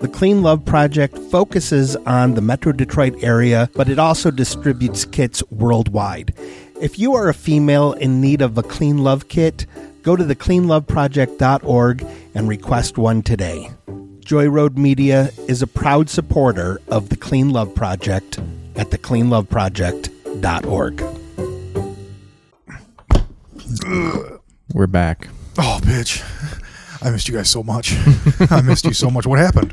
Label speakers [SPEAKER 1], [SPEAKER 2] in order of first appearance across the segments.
[SPEAKER 1] The Clean Love Project focuses on the Metro Detroit area, but it also distributes kits worldwide. If you are a female in need of a Clean Love kit, go to thecleanloveproject.org and request one today. Joy Road Media is a proud supporter of the Clean Love Project at thecleanloveproject.org.
[SPEAKER 2] We're back.
[SPEAKER 3] Oh, bitch. I missed you guys so much. I missed you so much. What happened?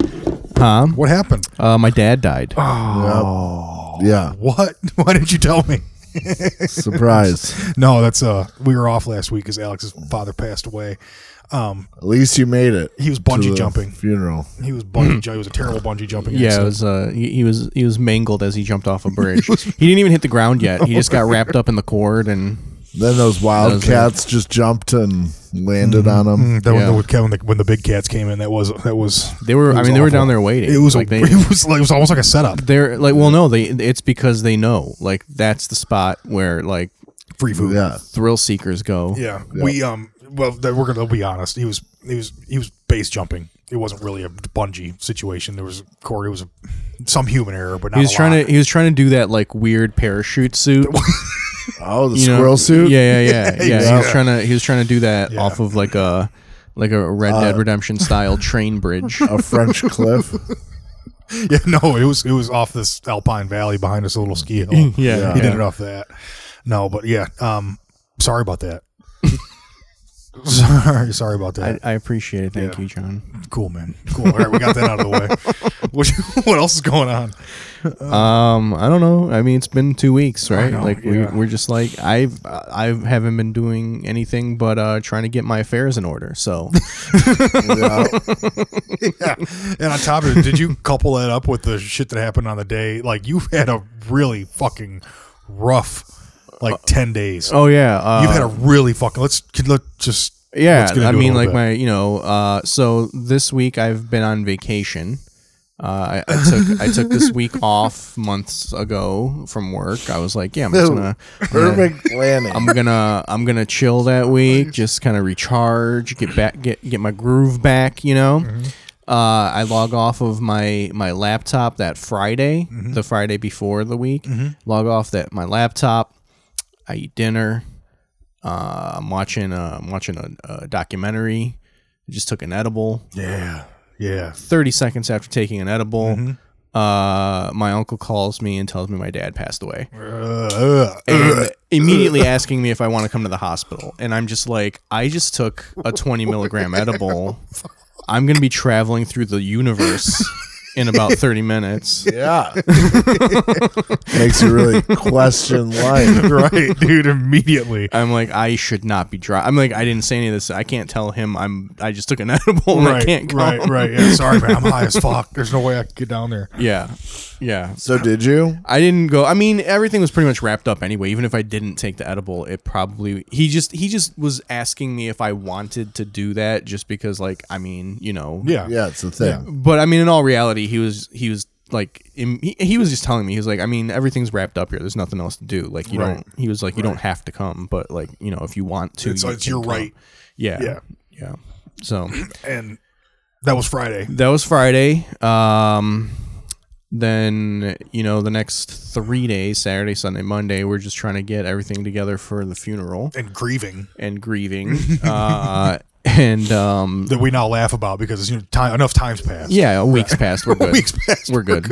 [SPEAKER 2] Huh?
[SPEAKER 3] What happened?
[SPEAKER 2] Uh, my dad died.
[SPEAKER 3] Oh,
[SPEAKER 4] Yeah.
[SPEAKER 3] What? Why didn't you tell me?
[SPEAKER 4] Surprise.
[SPEAKER 3] No, that's uh we were off last week cuz Alex's father passed away. Um
[SPEAKER 4] At least you made it.
[SPEAKER 3] He was
[SPEAKER 4] to
[SPEAKER 3] bungee
[SPEAKER 4] the
[SPEAKER 3] jumping.
[SPEAKER 4] Funeral.
[SPEAKER 3] he was bungee ju- he was a terrible bungee jumping
[SPEAKER 2] yeah, it
[SPEAKER 3] accident.
[SPEAKER 2] was, uh, he, he was he was mangled as he jumped off a bridge. he, didn't even hit the ground yet. He just got wrapped up in the cord and
[SPEAKER 4] Then those
[SPEAKER 2] Those
[SPEAKER 4] wildcats just jumped and landed on him.
[SPEAKER 3] Mm, that when
[SPEAKER 2] Yeah.
[SPEAKER 3] the- when the, when the big cats came in, that was that was
[SPEAKER 2] they were.
[SPEAKER 3] it
[SPEAKER 2] I
[SPEAKER 3] was
[SPEAKER 2] mean, they were
[SPEAKER 3] awful.
[SPEAKER 2] down there waiting.
[SPEAKER 3] It was
[SPEAKER 2] like
[SPEAKER 3] a,
[SPEAKER 2] they,
[SPEAKER 3] it was like it was almost like a setup.
[SPEAKER 2] they're like, well, no, they. It's because they know like that's the spot where like
[SPEAKER 3] Free food.
[SPEAKER 4] Yeah.
[SPEAKER 2] thrill seekers go.
[SPEAKER 3] Yeah, we um. Well, that we're gonna be honest. He was he was he was base jumping. It wasn't really a bungee situation. There was Corey was a, some human error, but not
[SPEAKER 2] He was
[SPEAKER 3] a
[SPEAKER 2] trying
[SPEAKER 3] lot.
[SPEAKER 2] to. He was trying to do that like weird parachute suit.
[SPEAKER 4] Oh, the
[SPEAKER 2] you know?
[SPEAKER 4] squirrel suit?
[SPEAKER 2] Yeah, yeah, yeah, yeah. He was
[SPEAKER 3] Yeah.
[SPEAKER 2] trying to. He was trying to do that
[SPEAKER 3] Yeah.
[SPEAKER 2] off of like a like a Red Dead Redemption style train bridge.
[SPEAKER 4] A French cliff.
[SPEAKER 3] Yeah, no, it was it was off this alpine valley behind us, a little ski hill. yeah, he did it off that. No, but yeah. Um, sorry about that. sorry, sorry about that.
[SPEAKER 2] I, I appreciate it. Thank you, John.
[SPEAKER 3] cool, man. Cool. All right, we got that out of the way. What, what else is going on?
[SPEAKER 2] Um, I don't know. I mean, it's been two weeks, right?
[SPEAKER 3] know,
[SPEAKER 2] like
[SPEAKER 3] yeah.
[SPEAKER 2] we, we're just like I've I haven't been doing anything but uh, trying to get my affairs in order. So
[SPEAKER 4] Yeah.
[SPEAKER 3] yeah. And on top of it, did you couple that up with the shit that happened on the day? Like you've had a really fucking rough like ten days.
[SPEAKER 2] oh yeah, uh,
[SPEAKER 3] you've had a really fucking. Let's let's just
[SPEAKER 2] yeah.
[SPEAKER 3] let's get into
[SPEAKER 2] I
[SPEAKER 3] it a
[SPEAKER 2] mean,
[SPEAKER 3] little
[SPEAKER 2] like
[SPEAKER 3] bit.
[SPEAKER 2] my you know. Uh, so this week I've been on vacation. Uh, I, I took I took this week off months ago from work. I was like, yeah, I'm just gonna I'm gonna-
[SPEAKER 4] Perfect planning.
[SPEAKER 2] I'm gonna I'm gonna chill that week, just kind of recharge, get back, get get my groove back, you know. Uh, I log off of my my laptop that Friday, the Friday before the week. Log off that my laptop. I eat dinner. Uh, I'm watching uh, I'm watching a, a documentary. I just took an edible.
[SPEAKER 3] yeah yeah.
[SPEAKER 2] 30 seconds after taking an edible,
[SPEAKER 3] Mm-hmm.
[SPEAKER 2] uh, my uncle calls me and tells me my dad passed away
[SPEAKER 3] Uh, uh,
[SPEAKER 2] and immediately asking me if I want to come to the hospital. And I'm just like, I just took a 20 milligram edible. I'm going to be traveling through the universe in about 30 minutes.
[SPEAKER 4] yeah. Makes you really question life.
[SPEAKER 3] right, dude. Immediately.
[SPEAKER 2] I'm like, I should not be driving. I'm like, I didn't say any of this. I can't tell him I'm. I just took an edible and I can't come.
[SPEAKER 3] right, right. Yeah, sorry, man. I'm high as fuck. There's no way I could get down there.
[SPEAKER 2] Yeah, yeah.
[SPEAKER 4] So did you?
[SPEAKER 2] I didn't go. I mean, everything was pretty much wrapped up anyway. Even if I didn't take the edible, it probably he just he just was asking me if I wanted to do that, just because like I mean, you know,
[SPEAKER 3] Yeah,
[SPEAKER 4] Yeah, it's a thing.
[SPEAKER 2] but I mean, in all reality, he was he was like im- he, he was just telling me he was like, I mean, everything's wrapped up here. There's nothing else to do. Like you
[SPEAKER 3] Right.
[SPEAKER 2] don't. He was like, you don't have to come, but like you know, if you want to,
[SPEAKER 3] It's-
[SPEAKER 2] you
[SPEAKER 3] it's
[SPEAKER 2] can
[SPEAKER 3] your
[SPEAKER 2] come."
[SPEAKER 3] right.
[SPEAKER 2] Yeah,
[SPEAKER 3] Yeah.
[SPEAKER 2] yeah, yeah. So
[SPEAKER 3] And that was Friday.
[SPEAKER 2] that was Friday. Um, then you know the next three days, Saturday, Sunday, Monday, we're just trying to get everything together for the funeral
[SPEAKER 3] And grieving
[SPEAKER 2] and grieving. uh, and um,
[SPEAKER 3] that we now laugh about because you know, time, enough times passed.
[SPEAKER 2] yeah, a week's passed. We're good.
[SPEAKER 3] weeks passed.
[SPEAKER 2] We're good.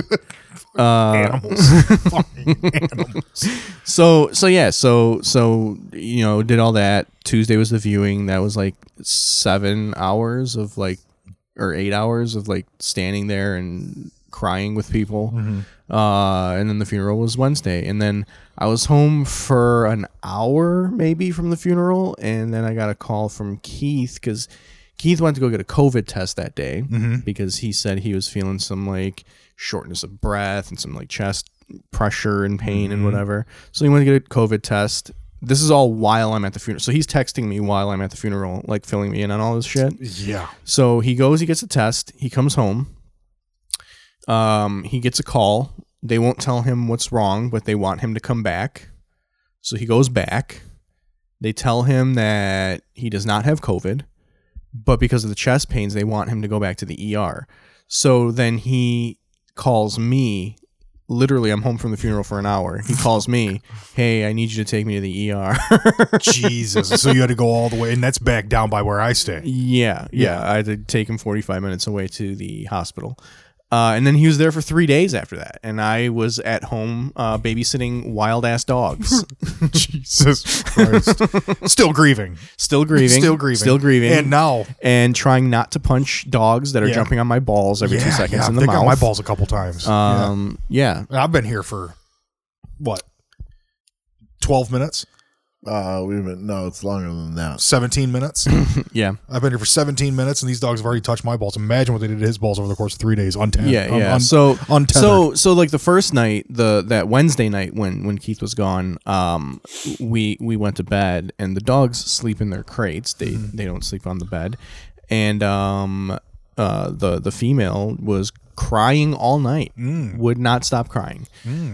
[SPEAKER 2] Uh,
[SPEAKER 3] animals. Fucking animals.
[SPEAKER 2] So so yeah, so so you know, did all that. Tuesday was the viewing. That was like seven hours of like or eight hours of like standing there and crying with people. Uh, and then the funeral was Wednesday. And then I was home for an hour maybe from the funeral, and then I got a call from Keith because Keith went to go get a COVID test that day because he said he was feeling some like shortness of breath and some like chest pressure and pain and whatever. So he went to get a COVID test. This is all while I'm at the funeral. So he's texting me while I'm at the funeral, like filling me in on all this shit.
[SPEAKER 3] Yeah.
[SPEAKER 2] So he goes, he gets a test, he comes home. Um, he gets a call. They won't tell him what's wrong, but they want him to come back. So he goes back. They tell him that he does not have COVID, but because of the chest pains, they want him to go back to the ER. So then he calls me. Literally, I'm home from the funeral for an hour. He calls me, "Hey, I need you to take me to the ER."
[SPEAKER 3] Jesus. so you had to go all the way, and that's back down by where I stay.
[SPEAKER 2] Yeah, yeah. I had to take him 45 minutes away to the hospital. Uh, and then he was there for three days after that. And I was at home uh, babysitting wild ass dogs.
[SPEAKER 3] Jesus Christ. Still grieving.
[SPEAKER 2] still grieving.
[SPEAKER 3] Still grieving.
[SPEAKER 2] Still grieving.
[SPEAKER 3] And now.
[SPEAKER 2] and trying not to punch dogs that are
[SPEAKER 3] Yeah.
[SPEAKER 2] jumping on my balls every two
[SPEAKER 3] Yeah,
[SPEAKER 2] seconds
[SPEAKER 3] yeah,
[SPEAKER 2] in the
[SPEAKER 3] they got
[SPEAKER 2] mouth.
[SPEAKER 3] my balls a couple times.
[SPEAKER 2] Um, yeah.
[SPEAKER 3] Yeah. I've been here for what? 12 minutes?
[SPEAKER 4] Uh, we've been no, it's longer than that.
[SPEAKER 3] 17 minutes?
[SPEAKER 2] Yeah.
[SPEAKER 3] I've been here for 17 minutes, and these dogs have already touched my balls. Imagine what they did to his balls over the course of three days. Untapped.
[SPEAKER 2] Yeah,
[SPEAKER 3] Um,
[SPEAKER 2] yeah.
[SPEAKER 3] un-
[SPEAKER 2] so
[SPEAKER 3] untethered.
[SPEAKER 2] so so like the first night, the that Wednesday night when when Keith was gone, um, we we went to bed and the dogs sleep in their crates. They they don't sleep on the bed, and um, uh, the the female was crying all night, would not stop crying.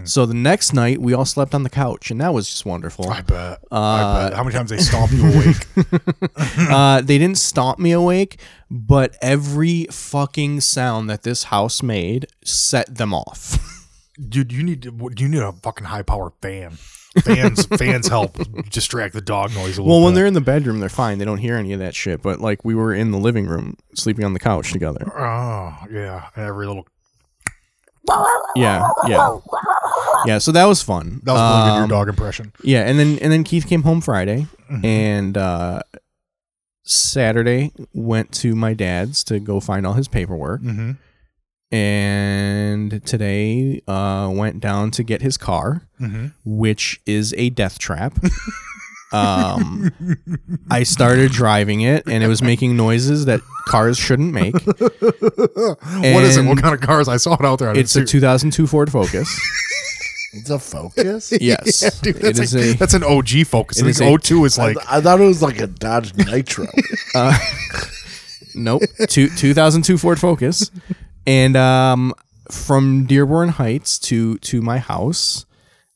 [SPEAKER 2] So the next night we all slept on the couch, and that was just wonderful.
[SPEAKER 3] I bet. I bet. How many times they stomp you awake?
[SPEAKER 2] uh, they didn't stomp me awake, but every fucking sound that this house made set them off.
[SPEAKER 3] dude you need to, you need a fucking high power fan fans fans help distract the dog noise a little
[SPEAKER 2] Well, when
[SPEAKER 3] bit.
[SPEAKER 2] they're in the bedroom, they're fine. They don't hear any of that shit. But like, we were in the living room, sleeping on the couch together.
[SPEAKER 3] oh yeah every little
[SPEAKER 2] Yeah, yeah, yeah. So that was fun.
[SPEAKER 3] that was a really good
[SPEAKER 2] Um,
[SPEAKER 3] your dog impression
[SPEAKER 2] Yeah, and then and then Keith came home Friday,
[SPEAKER 3] Mm-hmm.
[SPEAKER 2] and uh, Saturday went to my dad's to go find all his paperwork,
[SPEAKER 3] mm-hmm.
[SPEAKER 2] and today uh, went down to get his car.
[SPEAKER 3] Mm-hmm.
[SPEAKER 2] which is a death trap. um, I started driving it, and it was making noises that cars shouldn't make.
[SPEAKER 3] what is it what
[SPEAKER 2] And-
[SPEAKER 3] kind of cars i saw it out there I didn't
[SPEAKER 2] It's a
[SPEAKER 3] see it.
[SPEAKER 2] 2002 Ford Focus.
[SPEAKER 4] It's a focus.
[SPEAKER 2] Yes,
[SPEAKER 3] yeah, dude,
[SPEAKER 2] it
[SPEAKER 3] that's,
[SPEAKER 2] is
[SPEAKER 3] like-
[SPEAKER 2] a.
[SPEAKER 3] that's an og focus
[SPEAKER 2] it
[SPEAKER 3] i
[SPEAKER 2] is
[SPEAKER 3] think
[SPEAKER 2] a-
[SPEAKER 3] o2 is
[SPEAKER 4] I,
[SPEAKER 3] like
[SPEAKER 4] th- I thought it was like a Dodge Nitro.
[SPEAKER 2] Nope. Two, 2002 Ford Focus. And um, from Dearborn Heights to to my house,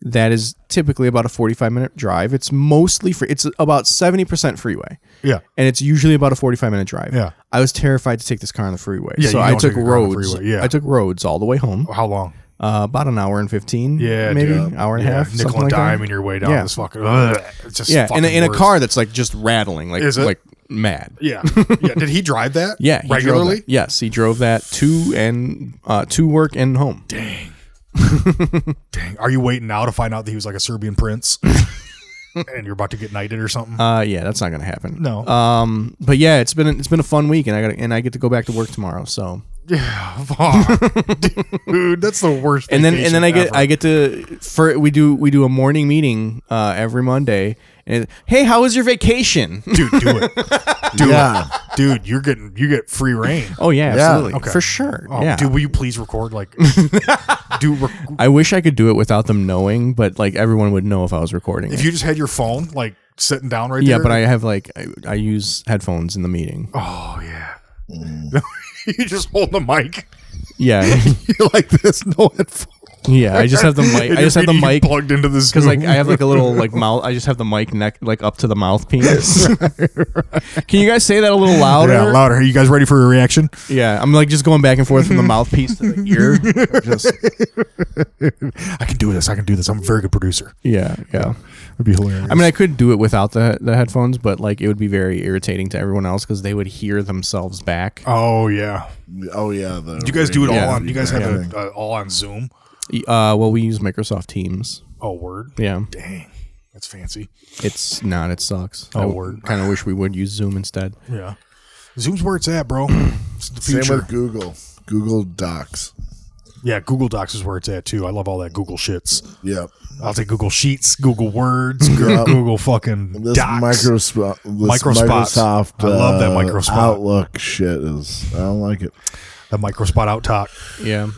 [SPEAKER 2] that is typically about a 45 minute drive. It's mostly free. It's about 70% freeway.
[SPEAKER 3] Yeah.
[SPEAKER 2] And it's usually about a 45 minute drive.
[SPEAKER 3] Yeah.
[SPEAKER 2] I was terrified to take this car on the freeway.
[SPEAKER 3] Yeah,
[SPEAKER 2] so
[SPEAKER 3] you
[SPEAKER 2] I
[SPEAKER 3] don't
[SPEAKER 2] took
[SPEAKER 3] take a car on the
[SPEAKER 2] roads.
[SPEAKER 3] freeway, yeah.
[SPEAKER 2] I took roads all the way home.
[SPEAKER 3] how long
[SPEAKER 2] Uh, about an hour and 15.
[SPEAKER 3] yeah
[SPEAKER 2] Maybe
[SPEAKER 3] dude.
[SPEAKER 2] hour and a
[SPEAKER 3] Yeah,
[SPEAKER 2] half.
[SPEAKER 3] nickel
[SPEAKER 2] something
[SPEAKER 3] and
[SPEAKER 2] like that.
[SPEAKER 3] dime in your way down
[SPEAKER 2] Yeah.
[SPEAKER 3] this fucking ugh, it's just
[SPEAKER 2] Yeah. In
[SPEAKER 3] fucking
[SPEAKER 2] a, in a
[SPEAKER 3] worse.
[SPEAKER 2] car that's like just rattling, like,
[SPEAKER 3] Is it?
[SPEAKER 2] like mad.
[SPEAKER 3] yeah yeah did he drive that
[SPEAKER 2] Yeah, he drove
[SPEAKER 3] regularly
[SPEAKER 2] that. Yes, he drove that to and uh, to work and home.
[SPEAKER 3] Dang, are you waiting now to find out that he was like a serbian prince and you're about to get knighted or something
[SPEAKER 2] Uh, yeah, that's not gonna happen.
[SPEAKER 3] no
[SPEAKER 2] Um, but yeah, it's been it's been a fun week, and I got and I get to go back to work tomorrow. So
[SPEAKER 3] Yeah, fuck. dude, that's the worst.
[SPEAKER 2] and then and then I get
[SPEAKER 3] vacation
[SPEAKER 2] I get to for we do we do a morning meeting uh, every Monday. And hey, how was your vacation?
[SPEAKER 3] ever. dude, do it, do
[SPEAKER 4] yeah.
[SPEAKER 3] it, dude. You're getting you get free reign.
[SPEAKER 2] oh yeah,
[SPEAKER 4] Yeah,
[SPEAKER 2] absolutely,
[SPEAKER 3] okay.
[SPEAKER 2] for sure.
[SPEAKER 3] Oh,
[SPEAKER 2] yeah.
[SPEAKER 3] dude, will you please record like do rec-
[SPEAKER 2] I wish I could do it without them knowing, but like everyone would know if I was recording.
[SPEAKER 3] if
[SPEAKER 2] it.
[SPEAKER 3] you just had your phone like sitting down right
[SPEAKER 2] yeah,
[SPEAKER 3] there.
[SPEAKER 2] but I have like I, I use headphones in the meeting.
[SPEAKER 3] oh yeah. you just hold the mic.
[SPEAKER 2] Yeah,
[SPEAKER 3] You're like this, no headphones.
[SPEAKER 2] yeah. I just have the mic.
[SPEAKER 3] And
[SPEAKER 2] I just
[SPEAKER 3] your
[SPEAKER 2] have the
[SPEAKER 3] meeting
[SPEAKER 2] mic
[SPEAKER 3] plugged into this
[SPEAKER 2] because like I have like a little like mouth. I just have the mic neck like up to the mouth penis. Can you guys say that a little louder?
[SPEAKER 3] yeah, louder. Are you guys ready for your reaction?
[SPEAKER 2] Yeah, I'm like just going back and forth from the mouthpiece to the ear. Just
[SPEAKER 3] I can do this. I can do this. I'm a very good producer.
[SPEAKER 2] yeah, yeah.
[SPEAKER 3] It'd be hilarious.
[SPEAKER 2] I mean, I could do it without the the headphones, but like it would be very irritating to everyone else because they would hear themselves back.
[SPEAKER 3] oh yeah.
[SPEAKER 4] Oh yeah. The
[SPEAKER 3] You guys do it all
[SPEAKER 2] Yeah.
[SPEAKER 3] on. You guys have it uh, all on Zoom.
[SPEAKER 2] Uh, well, we use Microsoft Teams.
[SPEAKER 3] Oh word.
[SPEAKER 2] Yeah,
[SPEAKER 3] Dang, that's fancy.
[SPEAKER 2] it's not. It sucks.
[SPEAKER 3] Oh, word.
[SPEAKER 2] I kind of wish we would use Zoom instead.
[SPEAKER 3] Yeah. Zoom's where it's at, bro. It's the
[SPEAKER 4] Same
[SPEAKER 3] future.
[SPEAKER 4] with Google. Google Docs.
[SPEAKER 3] Yeah, Google Docs is where it's at too. I love all that Google shits.
[SPEAKER 4] Yep.
[SPEAKER 3] I'll take Google Sheets, Google Words, Google fucking
[SPEAKER 4] This
[SPEAKER 3] Docs.
[SPEAKER 4] Microsoft, this
[SPEAKER 3] Microspots.
[SPEAKER 4] Microsoft,
[SPEAKER 3] I love that
[SPEAKER 4] uh,
[SPEAKER 3] Microspot.
[SPEAKER 4] Outlook shit is. I don't like it.
[SPEAKER 3] the Microspot out top.
[SPEAKER 2] Yeah.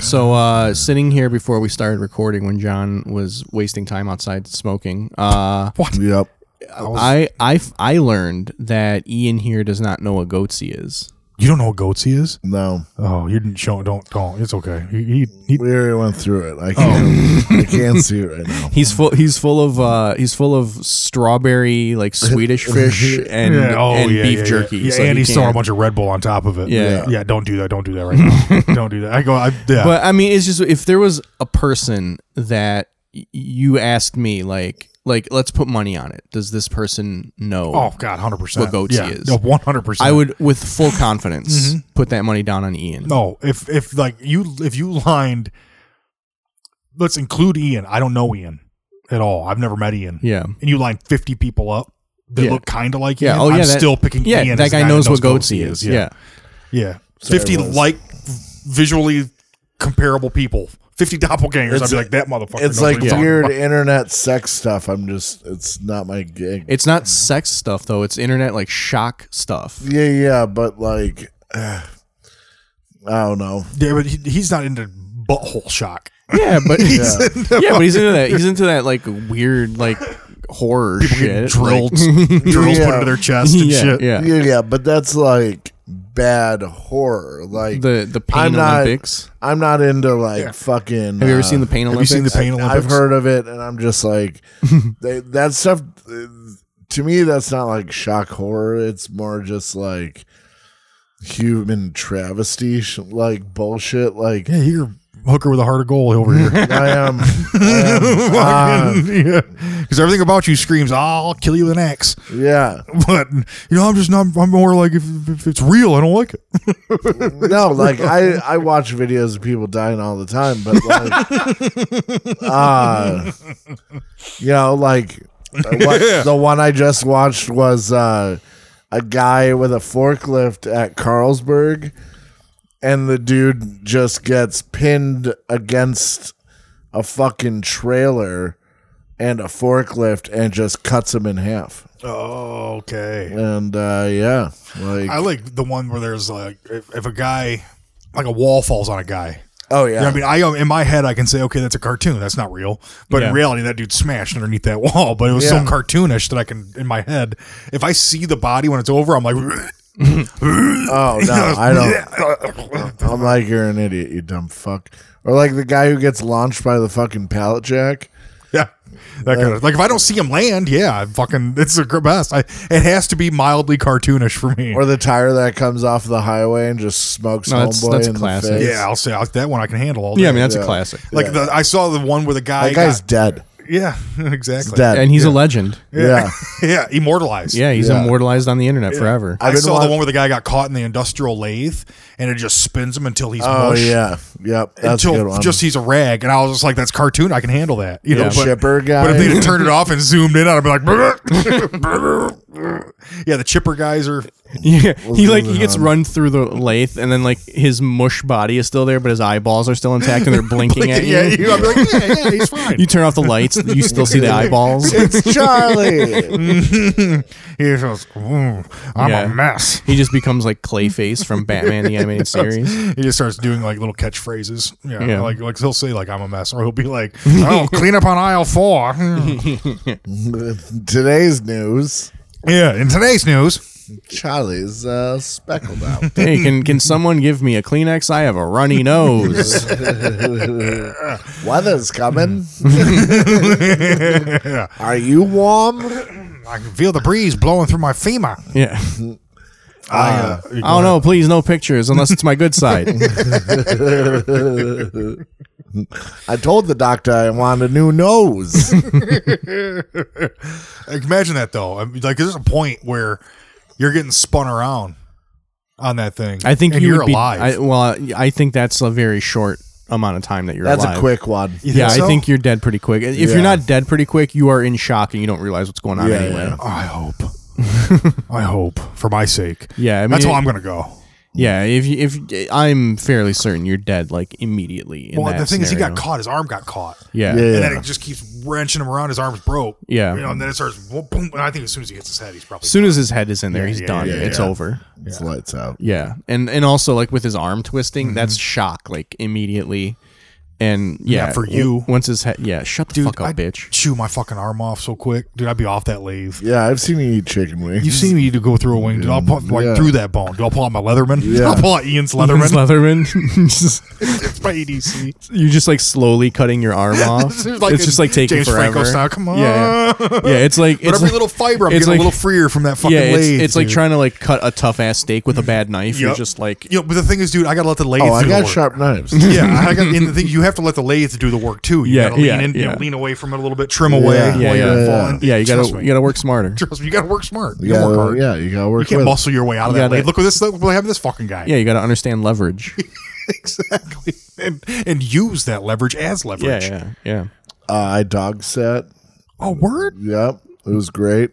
[SPEAKER 2] So uh, sitting here before we started recording, when John was wasting time outside smoking, uh,
[SPEAKER 4] Yep.
[SPEAKER 2] I, I f- I learned that Ian here does not know what goatsy is.
[SPEAKER 3] You don't know what Goatsy is?
[SPEAKER 4] No,
[SPEAKER 3] Oh, you didn't show. Don't don't. It's okay. He, he, he-
[SPEAKER 4] we already went through it. I can't.
[SPEAKER 3] Oh.
[SPEAKER 4] I can't see it right now.
[SPEAKER 2] He's full. He's full of. Uh, he's full of strawberry like Swedish fish and,
[SPEAKER 3] yeah, oh
[SPEAKER 2] and
[SPEAKER 3] yeah,
[SPEAKER 2] beef
[SPEAKER 3] yeah,
[SPEAKER 2] jerky.
[SPEAKER 3] Yeah,
[SPEAKER 2] so
[SPEAKER 3] and
[SPEAKER 2] he
[SPEAKER 3] he's throwing a
[SPEAKER 2] can't.
[SPEAKER 3] bunch of Red Bull on top of it.
[SPEAKER 2] Yeah.
[SPEAKER 3] yeah.
[SPEAKER 2] Yeah.
[SPEAKER 3] don't do that. Don't do that right now. don't do that. I go. I, yeah.
[SPEAKER 2] But I mean, it's just if there was a person that y- you asked me like like let's put money on it. Does this person know?
[SPEAKER 3] oh God, hundred percent.
[SPEAKER 2] What Goatsy
[SPEAKER 3] yeah.
[SPEAKER 2] is.
[SPEAKER 3] No, one hundred percent.
[SPEAKER 2] I would with full confidence put that money down on Ian.
[SPEAKER 3] No, if if like you if you lined, let's include Ian. I don't know Ian at all. I've never met Ian.
[SPEAKER 2] Yeah.
[SPEAKER 3] and you line fifty people up that
[SPEAKER 2] Yeah.
[SPEAKER 3] look kind of like
[SPEAKER 2] Yeah.
[SPEAKER 3] Ian.
[SPEAKER 2] Oh, yeah.
[SPEAKER 3] I'm
[SPEAKER 2] that-
[SPEAKER 3] still picking.
[SPEAKER 2] Yeah.
[SPEAKER 3] Ian as
[SPEAKER 2] that guy
[SPEAKER 3] the that
[SPEAKER 2] knows what Goatsy is. Yeah.
[SPEAKER 3] yeah.
[SPEAKER 4] Sorry,
[SPEAKER 3] Fifty
[SPEAKER 4] Wes.
[SPEAKER 3] like visually comparable people. Fifty doppelgangers.
[SPEAKER 4] It's
[SPEAKER 3] I'd be
[SPEAKER 4] a-
[SPEAKER 3] like that motherfucker.
[SPEAKER 4] It's
[SPEAKER 3] knows
[SPEAKER 4] like
[SPEAKER 3] what he's talking
[SPEAKER 4] weird
[SPEAKER 3] about."
[SPEAKER 4] internet sex stuff. I'm just. It's not my gig.
[SPEAKER 2] It's not sex stuff though. It's internet like shock stuff.
[SPEAKER 4] yeah, yeah, but like, I don't know.
[SPEAKER 3] Yeah, but he, he's not into butthole shock.
[SPEAKER 2] Yeah, but yeah. but he's into that. He's into that like weird like horror
[SPEAKER 3] Getting
[SPEAKER 2] shit.
[SPEAKER 3] drilled,
[SPEAKER 2] Like,
[SPEAKER 3] drills put
[SPEAKER 4] Yeah.
[SPEAKER 3] into their chest and
[SPEAKER 2] yeah,
[SPEAKER 3] shit.
[SPEAKER 2] yeah.
[SPEAKER 4] Yeah, yeah, but that's like bad horror. Like
[SPEAKER 2] The the pain
[SPEAKER 4] I'm not- uh,
[SPEAKER 2] Olympics.
[SPEAKER 4] I'm not into like
[SPEAKER 3] Yeah.
[SPEAKER 4] fucking.
[SPEAKER 2] Have you ever seen the pain
[SPEAKER 3] Have you
[SPEAKER 2] Olympics?
[SPEAKER 3] seen the pain Olympics?
[SPEAKER 4] I've heard of it, and I'm just like, they, that stuff. uh, To me, that's not like shock horror. It's more just like human travesty, sh- like bullshit. Like
[SPEAKER 3] Yeah, you're hooker with a harder goal over here.
[SPEAKER 4] I am, I am, uh,
[SPEAKER 3] because everything about you screams, "I'll kill you with an axe."
[SPEAKER 4] yeah.
[SPEAKER 3] But you know, I'm just not. I'm more like if, if it's real, I don't like it.
[SPEAKER 4] no, like I I watch videos of people dying all the time, but like, uh, you know, like uh, what, the one I just watched was uh, a guy with a forklift at Carlsberg, and the dude just gets pinned against a fucking trailer and a forklift and just cuts him in half.
[SPEAKER 3] Oh, okay.
[SPEAKER 4] And uh, yeah, like
[SPEAKER 3] I like the one where there's like if, if a guy, like a wall falls on a guy.
[SPEAKER 4] oh
[SPEAKER 3] You know what I mean, I um, in my head I can say, okay, that's a cartoon. That's not real. But
[SPEAKER 2] Yeah.
[SPEAKER 3] in reality, that dude smashed underneath that wall. But it was
[SPEAKER 4] Yeah.
[SPEAKER 3] so cartoonish that I can, in my head, if I see the body when it's over, I'm like,
[SPEAKER 4] oh no, I don't. I'm like, you're an idiot, you dumb fuck. Or like the guy who gets launched by the fucking pallet jack.
[SPEAKER 3] Yeah. That kind of, like if I don't see him land, yeah, I fucking it's the best. I, it has to be mildly cartoonish for me.
[SPEAKER 4] Or the tire that comes off the highway and just smokes
[SPEAKER 2] No, that's-
[SPEAKER 4] homeboy
[SPEAKER 2] that's
[SPEAKER 4] in
[SPEAKER 2] classic.
[SPEAKER 4] the face.
[SPEAKER 3] yeah, I'll say I'll, that one I can handle all day.
[SPEAKER 2] Yeah, I mean that's a
[SPEAKER 4] Yeah.
[SPEAKER 2] classic.
[SPEAKER 3] like the I saw the one where the guy
[SPEAKER 4] That guy's
[SPEAKER 3] got-
[SPEAKER 4] dead.
[SPEAKER 3] yeah, exactly.
[SPEAKER 4] Dead.
[SPEAKER 2] And he's a legend.
[SPEAKER 4] yeah.
[SPEAKER 3] yeah, immortalized.
[SPEAKER 2] Yeah, he's
[SPEAKER 4] Yeah.
[SPEAKER 2] immortalized on the internet forever.
[SPEAKER 3] I
[SPEAKER 4] I've been
[SPEAKER 3] saw
[SPEAKER 4] watch-
[SPEAKER 3] the one where the guy got caught in the industrial lathe and it just spins him until he's
[SPEAKER 4] Oh
[SPEAKER 3] mush,
[SPEAKER 4] yeah. Yep. That's a good
[SPEAKER 3] Until
[SPEAKER 4] one.
[SPEAKER 3] just he's a rag, and I was just like, "That's cartoon. I can handle that." You
[SPEAKER 4] Yeah.
[SPEAKER 3] know, but,
[SPEAKER 4] Chipper guy.
[SPEAKER 3] But if they'd have turned it off and zoomed in, I'd be like, "Yeah, the chipper guys are
[SPEAKER 2] Yeah, he like he
[SPEAKER 4] moving
[SPEAKER 2] gets
[SPEAKER 4] on.
[SPEAKER 2] run through the lathe, and then like his mush body is still there, but his eyeballs are still intact, and they're blinking at you.
[SPEAKER 3] yeah, you, I'd be like, "Yeah, yeah, he's fine."
[SPEAKER 2] You turn off the lights, you still see the eyeballs.
[SPEAKER 4] it's Charlie.
[SPEAKER 3] He goes, "Ooh, I'm
[SPEAKER 2] Yeah.
[SPEAKER 3] a mess.
[SPEAKER 2] He just becomes like Clayface from Batman the Animated Series.
[SPEAKER 3] He just starts doing like little catchphrases. Yeah,
[SPEAKER 2] Yeah.
[SPEAKER 3] like like he'll say like I'm a mess, or he'll be like, "Oh, clean up on aisle four.
[SPEAKER 4] Today's news.
[SPEAKER 3] yeah. In today's news,
[SPEAKER 4] Charlie's uh, speckled out.
[SPEAKER 2] Hey, can can someone give me a Kleenex? I have a runny nose.
[SPEAKER 4] Weather's coming. Are you warm?
[SPEAKER 3] I can feel the breeze blowing through my femur.
[SPEAKER 2] Yeah.
[SPEAKER 3] I, uh,
[SPEAKER 2] Oh no, please no pictures unless it's my good side.
[SPEAKER 4] I told the doctor I want a new nose.
[SPEAKER 3] imagine that though. I mean, like there's a point where you're getting spun around on that thing.
[SPEAKER 2] I think
[SPEAKER 3] and
[SPEAKER 2] you
[SPEAKER 3] are
[SPEAKER 2] would be,
[SPEAKER 3] alive.
[SPEAKER 2] I, well, I think that's a very short amount of time that you're
[SPEAKER 4] That's
[SPEAKER 2] alive.
[SPEAKER 4] a quick one.
[SPEAKER 3] You
[SPEAKER 2] Yeah,
[SPEAKER 3] so?
[SPEAKER 2] I think you're dead pretty quick. If
[SPEAKER 4] Yeah.
[SPEAKER 2] you're not dead pretty quick, you are in shock and you don't realize what's going on
[SPEAKER 4] Yeah,
[SPEAKER 2] anyway.
[SPEAKER 4] yeah.
[SPEAKER 3] I hope. I hope for my sake.
[SPEAKER 2] Yeah, I mean,
[SPEAKER 3] that's why I'm gonna go.
[SPEAKER 2] Yeah, if you, if I'm fairly certain you're dead like immediately. In
[SPEAKER 3] Well,
[SPEAKER 2] that
[SPEAKER 3] the thing is, he got
[SPEAKER 2] scenario.
[SPEAKER 3] caught. His arm got caught.
[SPEAKER 2] Yeah.
[SPEAKER 4] Yeah.
[SPEAKER 2] yeah,
[SPEAKER 3] And then it just keeps wrenching him around. His arm's broke.
[SPEAKER 2] Yeah.
[SPEAKER 3] You know, and then it starts boom, boom. And I think as soon as he hits his head, he's probably.
[SPEAKER 2] As soon as his head is in there,
[SPEAKER 3] Yeah,
[SPEAKER 2] he's
[SPEAKER 3] yeah,
[SPEAKER 2] done.
[SPEAKER 3] yeah,
[SPEAKER 2] it's
[SPEAKER 3] yeah.
[SPEAKER 2] over.
[SPEAKER 4] It's lights out.
[SPEAKER 2] Yeah, and and also like with his arm twisting,
[SPEAKER 3] Mm-hmm.
[SPEAKER 2] that's shock like immediately, and yeah,
[SPEAKER 3] for
[SPEAKER 2] w-
[SPEAKER 3] you.
[SPEAKER 2] once his head, yeah, shut the
[SPEAKER 3] Dude,
[SPEAKER 2] fuck up,
[SPEAKER 3] I'd
[SPEAKER 2] bitch.
[SPEAKER 3] chew my fucking arm off so quick. Dude, I'd be off that lathe.
[SPEAKER 4] Yeah, I've seen you eat chicken wings.
[SPEAKER 3] You've seen me to go through a wing, dude. I'll pull like
[SPEAKER 4] Yeah.
[SPEAKER 3] through that bone. Do I pull out my Leatherman?
[SPEAKER 4] Yeah.
[SPEAKER 3] I'll pull out Ian's Leatherman.
[SPEAKER 2] Leatherman, Just-
[SPEAKER 3] it's my EDC.
[SPEAKER 2] you're just like slowly cutting your arm off.
[SPEAKER 3] It's like
[SPEAKER 2] it's just like
[SPEAKER 3] a
[SPEAKER 2] taking
[SPEAKER 3] James
[SPEAKER 2] forever.
[SPEAKER 3] Franco style. Come on.
[SPEAKER 2] yeah, yeah, Yeah, It's like
[SPEAKER 3] But
[SPEAKER 2] it's
[SPEAKER 3] every
[SPEAKER 2] like,
[SPEAKER 3] little fiber, I'm
[SPEAKER 2] it's
[SPEAKER 3] getting a
[SPEAKER 2] like-
[SPEAKER 3] little freer from that fucking
[SPEAKER 2] yeah, it's,
[SPEAKER 3] lathe.
[SPEAKER 2] it's like
[SPEAKER 3] dude. Mm-hmm.
[SPEAKER 2] trying to like cut a tough ass steak with a bad knife. You're
[SPEAKER 3] Yep.
[SPEAKER 2] just like
[SPEAKER 3] You know, but the thing is, dude, I gotta let the lathe.
[SPEAKER 4] Oh, I
[SPEAKER 3] do the
[SPEAKER 4] got
[SPEAKER 3] work.
[SPEAKER 4] sharp knives.
[SPEAKER 3] Yeah, I got, and the thing you have to let the lathe do the work too. You
[SPEAKER 2] Yeah,
[SPEAKER 3] gotta lean
[SPEAKER 2] yeah,
[SPEAKER 3] in, you know,
[SPEAKER 2] yeah.
[SPEAKER 3] lean away from it a little bit, trim away.
[SPEAKER 4] Yeah,
[SPEAKER 2] yeah,
[SPEAKER 3] while
[SPEAKER 2] yeah,
[SPEAKER 3] you're
[SPEAKER 2] yeah.
[SPEAKER 3] falling.
[SPEAKER 2] yeah. You
[SPEAKER 3] Trust
[SPEAKER 2] gotta
[SPEAKER 3] me.
[SPEAKER 2] you gotta work smarter.
[SPEAKER 3] Trust me, you gotta work smart. You
[SPEAKER 4] You
[SPEAKER 3] gotta
[SPEAKER 4] gotta,
[SPEAKER 3] work hard.
[SPEAKER 4] Yeah, you gotta work
[SPEAKER 3] You can't
[SPEAKER 4] with.
[SPEAKER 3] muscle your way out of that
[SPEAKER 2] gotta-
[SPEAKER 3] lathe. Look at this. Look what happened to this fucking guy.
[SPEAKER 2] Yeah, you gotta understand leverage.
[SPEAKER 3] exactly. And and use that leverage as
[SPEAKER 2] yeah,
[SPEAKER 3] leverage.
[SPEAKER 2] yeah, yeah.
[SPEAKER 4] Uh, I dog sat.
[SPEAKER 3] Oh, word.
[SPEAKER 4] Yep, it was great.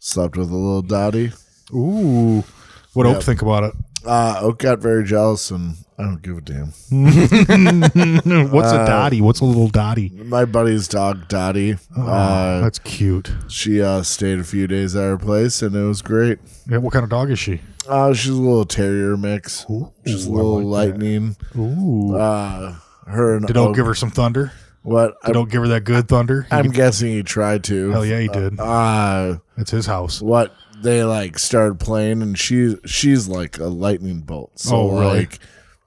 [SPEAKER 4] Slept with a little dotty.
[SPEAKER 3] Ooh, what Oak think about it?
[SPEAKER 4] Uh, Oak got very jealous, and I don't give a damn.
[SPEAKER 3] What's a dotty? What's a little dotty?
[SPEAKER 4] My buddy's dog Dottie. Uh,
[SPEAKER 3] That's cute.
[SPEAKER 4] she uh, stayed a few days at her place, and it was great.
[SPEAKER 3] Yeah, what kind of dog is she?
[SPEAKER 4] Uh, she's a little terrier mix. she's a little lightning.
[SPEAKER 3] Ooh.
[SPEAKER 4] Uh, her and
[SPEAKER 3] Did
[SPEAKER 4] Oak.
[SPEAKER 3] Oak give her some thunder?
[SPEAKER 4] what?
[SPEAKER 3] Did Oak give her that good thunder? He
[SPEAKER 4] Um, I'm
[SPEAKER 3] did-
[SPEAKER 4] guessing he tried to.
[SPEAKER 3] Hell yeah, he did.
[SPEAKER 4] Uh,
[SPEAKER 3] It's his house.
[SPEAKER 4] what they like started playing and she she's like a lightning bolt. So
[SPEAKER 3] Oh, really?
[SPEAKER 4] like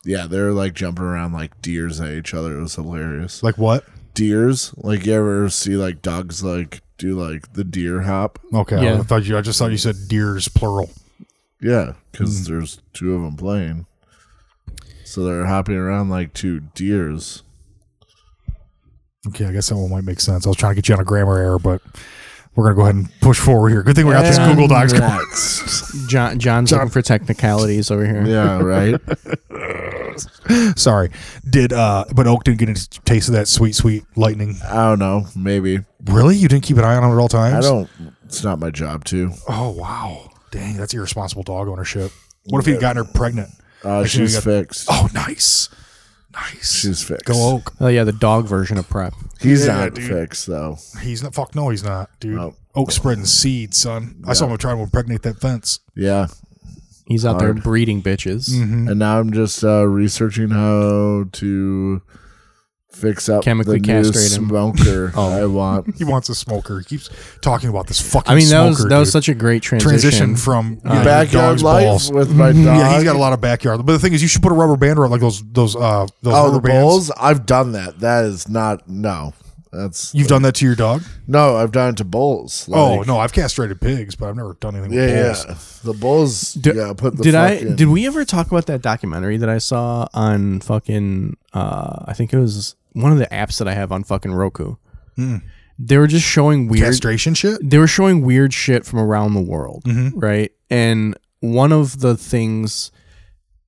[SPEAKER 4] yeah, they're like jumping around like deers at each other. It was hilarious.
[SPEAKER 3] Like
[SPEAKER 4] Like
[SPEAKER 3] what?
[SPEAKER 4] deers, like you ever see like dogs like do like the deer hop?
[SPEAKER 3] Okay, I
[SPEAKER 2] Yeah.
[SPEAKER 3] thought you. I just thought you said deers plural.
[SPEAKER 4] Yeah, because
[SPEAKER 3] Mm-hmm.
[SPEAKER 4] there's two of them playing, so they're hopping around like two deers.
[SPEAKER 3] Okay, I guess that one might make sense. I was trying to get you on a grammar error, but we're gonna go ahead and push forward here. Good thing we got this
[SPEAKER 2] Yeah.
[SPEAKER 3] Google Docs. going.
[SPEAKER 4] Relax.
[SPEAKER 2] John John's looking for technicalities over here.
[SPEAKER 4] yeah, right.
[SPEAKER 3] Sorry, did uh, but Oak didn't get a taste of that sweet, sweet lightning.
[SPEAKER 4] I don't know. Maybe
[SPEAKER 3] Really, you didn't keep an eye on him at all
[SPEAKER 4] I
[SPEAKER 3] times.
[SPEAKER 4] don't. It's not my job to.
[SPEAKER 3] Oh wow, dang, that's irresponsible dog ownership. What if he'd gotten her pregnant?
[SPEAKER 4] Uh,
[SPEAKER 3] Actually, we
[SPEAKER 4] she's
[SPEAKER 3] got-
[SPEAKER 4] fixed.
[SPEAKER 3] Oh, nice, nice.
[SPEAKER 4] She's fixed.
[SPEAKER 3] Go Oak.
[SPEAKER 2] Oh yeah, the dog version of prep.
[SPEAKER 4] He's
[SPEAKER 3] Yeah,
[SPEAKER 4] not
[SPEAKER 3] dude.
[SPEAKER 4] fixed though.
[SPEAKER 3] He's not. Fuck no, he's not, dude.
[SPEAKER 4] Nope.
[SPEAKER 3] Oak spreading seeds, son. I saw him trying to impregnate that fence.
[SPEAKER 4] Yeah,
[SPEAKER 2] He's out there breeding bitches.
[SPEAKER 3] Mm-hmm.
[SPEAKER 4] and now I'm just uh, researching how to fix up
[SPEAKER 2] Chemically
[SPEAKER 4] the new
[SPEAKER 2] castrate him.
[SPEAKER 4] smoker
[SPEAKER 3] Oh.
[SPEAKER 4] I want.
[SPEAKER 3] He wants a smoker. He keeps talking about this fucking.
[SPEAKER 2] I mean, that was
[SPEAKER 3] smoker,
[SPEAKER 2] that was
[SPEAKER 3] dude.
[SPEAKER 2] such a great transition. Uh,
[SPEAKER 3] transition from you know,
[SPEAKER 4] Backyard
[SPEAKER 3] Uh, dog's
[SPEAKER 4] life
[SPEAKER 3] balls.
[SPEAKER 4] with my dog.
[SPEAKER 3] Yeah, he's got a lot of backyard. But the thing is, you should put a rubber band around like those those uh those
[SPEAKER 4] oh,
[SPEAKER 3] rubber
[SPEAKER 4] the
[SPEAKER 3] bands.
[SPEAKER 4] bowls. I've done that. That is not no. That's
[SPEAKER 3] You've done that to your dog?
[SPEAKER 4] no. I've done it to bulls.
[SPEAKER 3] oh
[SPEAKER 4] Like,
[SPEAKER 3] no, I've castrated pigs, but I've never done anything
[SPEAKER 4] Yeah,
[SPEAKER 3] with bulls.
[SPEAKER 4] yeah. The bulls.
[SPEAKER 2] Did,
[SPEAKER 4] yeah, put the.
[SPEAKER 2] did I
[SPEAKER 4] fucking,
[SPEAKER 2] did we ever talk about that documentary that I saw on fucking uh I think it was one of the apps that I have on fucking Roku.
[SPEAKER 3] Hmm.
[SPEAKER 2] They were just showing weird
[SPEAKER 3] Castration shit?
[SPEAKER 2] they were showing weird shit from around the world, right? And one of the things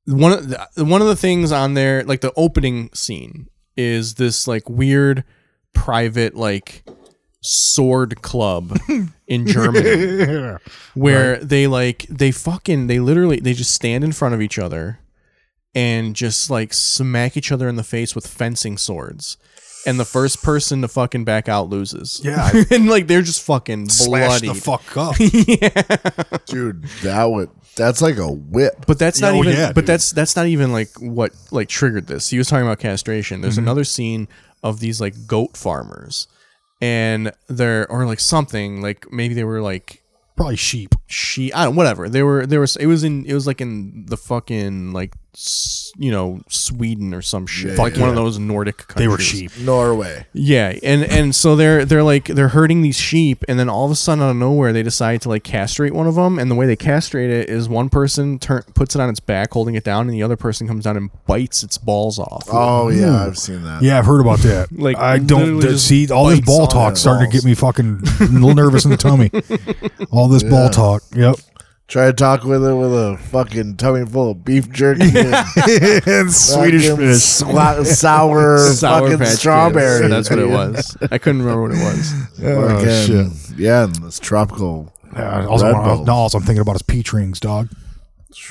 [SPEAKER 2] one of the, one of the things on there like the opening scene is this like weird private like sword club in Germany
[SPEAKER 3] Yeah.
[SPEAKER 2] where they like they fucking they literally they just stand in front of each other and just like smack each other in the face with fencing swords and the first person to fucking back out loses
[SPEAKER 3] Yeah.
[SPEAKER 2] and like they're just fucking
[SPEAKER 3] Slash
[SPEAKER 2] bloody
[SPEAKER 3] the fuck up.
[SPEAKER 4] dude? That would. That's like a whip.
[SPEAKER 2] but that's not
[SPEAKER 3] Oh,
[SPEAKER 2] even
[SPEAKER 3] yeah,
[SPEAKER 2] but
[SPEAKER 3] dude.
[SPEAKER 2] that's that's not even like what like triggered this he was talking about castration
[SPEAKER 3] Mm-hmm.
[SPEAKER 2] there's another scene of these like goat farmers and they're or like something like maybe they were like
[SPEAKER 3] Probably sheep.
[SPEAKER 2] she I don't whatever they were they were it was in it was like in the fucking like s- you know Sweden or some shit like one of those Nordic countries
[SPEAKER 3] They were sheep.
[SPEAKER 4] Norway.
[SPEAKER 2] yeah and and so they're they're like they're herding these sheep and then all of a sudden out of nowhere they decide to like castrate one of them and the way they castrate it is one person turn puts it on its back holding it down and the other person comes down and bites its balls off
[SPEAKER 4] Oh yeah, I've seen that.
[SPEAKER 3] Yeah, I've heard about that.
[SPEAKER 2] Like,
[SPEAKER 3] I don't
[SPEAKER 2] literally
[SPEAKER 3] th-
[SPEAKER 2] just
[SPEAKER 3] see all this
[SPEAKER 2] bites
[SPEAKER 3] ball
[SPEAKER 2] on
[SPEAKER 3] talk
[SPEAKER 2] their
[SPEAKER 3] starting to
[SPEAKER 2] balls.
[SPEAKER 3] get me fucking a little nervous in the tummy. All this ball talk. Yep.
[SPEAKER 4] Try to talk with it with a fucking tummy full of beef jerky. and
[SPEAKER 3] and Swedish
[SPEAKER 4] fucking
[SPEAKER 3] fish.
[SPEAKER 4] swa- sour, fucking
[SPEAKER 2] Patch Kids.
[SPEAKER 4] strawberry.
[SPEAKER 2] that's what it was I couldn't remember what it was
[SPEAKER 4] Fucking-
[SPEAKER 3] Oh, shit.
[SPEAKER 4] Yeah, and it's tropical.
[SPEAKER 3] Yeah, also,
[SPEAKER 4] Red
[SPEAKER 3] wanna-
[SPEAKER 4] Bull.
[SPEAKER 3] no, also I'm thinking about his peach rings, dog.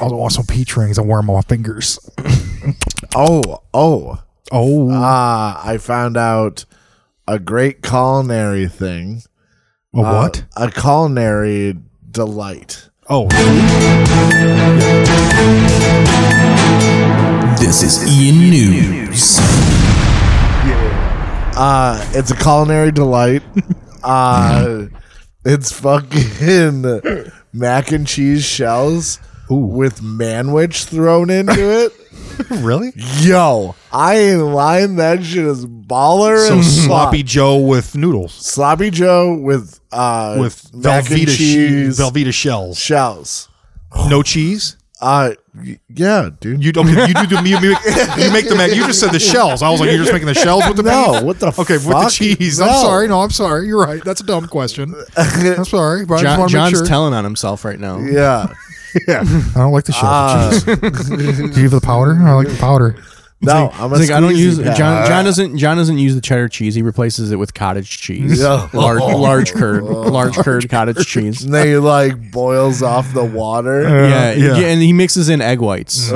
[SPEAKER 3] I want some peach rings and wear them on my fingers.
[SPEAKER 4] Oh, oh.
[SPEAKER 3] Oh,
[SPEAKER 4] Ah, I found out a great culinary thing. Uh,
[SPEAKER 3] a what?
[SPEAKER 4] A culinary delight.
[SPEAKER 3] Oh,
[SPEAKER 2] This is Ian News.
[SPEAKER 4] Uh, it's a culinary delight. Uh, it's fucking mac and cheese shells with manwich thrown into it.
[SPEAKER 3] really?
[SPEAKER 4] Yo, I ain't lying. That shit is baller
[SPEAKER 3] So
[SPEAKER 4] and
[SPEAKER 3] sloppy Joe with noodles
[SPEAKER 4] sloppy Joe with uh
[SPEAKER 3] with
[SPEAKER 4] mac and
[SPEAKER 3] Velveeta she-
[SPEAKER 4] cheese
[SPEAKER 3] Velveeta shells,
[SPEAKER 4] shells.
[SPEAKER 3] no cheese.
[SPEAKER 4] Uh, y- yeah, dude.
[SPEAKER 3] You okay, you do the you make, you make the mac. You just said the shells. I was like, you're just making the shells with the
[SPEAKER 4] No,
[SPEAKER 3] beef?
[SPEAKER 4] what the
[SPEAKER 3] okay with the
[SPEAKER 4] fuck?
[SPEAKER 3] cheese.
[SPEAKER 4] No.
[SPEAKER 3] I'm sorry. No, I'm sorry. You're right. That's a dumb question. I'm sorry, but I just
[SPEAKER 2] John,
[SPEAKER 3] want to make
[SPEAKER 2] John's
[SPEAKER 3] sure.
[SPEAKER 2] telling on himself right now.
[SPEAKER 4] yeah.
[SPEAKER 3] I don't like the shells.
[SPEAKER 2] Ah.
[SPEAKER 3] do you have the powder? I like the powder.
[SPEAKER 4] No, I'm a
[SPEAKER 2] It's like I don't
[SPEAKER 4] squeezy
[SPEAKER 2] use
[SPEAKER 4] pad.
[SPEAKER 2] John. John doesn't. John doesn't use the cheddar cheese. He replaces it with cottage cheese,
[SPEAKER 4] Yeah.
[SPEAKER 2] large, large curd, Oh. large curd cottage cheese.
[SPEAKER 4] And then he like boils off the water.
[SPEAKER 2] Yeah,
[SPEAKER 3] yeah.
[SPEAKER 2] yeah, and he mixes in egg whites,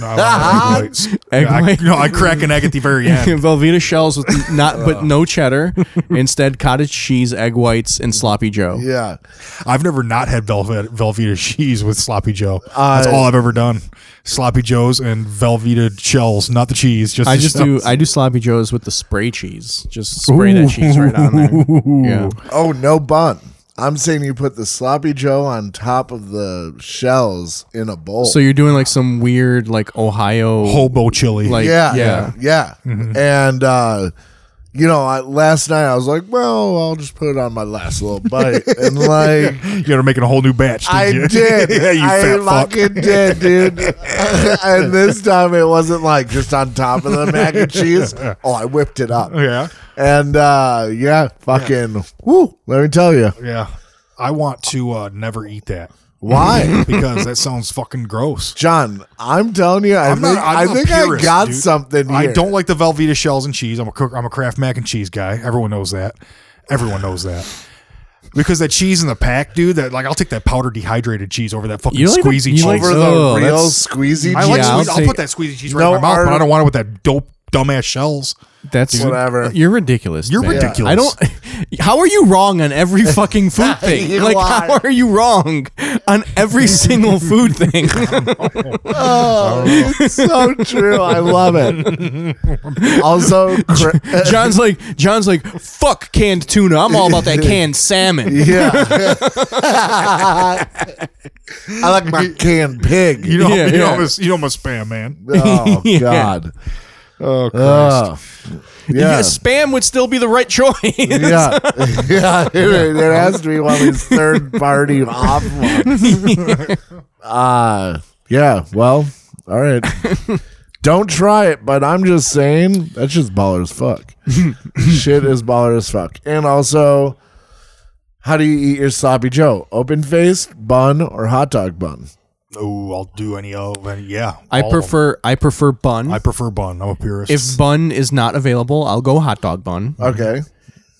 [SPEAKER 3] No, I don't like egg whites.
[SPEAKER 2] egg
[SPEAKER 3] Yeah, I,
[SPEAKER 2] white,
[SPEAKER 3] no, I crack an egg at the very end.
[SPEAKER 2] Velveeta shells with not but no cheddar. Instead, cottage cheese, egg whites, and sloppy Joe.
[SPEAKER 4] Yeah.
[SPEAKER 3] I've never not had Velvet, Velveeta cheese with Sloppy Joe.
[SPEAKER 2] Uh,
[SPEAKER 3] That's all I've ever done. Sloppy Joes and Velveeta shells, not the cheese. Just
[SPEAKER 2] I
[SPEAKER 3] the
[SPEAKER 2] just do.
[SPEAKER 3] shells.
[SPEAKER 2] I do sloppy Joes with the spray cheese. Just spray that cheese right on there. Yeah.
[SPEAKER 4] Oh, no bun. I'm saying you put the sloppy Joe on top of the shells in a bowl.
[SPEAKER 2] So you're doing like some weird like Ohio
[SPEAKER 3] hobo chili.
[SPEAKER 2] like
[SPEAKER 4] yeah,
[SPEAKER 2] yeah.
[SPEAKER 4] yeah, yeah.
[SPEAKER 3] Mm-hmm.
[SPEAKER 4] And uh, you know, I, last night I was like, well, I'll just put it on my last little bite, and like.
[SPEAKER 3] you are making a whole new batch. Did
[SPEAKER 4] I
[SPEAKER 3] you?
[SPEAKER 4] did.
[SPEAKER 3] yeah, you
[SPEAKER 4] I
[SPEAKER 3] fat fuck.
[SPEAKER 4] fucking did, dude. and this time it wasn't like just on top of the mac and cheese. Oh, I whipped it up.
[SPEAKER 3] Yeah.
[SPEAKER 4] And uh, yeah, fucking woo. Let me tell you
[SPEAKER 3] Yeah. I want to uh, never eat that
[SPEAKER 4] why,
[SPEAKER 3] because that sounds fucking gross.
[SPEAKER 4] John. I'm telling you, I
[SPEAKER 3] I'm
[SPEAKER 4] think
[SPEAKER 3] not- I'm
[SPEAKER 4] I
[SPEAKER 3] a
[SPEAKER 4] think
[SPEAKER 3] purist,
[SPEAKER 4] I got
[SPEAKER 3] dude.
[SPEAKER 4] something. Here.
[SPEAKER 3] I don't like the Velveeta shells and cheese. I'm a cook. I'm a Kraft mac and cheese guy. Everyone knows that. Everyone knows that. Because that cheese in the pack, dude. That like, I'll take that powder dehydrated cheese over that fucking
[SPEAKER 2] You like the-
[SPEAKER 3] squeezy cheese.
[SPEAKER 2] you like
[SPEAKER 4] over
[SPEAKER 2] Oh,
[SPEAKER 4] the real
[SPEAKER 2] that's-
[SPEAKER 4] squeezy.
[SPEAKER 3] I like
[SPEAKER 2] Yeah,
[SPEAKER 3] squeezy.
[SPEAKER 2] I'll
[SPEAKER 3] I'll,
[SPEAKER 2] take-
[SPEAKER 3] put that squeezy cheese right
[SPEAKER 4] No
[SPEAKER 3] in my mouth, but
[SPEAKER 4] art-
[SPEAKER 3] I don't want it with that dope dumbass shells.
[SPEAKER 2] That's
[SPEAKER 4] Dude, Whatever.
[SPEAKER 2] You're ridiculous.
[SPEAKER 3] You're
[SPEAKER 2] man.
[SPEAKER 3] ridiculous.
[SPEAKER 2] I don't. How are you wrong on every fucking food thing?
[SPEAKER 4] You
[SPEAKER 2] like,
[SPEAKER 4] are.
[SPEAKER 2] how are you wrong on every single food thing?
[SPEAKER 4] Oh, it's so true. I love it. Also, cra-
[SPEAKER 2] John's like, John's like, fuck canned tuna. I'm all about that canned salmon.
[SPEAKER 4] yeah, I like my canned pig.
[SPEAKER 3] You know,
[SPEAKER 2] Yeah,
[SPEAKER 3] you,
[SPEAKER 2] yeah.
[SPEAKER 3] know I'm a, you know I'm a spam man.
[SPEAKER 4] Oh
[SPEAKER 2] Yeah.
[SPEAKER 4] God.
[SPEAKER 3] Oh, Christ.
[SPEAKER 4] Oh.
[SPEAKER 2] Yeah,
[SPEAKER 4] Yeah.
[SPEAKER 2] spam would still be the right choice.
[SPEAKER 4] Yeah. yeah. It, it has to be one of these third party off ones. Uh yeah, well, all right. Don't try it, but I'm just saying that's just baller as fuck. Shit is baller as fuck. And also, how do you eat your sloppy Joe? Open faced, bun, or hot dog bun?
[SPEAKER 3] Oh, I'll do any of any. Yeah,
[SPEAKER 2] I
[SPEAKER 3] all of 'em.
[SPEAKER 2] prefer, I prefer bun.
[SPEAKER 3] I prefer bun. I'm a purist.
[SPEAKER 2] if bun is not available, I'll go hot dog bun.
[SPEAKER 4] Okay.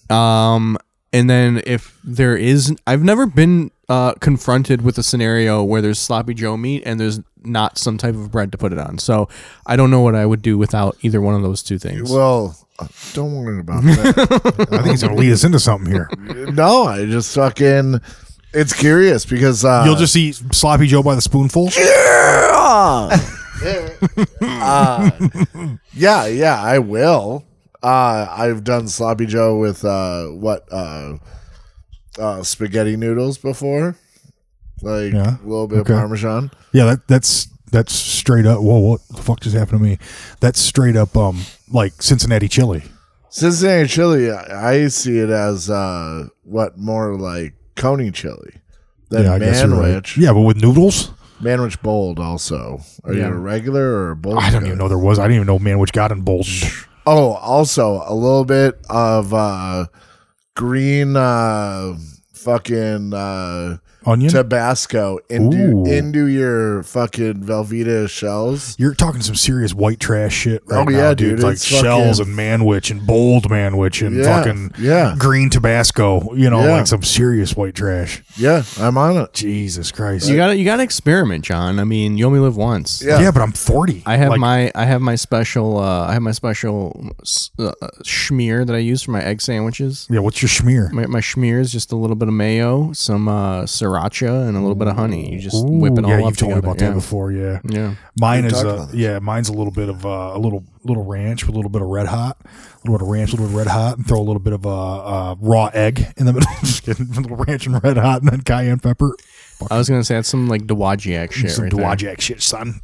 [SPEAKER 2] Um, and then if there is, I've never been uh, confronted with a scenario where there's sloppy Joe meat and there's not some type of bread to put it on. So I don't know what I would do without either one of those two things.
[SPEAKER 4] Well, don't worry about that.
[SPEAKER 3] I think he's gonna lead us into something here.
[SPEAKER 4] no, I just fucking. It's curious because uh,
[SPEAKER 3] You'll just eat sloppy Joe by the spoonful.
[SPEAKER 4] Uh, yeah, yeah, I will. Uh, I've done sloppy Joe with uh, what uh, uh, spaghetti noodles before, like
[SPEAKER 3] Yeah,
[SPEAKER 4] a little bit
[SPEAKER 3] okay.
[SPEAKER 4] of parmesan.
[SPEAKER 3] Yeah, that that's that's straight up. Whoa, what the fuck just happened to me? That's straight up, um, like Cincinnati chili.
[SPEAKER 4] Cincinnati chili, I I see it as uh, what more like coney chili than
[SPEAKER 3] Yeah, I guess you're right.
[SPEAKER 4] manwich.
[SPEAKER 3] Yeah, but with noodles,
[SPEAKER 4] Manwich bold also. Are you a regular or a bold?
[SPEAKER 3] I don't
[SPEAKER 4] guy?
[SPEAKER 3] even know there was. I didn't even know man which got emboldened.
[SPEAKER 4] Oh, also a little bit of uh green uh fucking uh
[SPEAKER 3] Onion?
[SPEAKER 4] Tabasco into
[SPEAKER 3] Ooh.
[SPEAKER 4] into your fucking Velveeta shells.
[SPEAKER 3] You're talking some serious white trash shit right
[SPEAKER 4] Oh,
[SPEAKER 3] now,
[SPEAKER 4] yeah,
[SPEAKER 3] dude.
[SPEAKER 4] dude,
[SPEAKER 3] Like
[SPEAKER 4] it's
[SPEAKER 3] shells
[SPEAKER 4] fucking-
[SPEAKER 3] and manwich and bold manwich and
[SPEAKER 4] Yeah,
[SPEAKER 3] fucking
[SPEAKER 4] yeah.
[SPEAKER 3] green Tabasco. You know,
[SPEAKER 4] Yeah.
[SPEAKER 3] like some serious white trash.
[SPEAKER 4] Yeah, I'm on it.
[SPEAKER 3] Jesus Christ.
[SPEAKER 2] You got to you got to experiment, John. I mean, you only live once.
[SPEAKER 4] Yeah.
[SPEAKER 3] yeah. but I'm 40.
[SPEAKER 2] I have
[SPEAKER 3] Like,
[SPEAKER 2] my I have my special uh, I have my special s- uh, schmear that I use for my egg sandwiches.
[SPEAKER 3] Yeah, what's your schmear?
[SPEAKER 2] My, my schmear is just a little bit of mayo, some uh, sriracha, and a little bit of honey. You just whip it all
[SPEAKER 3] yeah,
[SPEAKER 2] up
[SPEAKER 3] you've told me
[SPEAKER 2] together.
[SPEAKER 3] about that before. Yeah,
[SPEAKER 2] yeah. yeah.
[SPEAKER 3] mine is
[SPEAKER 4] talked
[SPEAKER 3] uh,
[SPEAKER 4] about this.
[SPEAKER 3] yeah, mine's a little bit of uh, a little little ranch with a little bit of red hot, a little bit of ranch, a little bit of red hot, and throw a little bit of uh, uh, raw egg in the middle. Just kidding, a little ranch and red hot, and then cayenne pepper.
[SPEAKER 2] I was gonna say that's some like Dowagiac shit.
[SPEAKER 3] some
[SPEAKER 2] right there.
[SPEAKER 3] Dwajak shit, son.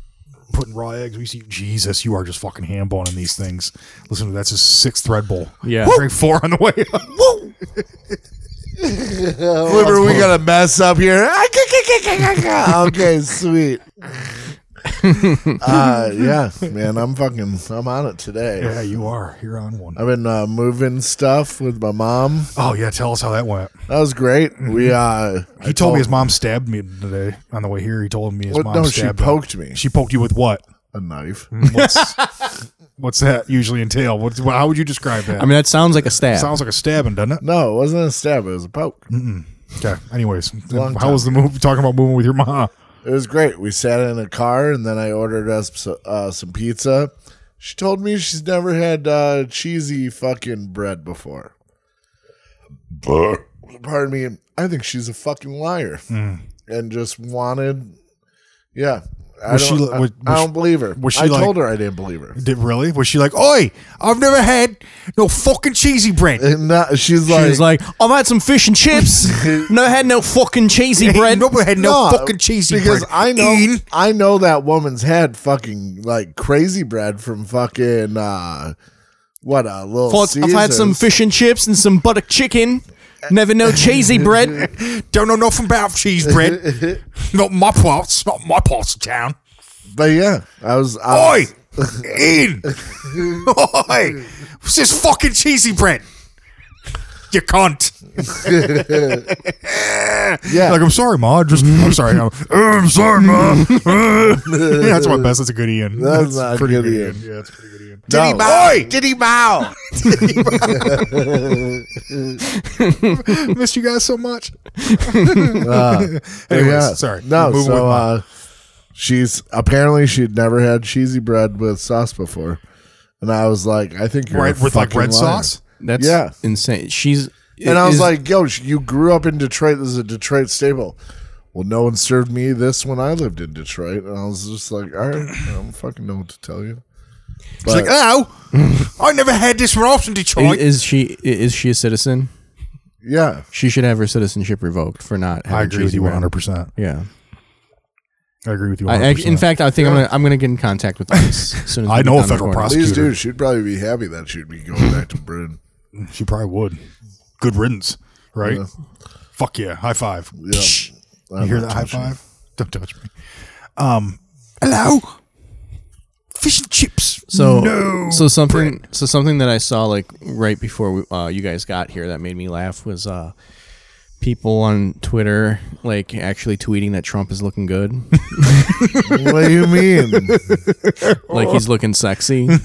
[SPEAKER 3] Putting raw eggs. We see Jesus. You are just fucking ham boning these things. Listen, that's his sixth Red Bull.
[SPEAKER 2] Yeah.
[SPEAKER 3] drink four on the way. up.
[SPEAKER 4] Flipper, we got a mess up here. okay, sweet. uh, yeah, man, I'm fucking, I'm on it today.
[SPEAKER 3] yeah, you are. You're on one.
[SPEAKER 2] Oh.
[SPEAKER 4] I've been uh, moving stuff with my mom.
[SPEAKER 3] Oh yeah, tell us how that went.
[SPEAKER 4] That was great.
[SPEAKER 3] Mm-hmm.
[SPEAKER 4] We uh,
[SPEAKER 3] He told me his mom stabbed me today on the way here. He told me his
[SPEAKER 4] What,
[SPEAKER 3] mom
[SPEAKER 4] oh, no, she
[SPEAKER 3] stabbed. him.
[SPEAKER 4] poked me.
[SPEAKER 3] She Mm. poked you with what?
[SPEAKER 4] a knife.
[SPEAKER 3] What's, what's that usually entail? What, how would you describe that?
[SPEAKER 2] I mean, that sounds like a stab.
[SPEAKER 3] sounds like a stabbing, doesn't it?
[SPEAKER 4] No, it wasn't a stab. It was a poke.
[SPEAKER 3] Okay. Anyways,
[SPEAKER 4] Long
[SPEAKER 3] how was the move? Talking about moving with your mom.
[SPEAKER 4] It was great. We sat in a car, and then I ordered us uh, some pizza. She told me she's never had uh, cheesy fucking bread before. Pardon me. I think she's a fucking liar,
[SPEAKER 3] Mm.
[SPEAKER 4] and just wanted. Yeah, I
[SPEAKER 3] Was she
[SPEAKER 4] don't.
[SPEAKER 3] li-
[SPEAKER 4] I-
[SPEAKER 3] was-
[SPEAKER 4] I
[SPEAKER 3] was
[SPEAKER 4] don't believe her.
[SPEAKER 3] was she
[SPEAKER 4] I
[SPEAKER 3] like-
[SPEAKER 4] told her I didn't believe her.
[SPEAKER 3] Did really? Was she like, "Oi, I've never had no fucking cheesy bread."
[SPEAKER 4] And not, she's
[SPEAKER 2] She
[SPEAKER 4] like,
[SPEAKER 2] was like, "I've had some fish and chips. no, I had no fucking cheesy bread.
[SPEAKER 3] Nobody had no,
[SPEAKER 4] No,
[SPEAKER 3] fucking cheesy
[SPEAKER 4] because
[SPEAKER 3] bread.
[SPEAKER 4] I know
[SPEAKER 3] Ian.
[SPEAKER 4] I know that woman's had fucking like crazy bread from fucking uh what a little.
[SPEAKER 2] Fuck, I've had some
[SPEAKER 4] Caesar's.
[SPEAKER 2] fish and chips and some butter chicken. Never no cheesy bread.
[SPEAKER 3] Don't know nothing about cheese bread. not my parts. Not my parts of town.
[SPEAKER 4] But yeah, I was. I
[SPEAKER 3] Oi!
[SPEAKER 4] was-
[SPEAKER 3] Ian! Oi! What's this fucking cheesy bread? You cunt.
[SPEAKER 4] yeah,
[SPEAKER 3] Like, I'm sorry, Ma. I Just, I'm sorry. I'm, I'm sorry, Ma. yeah, that's my best. That's a good Ian.
[SPEAKER 4] That's not a good Ian.
[SPEAKER 3] Yeah, that's a pretty good Ian.
[SPEAKER 4] no.
[SPEAKER 3] Oi! Diddy Bow! Missed you guys so much. Anyways,
[SPEAKER 4] yeah.
[SPEAKER 3] sorry.
[SPEAKER 4] No,
[SPEAKER 3] Moving with
[SPEAKER 4] so
[SPEAKER 3] Ma.
[SPEAKER 4] uh, she's apparently she'd never had cheesy bread with sauce before, and I was like, I think you're a
[SPEAKER 3] right, with like
[SPEAKER 4] fucking
[SPEAKER 3] red
[SPEAKER 4] liar.
[SPEAKER 3] sauce?
[SPEAKER 2] That's
[SPEAKER 4] Yeah.
[SPEAKER 2] insane. She's
[SPEAKER 4] And I was
[SPEAKER 2] is-
[SPEAKER 4] like, yo, sh- you grew up in Detroit. This is a Detroit staple. Well, no one served me this when I lived in Detroit. And I was just like, all right, I don't fucking know what to tell you.
[SPEAKER 3] It's like, oh, I never had this when I was in
[SPEAKER 2] is,
[SPEAKER 3] Detroit.
[SPEAKER 2] is she is she a citizen?
[SPEAKER 4] Yeah.
[SPEAKER 2] She should have her citizenship revoked for not. Having cheesy bread.
[SPEAKER 3] 100%.
[SPEAKER 2] Yeah.
[SPEAKER 3] I agree with you.
[SPEAKER 2] I, I, in fact, I think I'm gonna I'm gonna get in contact with this. As soon as
[SPEAKER 3] I
[SPEAKER 2] we get
[SPEAKER 3] know
[SPEAKER 2] down
[SPEAKER 3] a
[SPEAKER 2] the
[SPEAKER 3] federal
[SPEAKER 2] corner.
[SPEAKER 3] prosecutor.
[SPEAKER 4] Please do. She'd probably be happy that she'd be going back to Bryn.
[SPEAKER 3] she probably would. Good riddance, right? Fuck yeah! High five.
[SPEAKER 4] Yeah.
[SPEAKER 3] You hear that high five? Don't touch me. Um, hello. Fish and chips.
[SPEAKER 2] So
[SPEAKER 3] no.
[SPEAKER 2] so something so something that I saw like right before we, uh, you guys got here that made me laugh was uh, people on Twitter like actually tweeting that Trump is looking good,
[SPEAKER 4] What do you mean?
[SPEAKER 2] like he's looking sexy.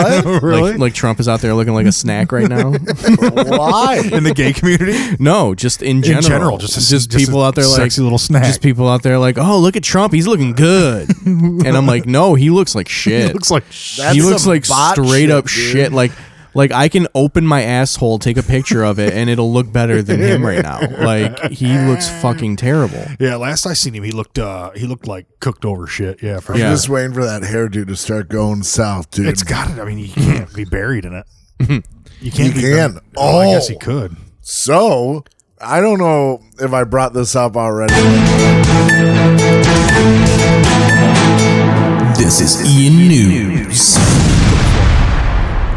[SPEAKER 2] Like, like Trump is out there looking like a snack right now.
[SPEAKER 4] Why?
[SPEAKER 3] in the gay community,
[SPEAKER 2] no, just in general.
[SPEAKER 3] in general, just a, just
[SPEAKER 2] people
[SPEAKER 3] a
[SPEAKER 2] out there like
[SPEAKER 3] sexy little snack.
[SPEAKER 2] Just people out there like, oh look at Trump, he's looking good, and I'm like, no, he looks like shit.
[SPEAKER 3] looks like
[SPEAKER 4] That's
[SPEAKER 2] he looks
[SPEAKER 4] some
[SPEAKER 2] like
[SPEAKER 4] bot
[SPEAKER 2] straight
[SPEAKER 4] shit,
[SPEAKER 2] up
[SPEAKER 4] dude.
[SPEAKER 2] shit. Like like I can open my asshole, take a picture of it, and it'll look better than him right now. Like he looks fucking terrible.
[SPEAKER 3] yeah. Last I seen him, he looked uh he looked like cooked over shit. Yeah, for
[SPEAKER 2] Yeah.
[SPEAKER 4] Just waiting for that hairdo to start going south, dude.
[SPEAKER 3] It's got it. I mean, you can't be buried in it. You can't.
[SPEAKER 4] You
[SPEAKER 3] be
[SPEAKER 4] can.
[SPEAKER 3] buried- Oh, I guess
[SPEAKER 4] Oh.
[SPEAKER 3] he could.
[SPEAKER 4] So, I don't know if I brought this up already.
[SPEAKER 2] This is Ian News.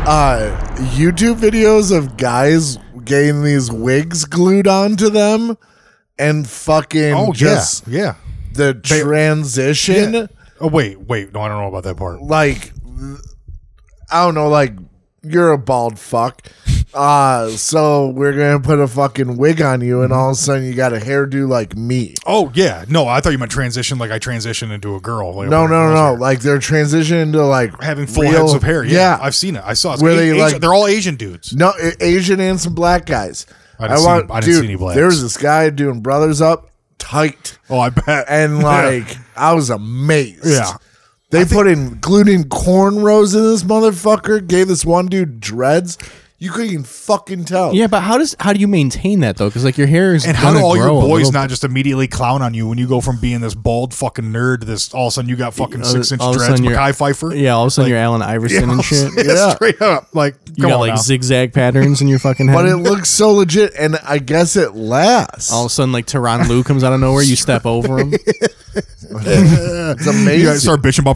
[SPEAKER 4] uh, YouTube videos of guys getting these wigs glued onto them and fucking
[SPEAKER 3] Oh,
[SPEAKER 4] just
[SPEAKER 3] yeah,
[SPEAKER 4] the transition.
[SPEAKER 3] yeah. Oh wait, wait. No, I don't know about that part.
[SPEAKER 4] Like, I don't know, like, you're a bald fuck. uh, so we're gonna put a fucking wig on you, and all of a
[SPEAKER 3] Mm-hmm.
[SPEAKER 4] sudden you got a hairdo like me.
[SPEAKER 3] Oh yeah, no, I thought you meant transition. Like I transitioned into a girl. Like,
[SPEAKER 4] No,
[SPEAKER 3] when I
[SPEAKER 4] no,
[SPEAKER 3] was
[SPEAKER 4] no,
[SPEAKER 3] there.
[SPEAKER 4] Like they're transitioning to like
[SPEAKER 3] having full
[SPEAKER 4] real-
[SPEAKER 3] heads of hair. Yeah, I've seen it. I saw it. It's
[SPEAKER 4] Where
[SPEAKER 3] A-
[SPEAKER 4] they,
[SPEAKER 3] Asian-
[SPEAKER 4] like-
[SPEAKER 3] they're all Asian dudes.
[SPEAKER 4] No, A- Asian and some black guys.
[SPEAKER 3] I didn't see any- I didn't see any blacks.
[SPEAKER 4] There was this guy doing brothers up tight,
[SPEAKER 3] Oh, I bet.
[SPEAKER 4] and like I was amazed.
[SPEAKER 3] Yeah.
[SPEAKER 4] they put in glued in cornrows in this motherfucker. Gave this one dude dreads. You couldn't even fucking tell.
[SPEAKER 2] Yeah, but how does how do you maintain that though? Because like your hair is
[SPEAKER 3] and how do
[SPEAKER 2] gonna
[SPEAKER 3] all your
[SPEAKER 2] grow a
[SPEAKER 3] boys
[SPEAKER 2] little-
[SPEAKER 3] not just immediately clown on you when you go from being this bald fucking nerd to this all of a sudden you got fucking
[SPEAKER 2] All of-
[SPEAKER 3] six inch
[SPEAKER 2] all of a
[SPEAKER 3] dreads,
[SPEAKER 2] sudden you're-
[SPEAKER 3] Mackay Pfeiffer?
[SPEAKER 2] Yeah, all of a sudden you're Alan Iverson and shit. You
[SPEAKER 4] Yeah.
[SPEAKER 3] straight up. Like, come
[SPEAKER 2] got
[SPEAKER 3] on
[SPEAKER 2] like
[SPEAKER 3] now.
[SPEAKER 2] zigzag patterns in your fucking head.
[SPEAKER 4] but it looks so legit, and I guess it lasts.
[SPEAKER 2] all of a sudden, like Tyron Lou comes out of nowhere. You step over him.
[SPEAKER 4] it's amazing.
[SPEAKER 3] You guys start bitching about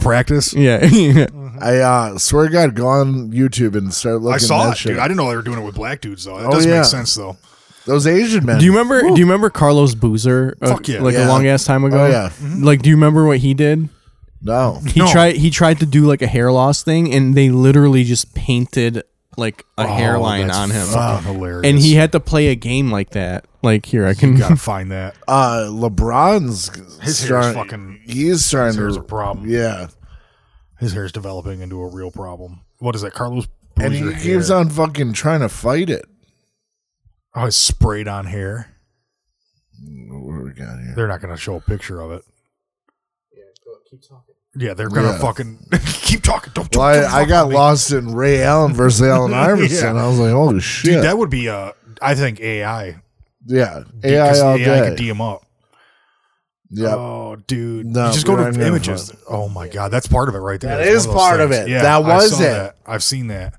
[SPEAKER 3] practice.
[SPEAKER 2] Yeah.
[SPEAKER 4] I uh, swear to God, go on YouTube and start looking.
[SPEAKER 3] I saw
[SPEAKER 4] that
[SPEAKER 3] it,
[SPEAKER 4] shit.
[SPEAKER 3] dude. I didn't know they were doing it with black dudes though. That
[SPEAKER 4] Oh,
[SPEAKER 3] doesn't
[SPEAKER 4] yeah.
[SPEAKER 3] make sense though.
[SPEAKER 4] Those Asian men.
[SPEAKER 2] do you remember? Do you remember Carlos Boozer? uh,
[SPEAKER 3] Fuck yeah.
[SPEAKER 2] Like a
[SPEAKER 4] Yeah.
[SPEAKER 2] long ass time ago. Mm-hmm.
[SPEAKER 4] Oh, yeah.
[SPEAKER 2] Like, do you remember what he did?
[SPEAKER 4] No.
[SPEAKER 2] He
[SPEAKER 3] No.
[SPEAKER 2] tried. He tried to do like a hair loss thing, and they literally just painted like a hairline on him.
[SPEAKER 3] Oh, Fucking hilarious.
[SPEAKER 2] And he had to play a game like that. Like here, I can.
[SPEAKER 3] gotta find that.
[SPEAKER 4] Uh, LeBron's
[SPEAKER 3] His hair is
[SPEAKER 4] starting,
[SPEAKER 3] fucking-
[SPEAKER 4] He's starting
[SPEAKER 3] hair's
[SPEAKER 4] to
[SPEAKER 3] a problem.
[SPEAKER 4] Yeah,
[SPEAKER 3] His hair's developing into a real problem. What is that, Carlos?
[SPEAKER 4] and he
[SPEAKER 3] Boozer
[SPEAKER 4] keeps
[SPEAKER 3] hair.
[SPEAKER 4] on fucking trying to fight it.
[SPEAKER 3] Oh, his sprayed on hair.
[SPEAKER 4] What do we got here?
[SPEAKER 3] They're not gonna show a picture of it. Yeah, they're gonna
[SPEAKER 4] Yeah.
[SPEAKER 3] fucking keep talking. Don't,
[SPEAKER 4] Well,
[SPEAKER 3] don't, don't
[SPEAKER 4] I, I
[SPEAKER 3] fuck
[SPEAKER 4] got
[SPEAKER 3] with me.
[SPEAKER 4] lost in Ray Allen versus Allen Iverson. I was like, holy shit!
[SPEAKER 3] Dude, that would be uh, I think AI.
[SPEAKER 4] yeah,
[SPEAKER 3] Because
[SPEAKER 4] AI all
[SPEAKER 3] AI could
[SPEAKER 4] day.
[SPEAKER 3] D him up.
[SPEAKER 4] Yeah,
[SPEAKER 3] Oh, dude.
[SPEAKER 4] No,
[SPEAKER 3] You just go
[SPEAKER 4] we're
[SPEAKER 3] to
[SPEAKER 4] not gonna
[SPEAKER 3] images. Oh my god, that's part of it right there.
[SPEAKER 4] That
[SPEAKER 3] It's
[SPEAKER 4] is
[SPEAKER 3] one of those
[SPEAKER 4] part of
[SPEAKER 3] things.
[SPEAKER 4] it. That
[SPEAKER 3] I
[SPEAKER 4] was
[SPEAKER 3] saw
[SPEAKER 4] it.
[SPEAKER 3] that. I've seen that.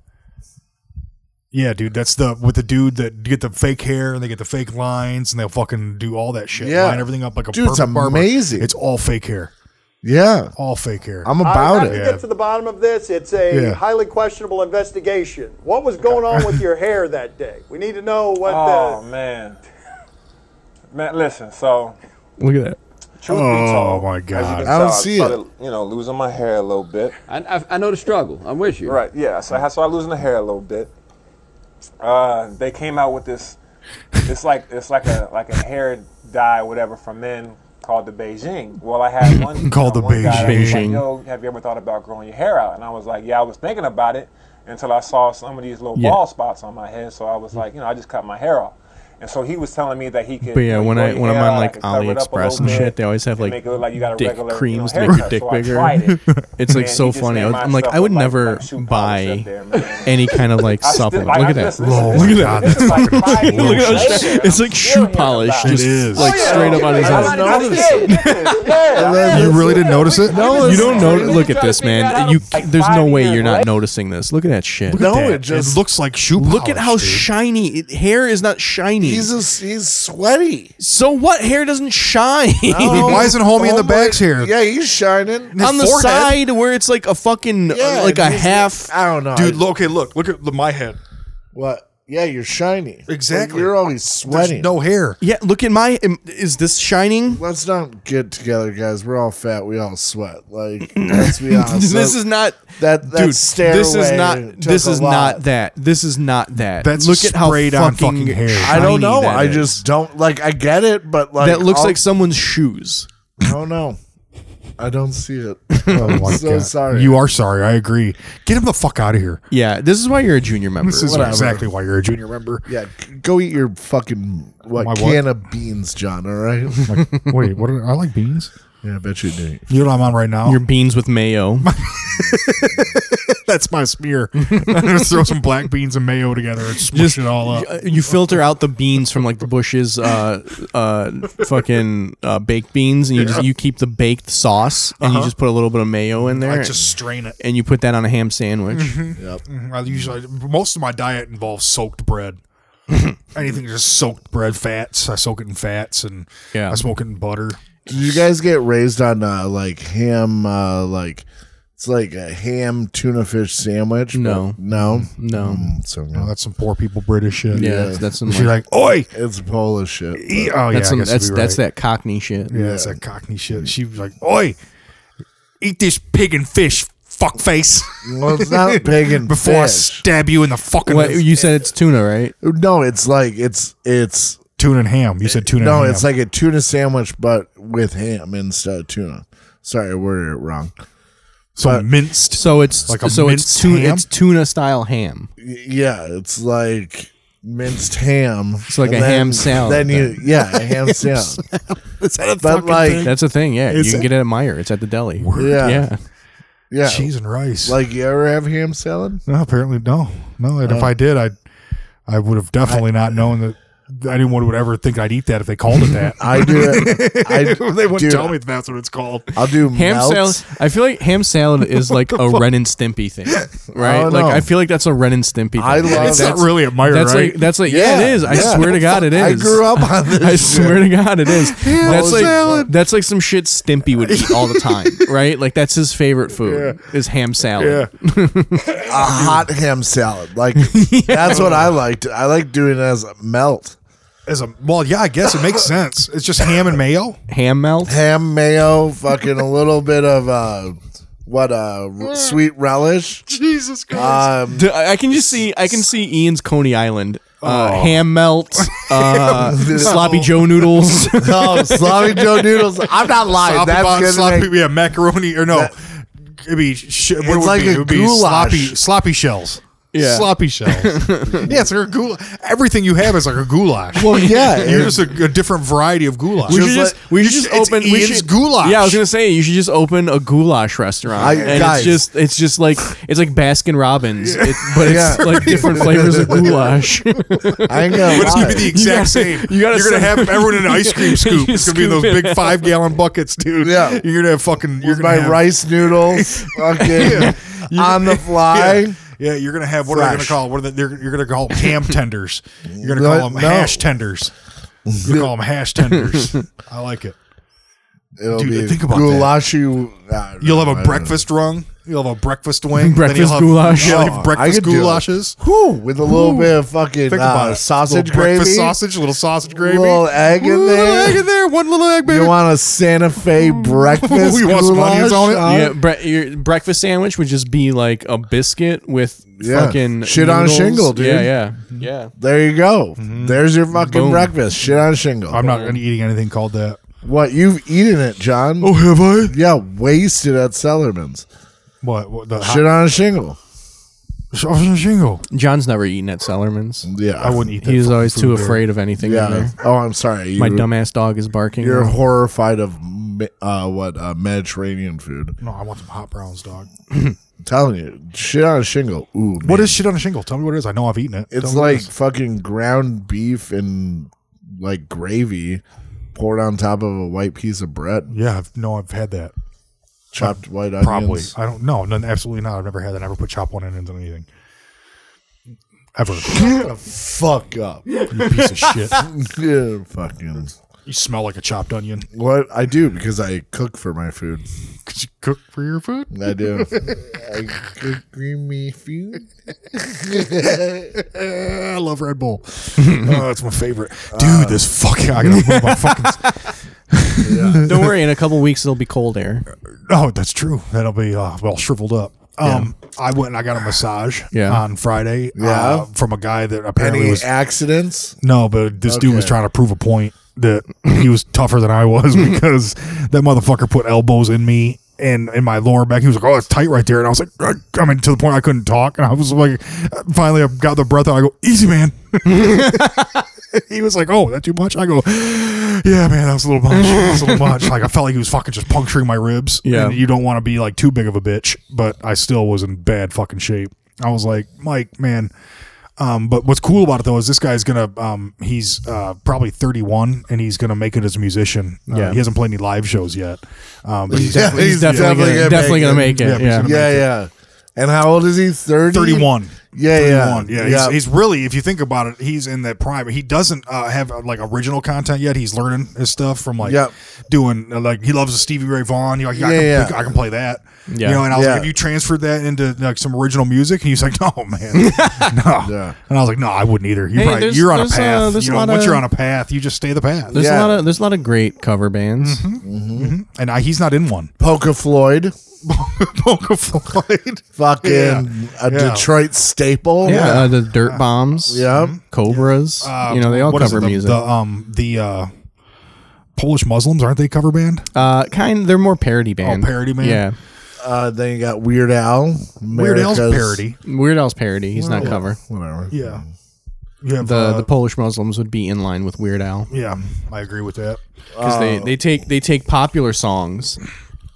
[SPEAKER 3] Yeah, dude, that's the with the dude that get the fake hair and they get the fake lines and they'll fucking do all that shit.
[SPEAKER 4] Yeah.
[SPEAKER 3] line everything up like a
[SPEAKER 4] Dude, it's
[SPEAKER 3] perfect barber.
[SPEAKER 4] amazing.
[SPEAKER 3] It's all fake hair,
[SPEAKER 4] yeah.
[SPEAKER 3] all fake hair.
[SPEAKER 4] I'm
[SPEAKER 5] I
[SPEAKER 4] about
[SPEAKER 5] have to
[SPEAKER 4] it.
[SPEAKER 5] get to the bottom of this. It's a
[SPEAKER 3] Yeah.
[SPEAKER 5] highly questionable investigation. What was going on with your hair that day? We need to know what
[SPEAKER 6] Oh man, man, listen. So,
[SPEAKER 2] Look at that.
[SPEAKER 6] truth
[SPEAKER 3] Oh,
[SPEAKER 6] be told,
[SPEAKER 3] my
[SPEAKER 6] as you
[SPEAKER 3] God.
[SPEAKER 6] can
[SPEAKER 4] I don't
[SPEAKER 6] tell,
[SPEAKER 4] see
[SPEAKER 6] started, You know, losing my hair a little bit.
[SPEAKER 7] I, I, I know the struggle. I'm with you.
[SPEAKER 6] Right. Yeah. So I had- so I was losing the hair a little bit. Uh, they came out with this. It's like it's like a like a hair dye whatever for men called the Beijing. Well, I had one
[SPEAKER 3] Called the
[SPEAKER 6] one guy that was like,
[SPEAKER 2] Beijing.
[SPEAKER 6] Yo, have you ever thought about growing your hair out? And I was like, Yeah, I was thinking about it until I saw some of these little
[SPEAKER 2] Yeah.
[SPEAKER 6] bald spots on my head. So I was like, you know, I just cut my hair off. And so he was telling me that he could.
[SPEAKER 2] But yeah,
[SPEAKER 6] you know,
[SPEAKER 2] when
[SPEAKER 6] grow
[SPEAKER 2] I-
[SPEAKER 6] your
[SPEAKER 2] when I'm
[SPEAKER 6] hair
[SPEAKER 2] on,
[SPEAKER 6] out, I
[SPEAKER 2] like,
[SPEAKER 6] could cover it up a
[SPEAKER 2] AliExpress
[SPEAKER 6] little
[SPEAKER 2] and
[SPEAKER 6] bit
[SPEAKER 2] shit, they always have,
[SPEAKER 6] and
[SPEAKER 2] like,
[SPEAKER 6] make it look like you got a
[SPEAKER 2] dick
[SPEAKER 6] regular, you know,
[SPEAKER 2] creams to make your
[SPEAKER 6] haircut.
[SPEAKER 2] dick
[SPEAKER 6] So I
[SPEAKER 2] bigger.
[SPEAKER 6] tried it.
[SPEAKER 2] It's like
[SPEAKER 6] And
[SPEAKER 2] so
[SPEAKER 6] he just
[SPEAKER 2] funny.
[SPEAKER 6] made
[SPEAKER 2] I was- I'm like,
[SPEAKER 6] myself
[SPEAKER 2] I would
[SPEAKER 6] look like-
[SPEAKER 2] never
[SPEAKER 6] like shoe polish
[SPEAKER 2] buy
[SPEAKER 6] up there, man.
[SPEAKER 2] any kind of like
[SPEAKER 6] I still-
[SPEAKER 2] supplement.
[SPEAKER 6] like,
[SPEAKER 2] Look
[SPEAKER 6] I
[SPEAKER 2] at that.
[SPEAKER 6] just- listen,
[SPEAKER 3] Whoa,
[SPEAKER 6] listen,
[SPEAKER 3] look at
[SPEAKER 6] this is
[SPEAKER 3] that.
[SPEAKER 6] like five
[SPEAKER 3] Look
[SPEAKER 2] Look at
[SPEAKER 6] years
[SPEAKER 2] how
[SPEAKER 6] later,
[SPEAKER 2] sh- it's
[SPEAKER 6] and I'm
[SPEAKER 2] like
[SPEAKER 6] still
[SPEAKER 2] shoe
[SPEAKER 6] hearing
[SPEAKER 2] polish,
[SPEAKER 6] about it.
[SPEAKER 2] just
[SPEAKER 3] It is.
[SPEAKER 2] like
[SPEAKER 3] Oh,
[SPEAKER 6] yeah.
[SPEAKER 2] straight up on his
[SPEAKER 6] I
[SPEAKER 2] head.
[SPEAKER 6] didn't notice it.
[SPEAKER 2] You really didn't notice
[SPEAKER 4] it?
[SPEAKER 6] Oh,
[SPEAKER 4] No,
[SPEAKER 2] You
[SPEAKER 4] it's-
[SPEAKER 2] don't know. Look at
[SPEAKER 7] trying to
[SPEAKER 2] this,
[SPEAKER 7] figure out how
[SPEAKER 2] man.
[SPEAKER 7] to-
[SPEAKER 2] You
[SPEAKER 6] like
[SPEAKER 2] there's no
[SPEAKER 6] five
[SPEAKER 2] way
[SPEAKER 6] years
[SPEAKER 2] you're not
[SPEAKER 6] later.
[SPEAKER 2] noticing this. Look at that shit.
[SPEAKER 4] No,
[SPEAKER 3] That-
[SPEAKER 4] it just
[SPEAKER 3] looks like shoe.
[SPEAKER 2] Look at
[SPEAKER 3] polish,
[SPEAKER 2] how
[SPEAKER 3] dude.
[SPEAKER 2] shiny it, hair is. Not shiny.
[SPEAKER 4] He's a, he's sweaty.
[SPEAKER 2] so what? Hair doesn't shine
[SPEAKER 3] why isn't homie in the back's here?
[SPEAKER 4] Oh Yeah, he's shining.
[SPEAKER 2] on the
[SPEAKER 3] forehead?
[SPEAKER 2] side where it's like a fucking uh,
[SPEAKER 4] Yeah,
[SPEAKER 2] like a
[SPEAKER 4] he's-
[SPEAKER 2] half.
[SPEAKER 4] I don't know,
[SPEAKER 3] dude. Look, okay, look, look at the, my head.
[SPEAKER 4] What? Yeah, you're shiny.
[SPEAKER 3] Exactly.
[SPEAKER 4] But you're always
[SPEAKER 3] There's
[SPEAKER 4] sweating.
[SPEAKER 3] no hair.
[SPEAKER 2] Yeah, look at my. am- Is this shining?
[SPEAKER 4] Let's not get together, guys. We're all fat. We all sweat. Like, let's be honest.
[SPEAKER 2] This
[SPEAKER 4] That-
[SPEAKER 2] is not.
[SPEAKER 4] that. that
[SPEAKER 2] Dude,
[SPEAKER 4] stairway
[SPEAKER 2] this is not.
[SPEAKER 4] took
[SPEAKER 2] This
[SPEAKER 4] a
[SPEAKER 2] is
[SPEAKER 4] lot.
[SPEAKER 2] not that. This is not that.
[SPEAKER 3] That's
[SPEAKER 2] Look at how
[SPEAKER 3] sprayed
[SPEAKER 2] fucking,
[SPEAKER 3] on fucking hair. I
[SPEAKER 4] I
[SPEAKER 2] shiny
[SPEAKER 4] don't know.
[SPEAKER 2] that
[SPEAKER 4] I
[SPEAKER 2] is.
[SPEAKER 4] just don't like. I get it, but like
[SPEAKER 2] that looks
[SPEAKER 4] I'll-
[SPEAKER 2] like someone's shoes.
[SPEAKER 4] I don't know. I don't see it. I'm
[SPEAKER 3] Oh, my
[SPEAKER 4] so
[SPEAKER 3] God.
[SPEAKER 4] sorry.
[SPEAKER 3] You are sorry. I agree. Get him the fuck out of here.
[SPEAKER 2] Yeah, this is why you're a junior member.
[SPEAKER 3] This is
[SPEAKER 4] Whatever.
[SPEAKER 3] exactly why you're a junior member.
[SPEAKER 4] Yeah, g- go eat your fucking what
[SPEAKER 3] My what?
[SPEAKER 4] can of beans, John. All right.
[SPEAKER 3] Wait, what? Are, I like beans.
[SPEAKER 4] yeah, I bet you do.
[SPEAKER 3] You know what I'm on right now?
[SPEAKER 2] your beans with mayo.
[SPEAKER 3] that's my smear. I'm gonna throw some black beans and mayo together and smush it all up.
[SPEAKER 2] Uh, You filter out the beans from like the bushes, uh, uh, fucking uh, baked beans, and you just you keep the baked sauce, and you just put a little bit of mayo in there,
[SPEAKER 3] Uh-huh. I just Mm-hmm. strain it.
[SPEAKER 2] and you put that on a ham sandwich.
[SPEAKER 3] I usually most of my diet involves soaked bread. Anything just soaked bread, fats. I soak it in fats and
[SPEAKER 2] Yeah.
[SPEAKER 3] I smoke it in butter.
[SPEAKER 4] Did you guys get raised on uh, like ham? Uh, like it's like a ham tuna fish sandwich. but-
[SPEAKER 2] No.
[SPEAKER 4] no,
[SPEAKER 2] No,
[SPEAKER 4] Mm, so
[SPEAKER 3] Oh,
[SPEAKER 4] no.
[SPEAKER 3] that's some poor people British shit.
[SPEAKER 2] yeah, that's that's some,
[SPEAKER 3] You're
[SPEAKER 2] like-
[SPEAKER 3] like, oi,
[SPEAKER 4] It's Polish shit.
[SPEAKER 3] eat. Oh, yeah,
[SPEAKER 2] that's
[SPEAKER 3] I
[SPEAKER 2] some-
[SPEAKER 3] guess you'd
[SPEAKER 2] that's
[SPEAKER 3] be
[SPEAKER 2] that's that
[SPEAKER 3] right.
[SPEAKER 2] Cockney shit.
[SPEAKER 3] Yeah, that's that cockney shit. She was like, oi, eat this pig and fish, fuckface,
[SPEAKER 4] Well, it's not pig and
[SPEAKER 3] before I
[SPEAKER 4] fish.
[SPEAKER 3] stab you in the fucking
[SPEAKER 2] What you said it's tuna, right?
[SPEAKER 4] No, it's like it's it's
[SPEAKER 3] tuna and ham. You said tuna.
[SPEAKER 4] no,
[SPEAKER 3] and ham.
[SPEAKER 4] it's like a tuna sandwich but with ham instead of tuna. Sorry, I worded it wrong.
[SPEAKER 3] so
[SPEAKER 4] but-
[SPEAKER 3] minced.
[SPEAKER 2] So it's
[SPEAKER 3] Like a
[SPEAKER 2] so
[SPEAKER 3] minced
[SPEAKER 2] it's tuna
[SPEAKER 3] ham?
[SPEAKER 2] it's tuna style ham.
[SPEAKER 4] Y- Yeah, it's like minced ham. It's
[SPEAKER 2] like a ham salad,
[SPEAKER 4] Then you yeah, a ham salad.
[SPEAKER 3] Is that a
[SPEAKER 4] But
[SPEAKER 3] fucking
[SPEAKER 4] like
[SPEAKER 3] thing?
[SPEAKER 2] That's the thing, yeah.
[SPEAKER 3] It's
[SPEAKER 2] you can
[SPEAKER 3] a-
[SPEAKER 2] get it at Meyer. It's at the deli.
[SPEAKER 4] yeah, yeah,
[SPEAKER 2] Yeah.
[SPEAKER 3] cheese and rice?
[SPEAKER 4] Like you ever have ham salad?
[SPEAKER 3] no, apparently no, no.
[SPEAKER 4] uh,
[SPEAKER 3] And if I did, I I would have definitely not known that. Anyone would ever think I'd eat that if they called it that.
[SPEAKER 4] I do it. I
[SPEAKER 3] they wouldn't
[SPEAKER 4] do
[SPEAKER 3] tell
[SPEAKER 4] it.
[SPEAKER 3] me that's what it's called.
[SPEAKER 4] I'll do
[SPEAKER 2] Ham
[SPEAKER 4] melts.
[SPEAKER 2] salad. I feel like ham salad is like a Ren and Stimpy thing, right?
[SPEAKER 4] Oh,
[SPEAKER 2] like
[SPEAKER 4] no.
[SPEAKER 2] I feel like that's a Ren and Stimpy. Thing.
[SPEAKER 4] I love
[SPEAKER 3] It's not really a Meyer,
[SPEAKER 2] that's
[SPEAKER 3] right?
[SPEAKER 2] like that's like yeah, it is. I
[SPEAKER 4] yeah.
[SPEAKER 2] swear to God, it is.
[SPEAKER 4] I grew up on this.
[SPEAKER 2] I swear to God, it is. that's like
[SPEAKER 4] salad.
[SPEAKER 2] that's like some shit Stimpy would eat all the time, right? Like that's his favorite food is ham salad.
[SPEAKER 4] a hot ham salad. Like that's what I liked. I like doing it as a melt.
[SPEAKER 3] As a well, yeah, I guess it makes sense. It's just ham and mayo.
[SPEAKER 2] Ham melt.
[SPEAKER 4] Ham, mayo, fucking a little bit of uh what uh
[SPEAKER 2] Mm.
[SPEAKER 4] r- sweet relish.
[SPEAKER 3] Jesus Christ!
[SPEAKER 4] Um
[SPEAKER 2] D- I I can just see I can see Ian's Coney Island. Uh,
[SPEAKER 4] Oh.
[SPEAKER 2] ham melt, uh, sloppy Joe noodles.
[SPEAKER 4] no, sloppy Joe noodles. I'm not lying.
[SPEAKER 3] sloppy
[SPEAKER 4] that's
[SPEAKER 3] bon-
[SPEAKER 4] gonna
[SPEAKER 3] sloppy,
[SPEAKER 4] make-
[SPEAKER 3] yeah, macaroni or no? it'd be sh- what it would
[SPEAKER 4] like
[SPEAKER 3] be?
[SPEAKER 4] a
[SPEAKER 3] it would be
[SPEAKER 4] goulash.
[SPEAKER 3] sloppy sloppy shells.
[SPEAKER 2] Yeah.
[SPEAKER 3] sloppy shells. yeah, it's like a goulash. Everything you have is like a goulash.
[SPEAKER 4] well, yeah.
[SPEAKER 3] You're just a, a different variety of goulash.
[SPEAKER 2] We should just we should
[SPEAKER 3] It's-
[SPEAKER 2] just
[SPEAKER 3] it's
[SPEAKER 2] open we
[SPEAKER 3] Ian's
[SPEAKER 2] should,
[SPEAKER 3] goulash.
[SPEAKER 2] Yeah, I was gonna say you should just open a goulash restaurant,
[SPEAKER 4] I-
[SPEAKER 2] and
[SPEAKER 4] guys.
[SPEAKER 2] it's just it's just like it's like Baskin Robbins, it, but it's
[SPEAKER 4] Yeah.
[SPEAKER 2] like different flavors of goulash.
[SPEAKER 4] I ain't gonna
[SPEAKER 3] But it's gonna be
[SPEAKER 4] lie.
[SPEAKER 3] the exact
[SPEAKER 2] gotta-
[SPEAKER 3] same.
[SPEAKER 2] you gotta
[SPEAKER 3] are gonna
[SPEAKER 2] send-
[SPEAKER 3] have everyone in an ice cream scoop.
[SPEAKER 2] You
[SPEAKER 3] It's gonna be in those
[SPEAKER 2] scoop it
[SPEAKER 3] big five gallon buckets, dude.
[SPEAKER 4] Yeah.
[SPEAKER 3] you're gonna have fucking. You're
[SPEAKER 4] With
[SPEAKER 3] gonna
[SPEAKER 4] my
[SPEAKER 3] have,
[SPEAKER 4] rice noodles fucking on the fly.
[SPEAKER 3] Yeah. Yeah, you're gonna have what are they gonna
[SPEAKER 4] Fresh.
[SPEAKER 3] call? What are they, they're, you're gonna call them ham tenders? You're gonna
[SPEAKER 4] No,
[SPEAKER 3] call them
[SPEAKER 4] no.
[SPEAKER 3] hash tenders. You're gonna call them hash tenders. I like it.
[SPEAKER 4] It'll
[SPEAKER 3] Dude,
[SPEAKER 4] be
[SPEAKER 3] think about that.
[SPEAKER 4] goulash. You, I don't
[SPEAKER 3] You'll
[SPEAKER 4] know,
[SPEAKER 3] have
[SPEAKER 4] I
[SPEAKER 3] a
[SPEAKER 4] don't
[SPEAKER 3] breakfast rung. You'll have a breakfast wing.
[SPEAKER 2] Breakfast
[SPEAKER 3] you'll have,
[SPEAKER 2] goulash.
[SPEAKER 3] You'll
[SPEAKER 4] Oh, I
[SPEAKER 3] have breakfast
[SPEAKER 4] could do it.
[SPEAKER 3] goulashes.
[SPEAKER 4] know. Whew, with a little bit of fucking
[SPEAKER 3] Think
[SPEAKER 4] uh,
[SPEAKER 3] about it.
[SPEAKER 4] sausage
[SPEAKER 3] little breakfast
[SPEAKER 4] gravy,
[SPEAKER 3] sausage, little sausage gravy,
[SPEAKER 4] little egg in
[SPEAKER 3] Ooh, little egg
[SPEAKER 4] there.
[SPEAKER 3] in there, one little egg, baby.
[SPEAKER 4] You want a Santa Fe breakfast?
[SPEAKER 3] You want some onions on it?
[SPEAKER 4] goulash?
[SPEAKER 2] yeah, bre- your breakfast sandwich would just be like a biscuit with
[SPEAKER 4] Yeah.
[SPEAKER 2] fucking
[SPEAKER 4] Shit on a
[SPEAKER 2] noodles.
[SPEAKER 4] shingle, dude.
[SPEAKER 2] Yeah, yeah, yeah.
[SPEAKER 4] There you go. There's your fucking
[SPEAKER 2] Boom.
[SPEAKER 4] breakfast. Shit on shingle.
[SPEAKER 3] Mm-hmm. I'm not eating anything called that.
[SPEAKER 4] What you've eaten it, John?
[SPEAKER 3] Oh, have I?
[SPEAKER 4] Yeah, wasted at Sellerman's.
[SPEAKER 3] What? what the
[SPEAKER 4] Shit on a shingle.
[SPEAKER 3] Sausage shingle.
[SPEAKER 2] John's never eaten at Sellerman's.
[SPEAKER 4] Yeah,
[SPEAKER 3] I wouldn't eat that.
[SPEAKER 2] He's
[SPEAKER 3] fucking
[SPEAKER 2] always
[SPEAKER 3] food
[SPEAKER 2] too
[SPEAKER 3] there.
[SPEAKER 2] afraid of anything. in
[SPEAKER 4] Yeah.
[SPEAKER 2] there.
[SPEAKER 4] Oh, I'm sorry. You,
[SPEAKER 2] My dumbass dog is barking.
[SPEAKER 4] You're horrified of me- uh, what uh, Mediterranean food.
[SPEAKER 3] No, I want some hot browns, dog.
[SPEAKER 4] I'm telling you, shit on a shingle. Ooh, man.
[SPEAKER 3] What is shit on a shingle? Tell me what it is. I know I've eaten it. Tell
[SPEAKER 4] It's
[SPEAKER 3] me what it
[SPEAKER 4] like
[SPEAKER 3] is.
[SPEAKER 4] fucking ground beef and like gravy poured on top of a white piece of bread,
[SPEAKER 3] yeah, I've, no, I've had that.
[SPEAKER 4] chopped white onions.
[SPEAKER 3] Probably. I don't know. No, absolutely not. I've never had that. I never put chopped one onions on anything. Ever. you
[SPEAKER 4] Fuck up.
[SPEAKER 3] piece of shit.
[SPEAKER 4] yeah, fucking.
[SPEAKER 3] You smell like a chopped onion.
[SPEAKER 4] What I do because I cook for my food.
[SPEAKER 3] Could you cook for your food?
[SPEAKER 4] I do. I cook creamy food.
[SPEAKER 3] Ah, I love Red Bull. oh, it's my favorite. Dude, this fucking. I gotta move my fucking.
[SPEAKER 2] Don't worry, in a couple weeks it'll be cold air.
[SPEAKER 3] Oh, that's true. That'll be uh, well shriveled up. Um, I went and I got a massage
[SPEAKER 2] Yeah.
[SPEAKER 3] on Friday.
[SPEAKER 4] Yeah.
[SPEAKER 3] uh, from a guy that apparently
[SPEAKER 4] Any
[SPEAKER 3] was
[SPEAKER 4] accidents?
[SPEAKER 3] No, but this dude was
[SPEAKER 4] Okay.
[SPEAKER 3] trying to prove a point that he was tougher than I was because that motherfucker put elbows in me and in my lower back. He was like, "Oh, it's tight right there," and I was like, "Ugh." "I mean," to the point I couldn't talk. And I was like, finally, I got the breath out. I go, "Easy, man." he was like, "Oh, that too much?" I go, "Yeah, man, that was a little much. That was a little much." Like I felt like he was fucking just puncturing my ribs.
[SPEAKER 2] Yeah.
[SPEAKER 3] and you don't want to be like too big of a bitch, but I still was in bad fucking shape. I was like, Mike, man. Um, but what's cool about it though is this guy's gonna um, he's uh, probably 31 and he's gonna make it as a musician. Uh,
[SPEAKER 2] Yeah.
[SPEAKER 3] he hasn't played any live shows yet. Um, but he's
[SPEAKER 4] Yeah,
[SPEAKER 3] definitely
[SPEAKER 4] he's
[SPEAKER 2] definitely,
[SPEAKER 4] definitely
[SPEAKER 2] gonna,
[SPEAKER 4] gonna
[SPEAKER 2] definitely
[SPEAKER 4] make
[SPEAKER 2] gonna
[SPEAKER 4] it.
[SPEAKER 2] make it.
[SPEAKER 3] Yeah, but he's
[SPEAKER 2] Yeah,
[SPEAKER 3] gonna-
[SPEAKER 4] Yeah, yeah. And how old is he? 30?
[SPEAKER 3] 31.
[SPEAKER 4] Yeah, yeah.
[SPEAKER 3] 31. yeah. He's, he's really, if you think about it, he's in that prime. He doesn't uh, have uh, like original content yet. He's learning his stuff from like
[SPEAKER 4] Yep.
[SPEAKER 3] doing uh, like he loves Stevie Ray Vaughan. You're like, I,
[SPEAKER 4] Yeah,
[SPEAKER 3] can,
[SPEAKER 4] yeah.
[SPEAKER 3] I can play that.
[SPEAKER 2] Yeah.
[SPEAKER 3] You know, and I was
[SPEAKER 4] Yeah.
[SPEAKER 3] like, have you transferred that into like some original music? And he's like, no, man, no.
[SPEAKER 4] Yeah.
[SPEAKER 3] And I was like, no, I wouldn't either. You're,
[SPEAKER 2] Hey,
[SPEAKER 3] probably,
[SPEAKER 2] there's-
[SPEAKER 3] you're on a
[SPEAKER 2] there's, uh,
[SPEAKER 3] path.
[SPEAKER 2] there's a
[SPEAKER 3] you know,
[SPEAKER 2] lot
[SPEAKER 3] once
[SPEAKER 2] of-
[SPEAKER 3] you're on a path, you just stay the path.
[SPEAKER 2] There's
[SPEAKER 4] Yeah.
[SPEAKER 2] a lot of there's a lot of great cover bands.
[SPEAKER 3] and I, he's not in one.
[SPEAKER 4] Polka Floyd.
[SPEAKER 3] Bonka Floyd.
[SPEAKER 4] Fucking
[SPEAKER 3] Yeah.
[SPEAKER 4] a
[SPEAKER 3] Yeah.
[SPEAKER 4] Detroit staple.
[SPEAKER 2] Yeah, uh, the Dirt Bombs.
[SPEAKER 4] Yeah.
[SPEAKER 2] Cobras.
[SPEAKER 3] Mm-hmm. Uh,
[SPEAKER 2] you know, they all
[SPEAKER 3] what is
[SPEAKER 2] cover
[SPEAKER 3] it, the-
[SPEAKER 2] music.
[SPEAKER 3] The, um, the uh, Polish Muslims aren't they cover band?
[SPEAKER 2] uh, kind. They're more parody band.
[SPEAKER 3] Oh, parody band?
[SPEAKER 2] Yeah.
[SPEAKER 4] Uh, then you got Weird Al.
[SPEAKER 3] Weird Al's
[SPEAKER 4] America's-
[SPEAKER 3] parody.
[SPEAKER 2] Weird Al's parody. He's not cover.
[SPEAKER 4] Whatever.
[SPEAKER 3] Yeah, you have
[SPEAKER 2] The
[SPEAKER 3] uh,
[SPEAKER 2] the Polish Muslims would be in line with Weird Al
[SPEAKER 3] yeah, I agree with that.
[SPEAKER 2] because they, they take they take popular songs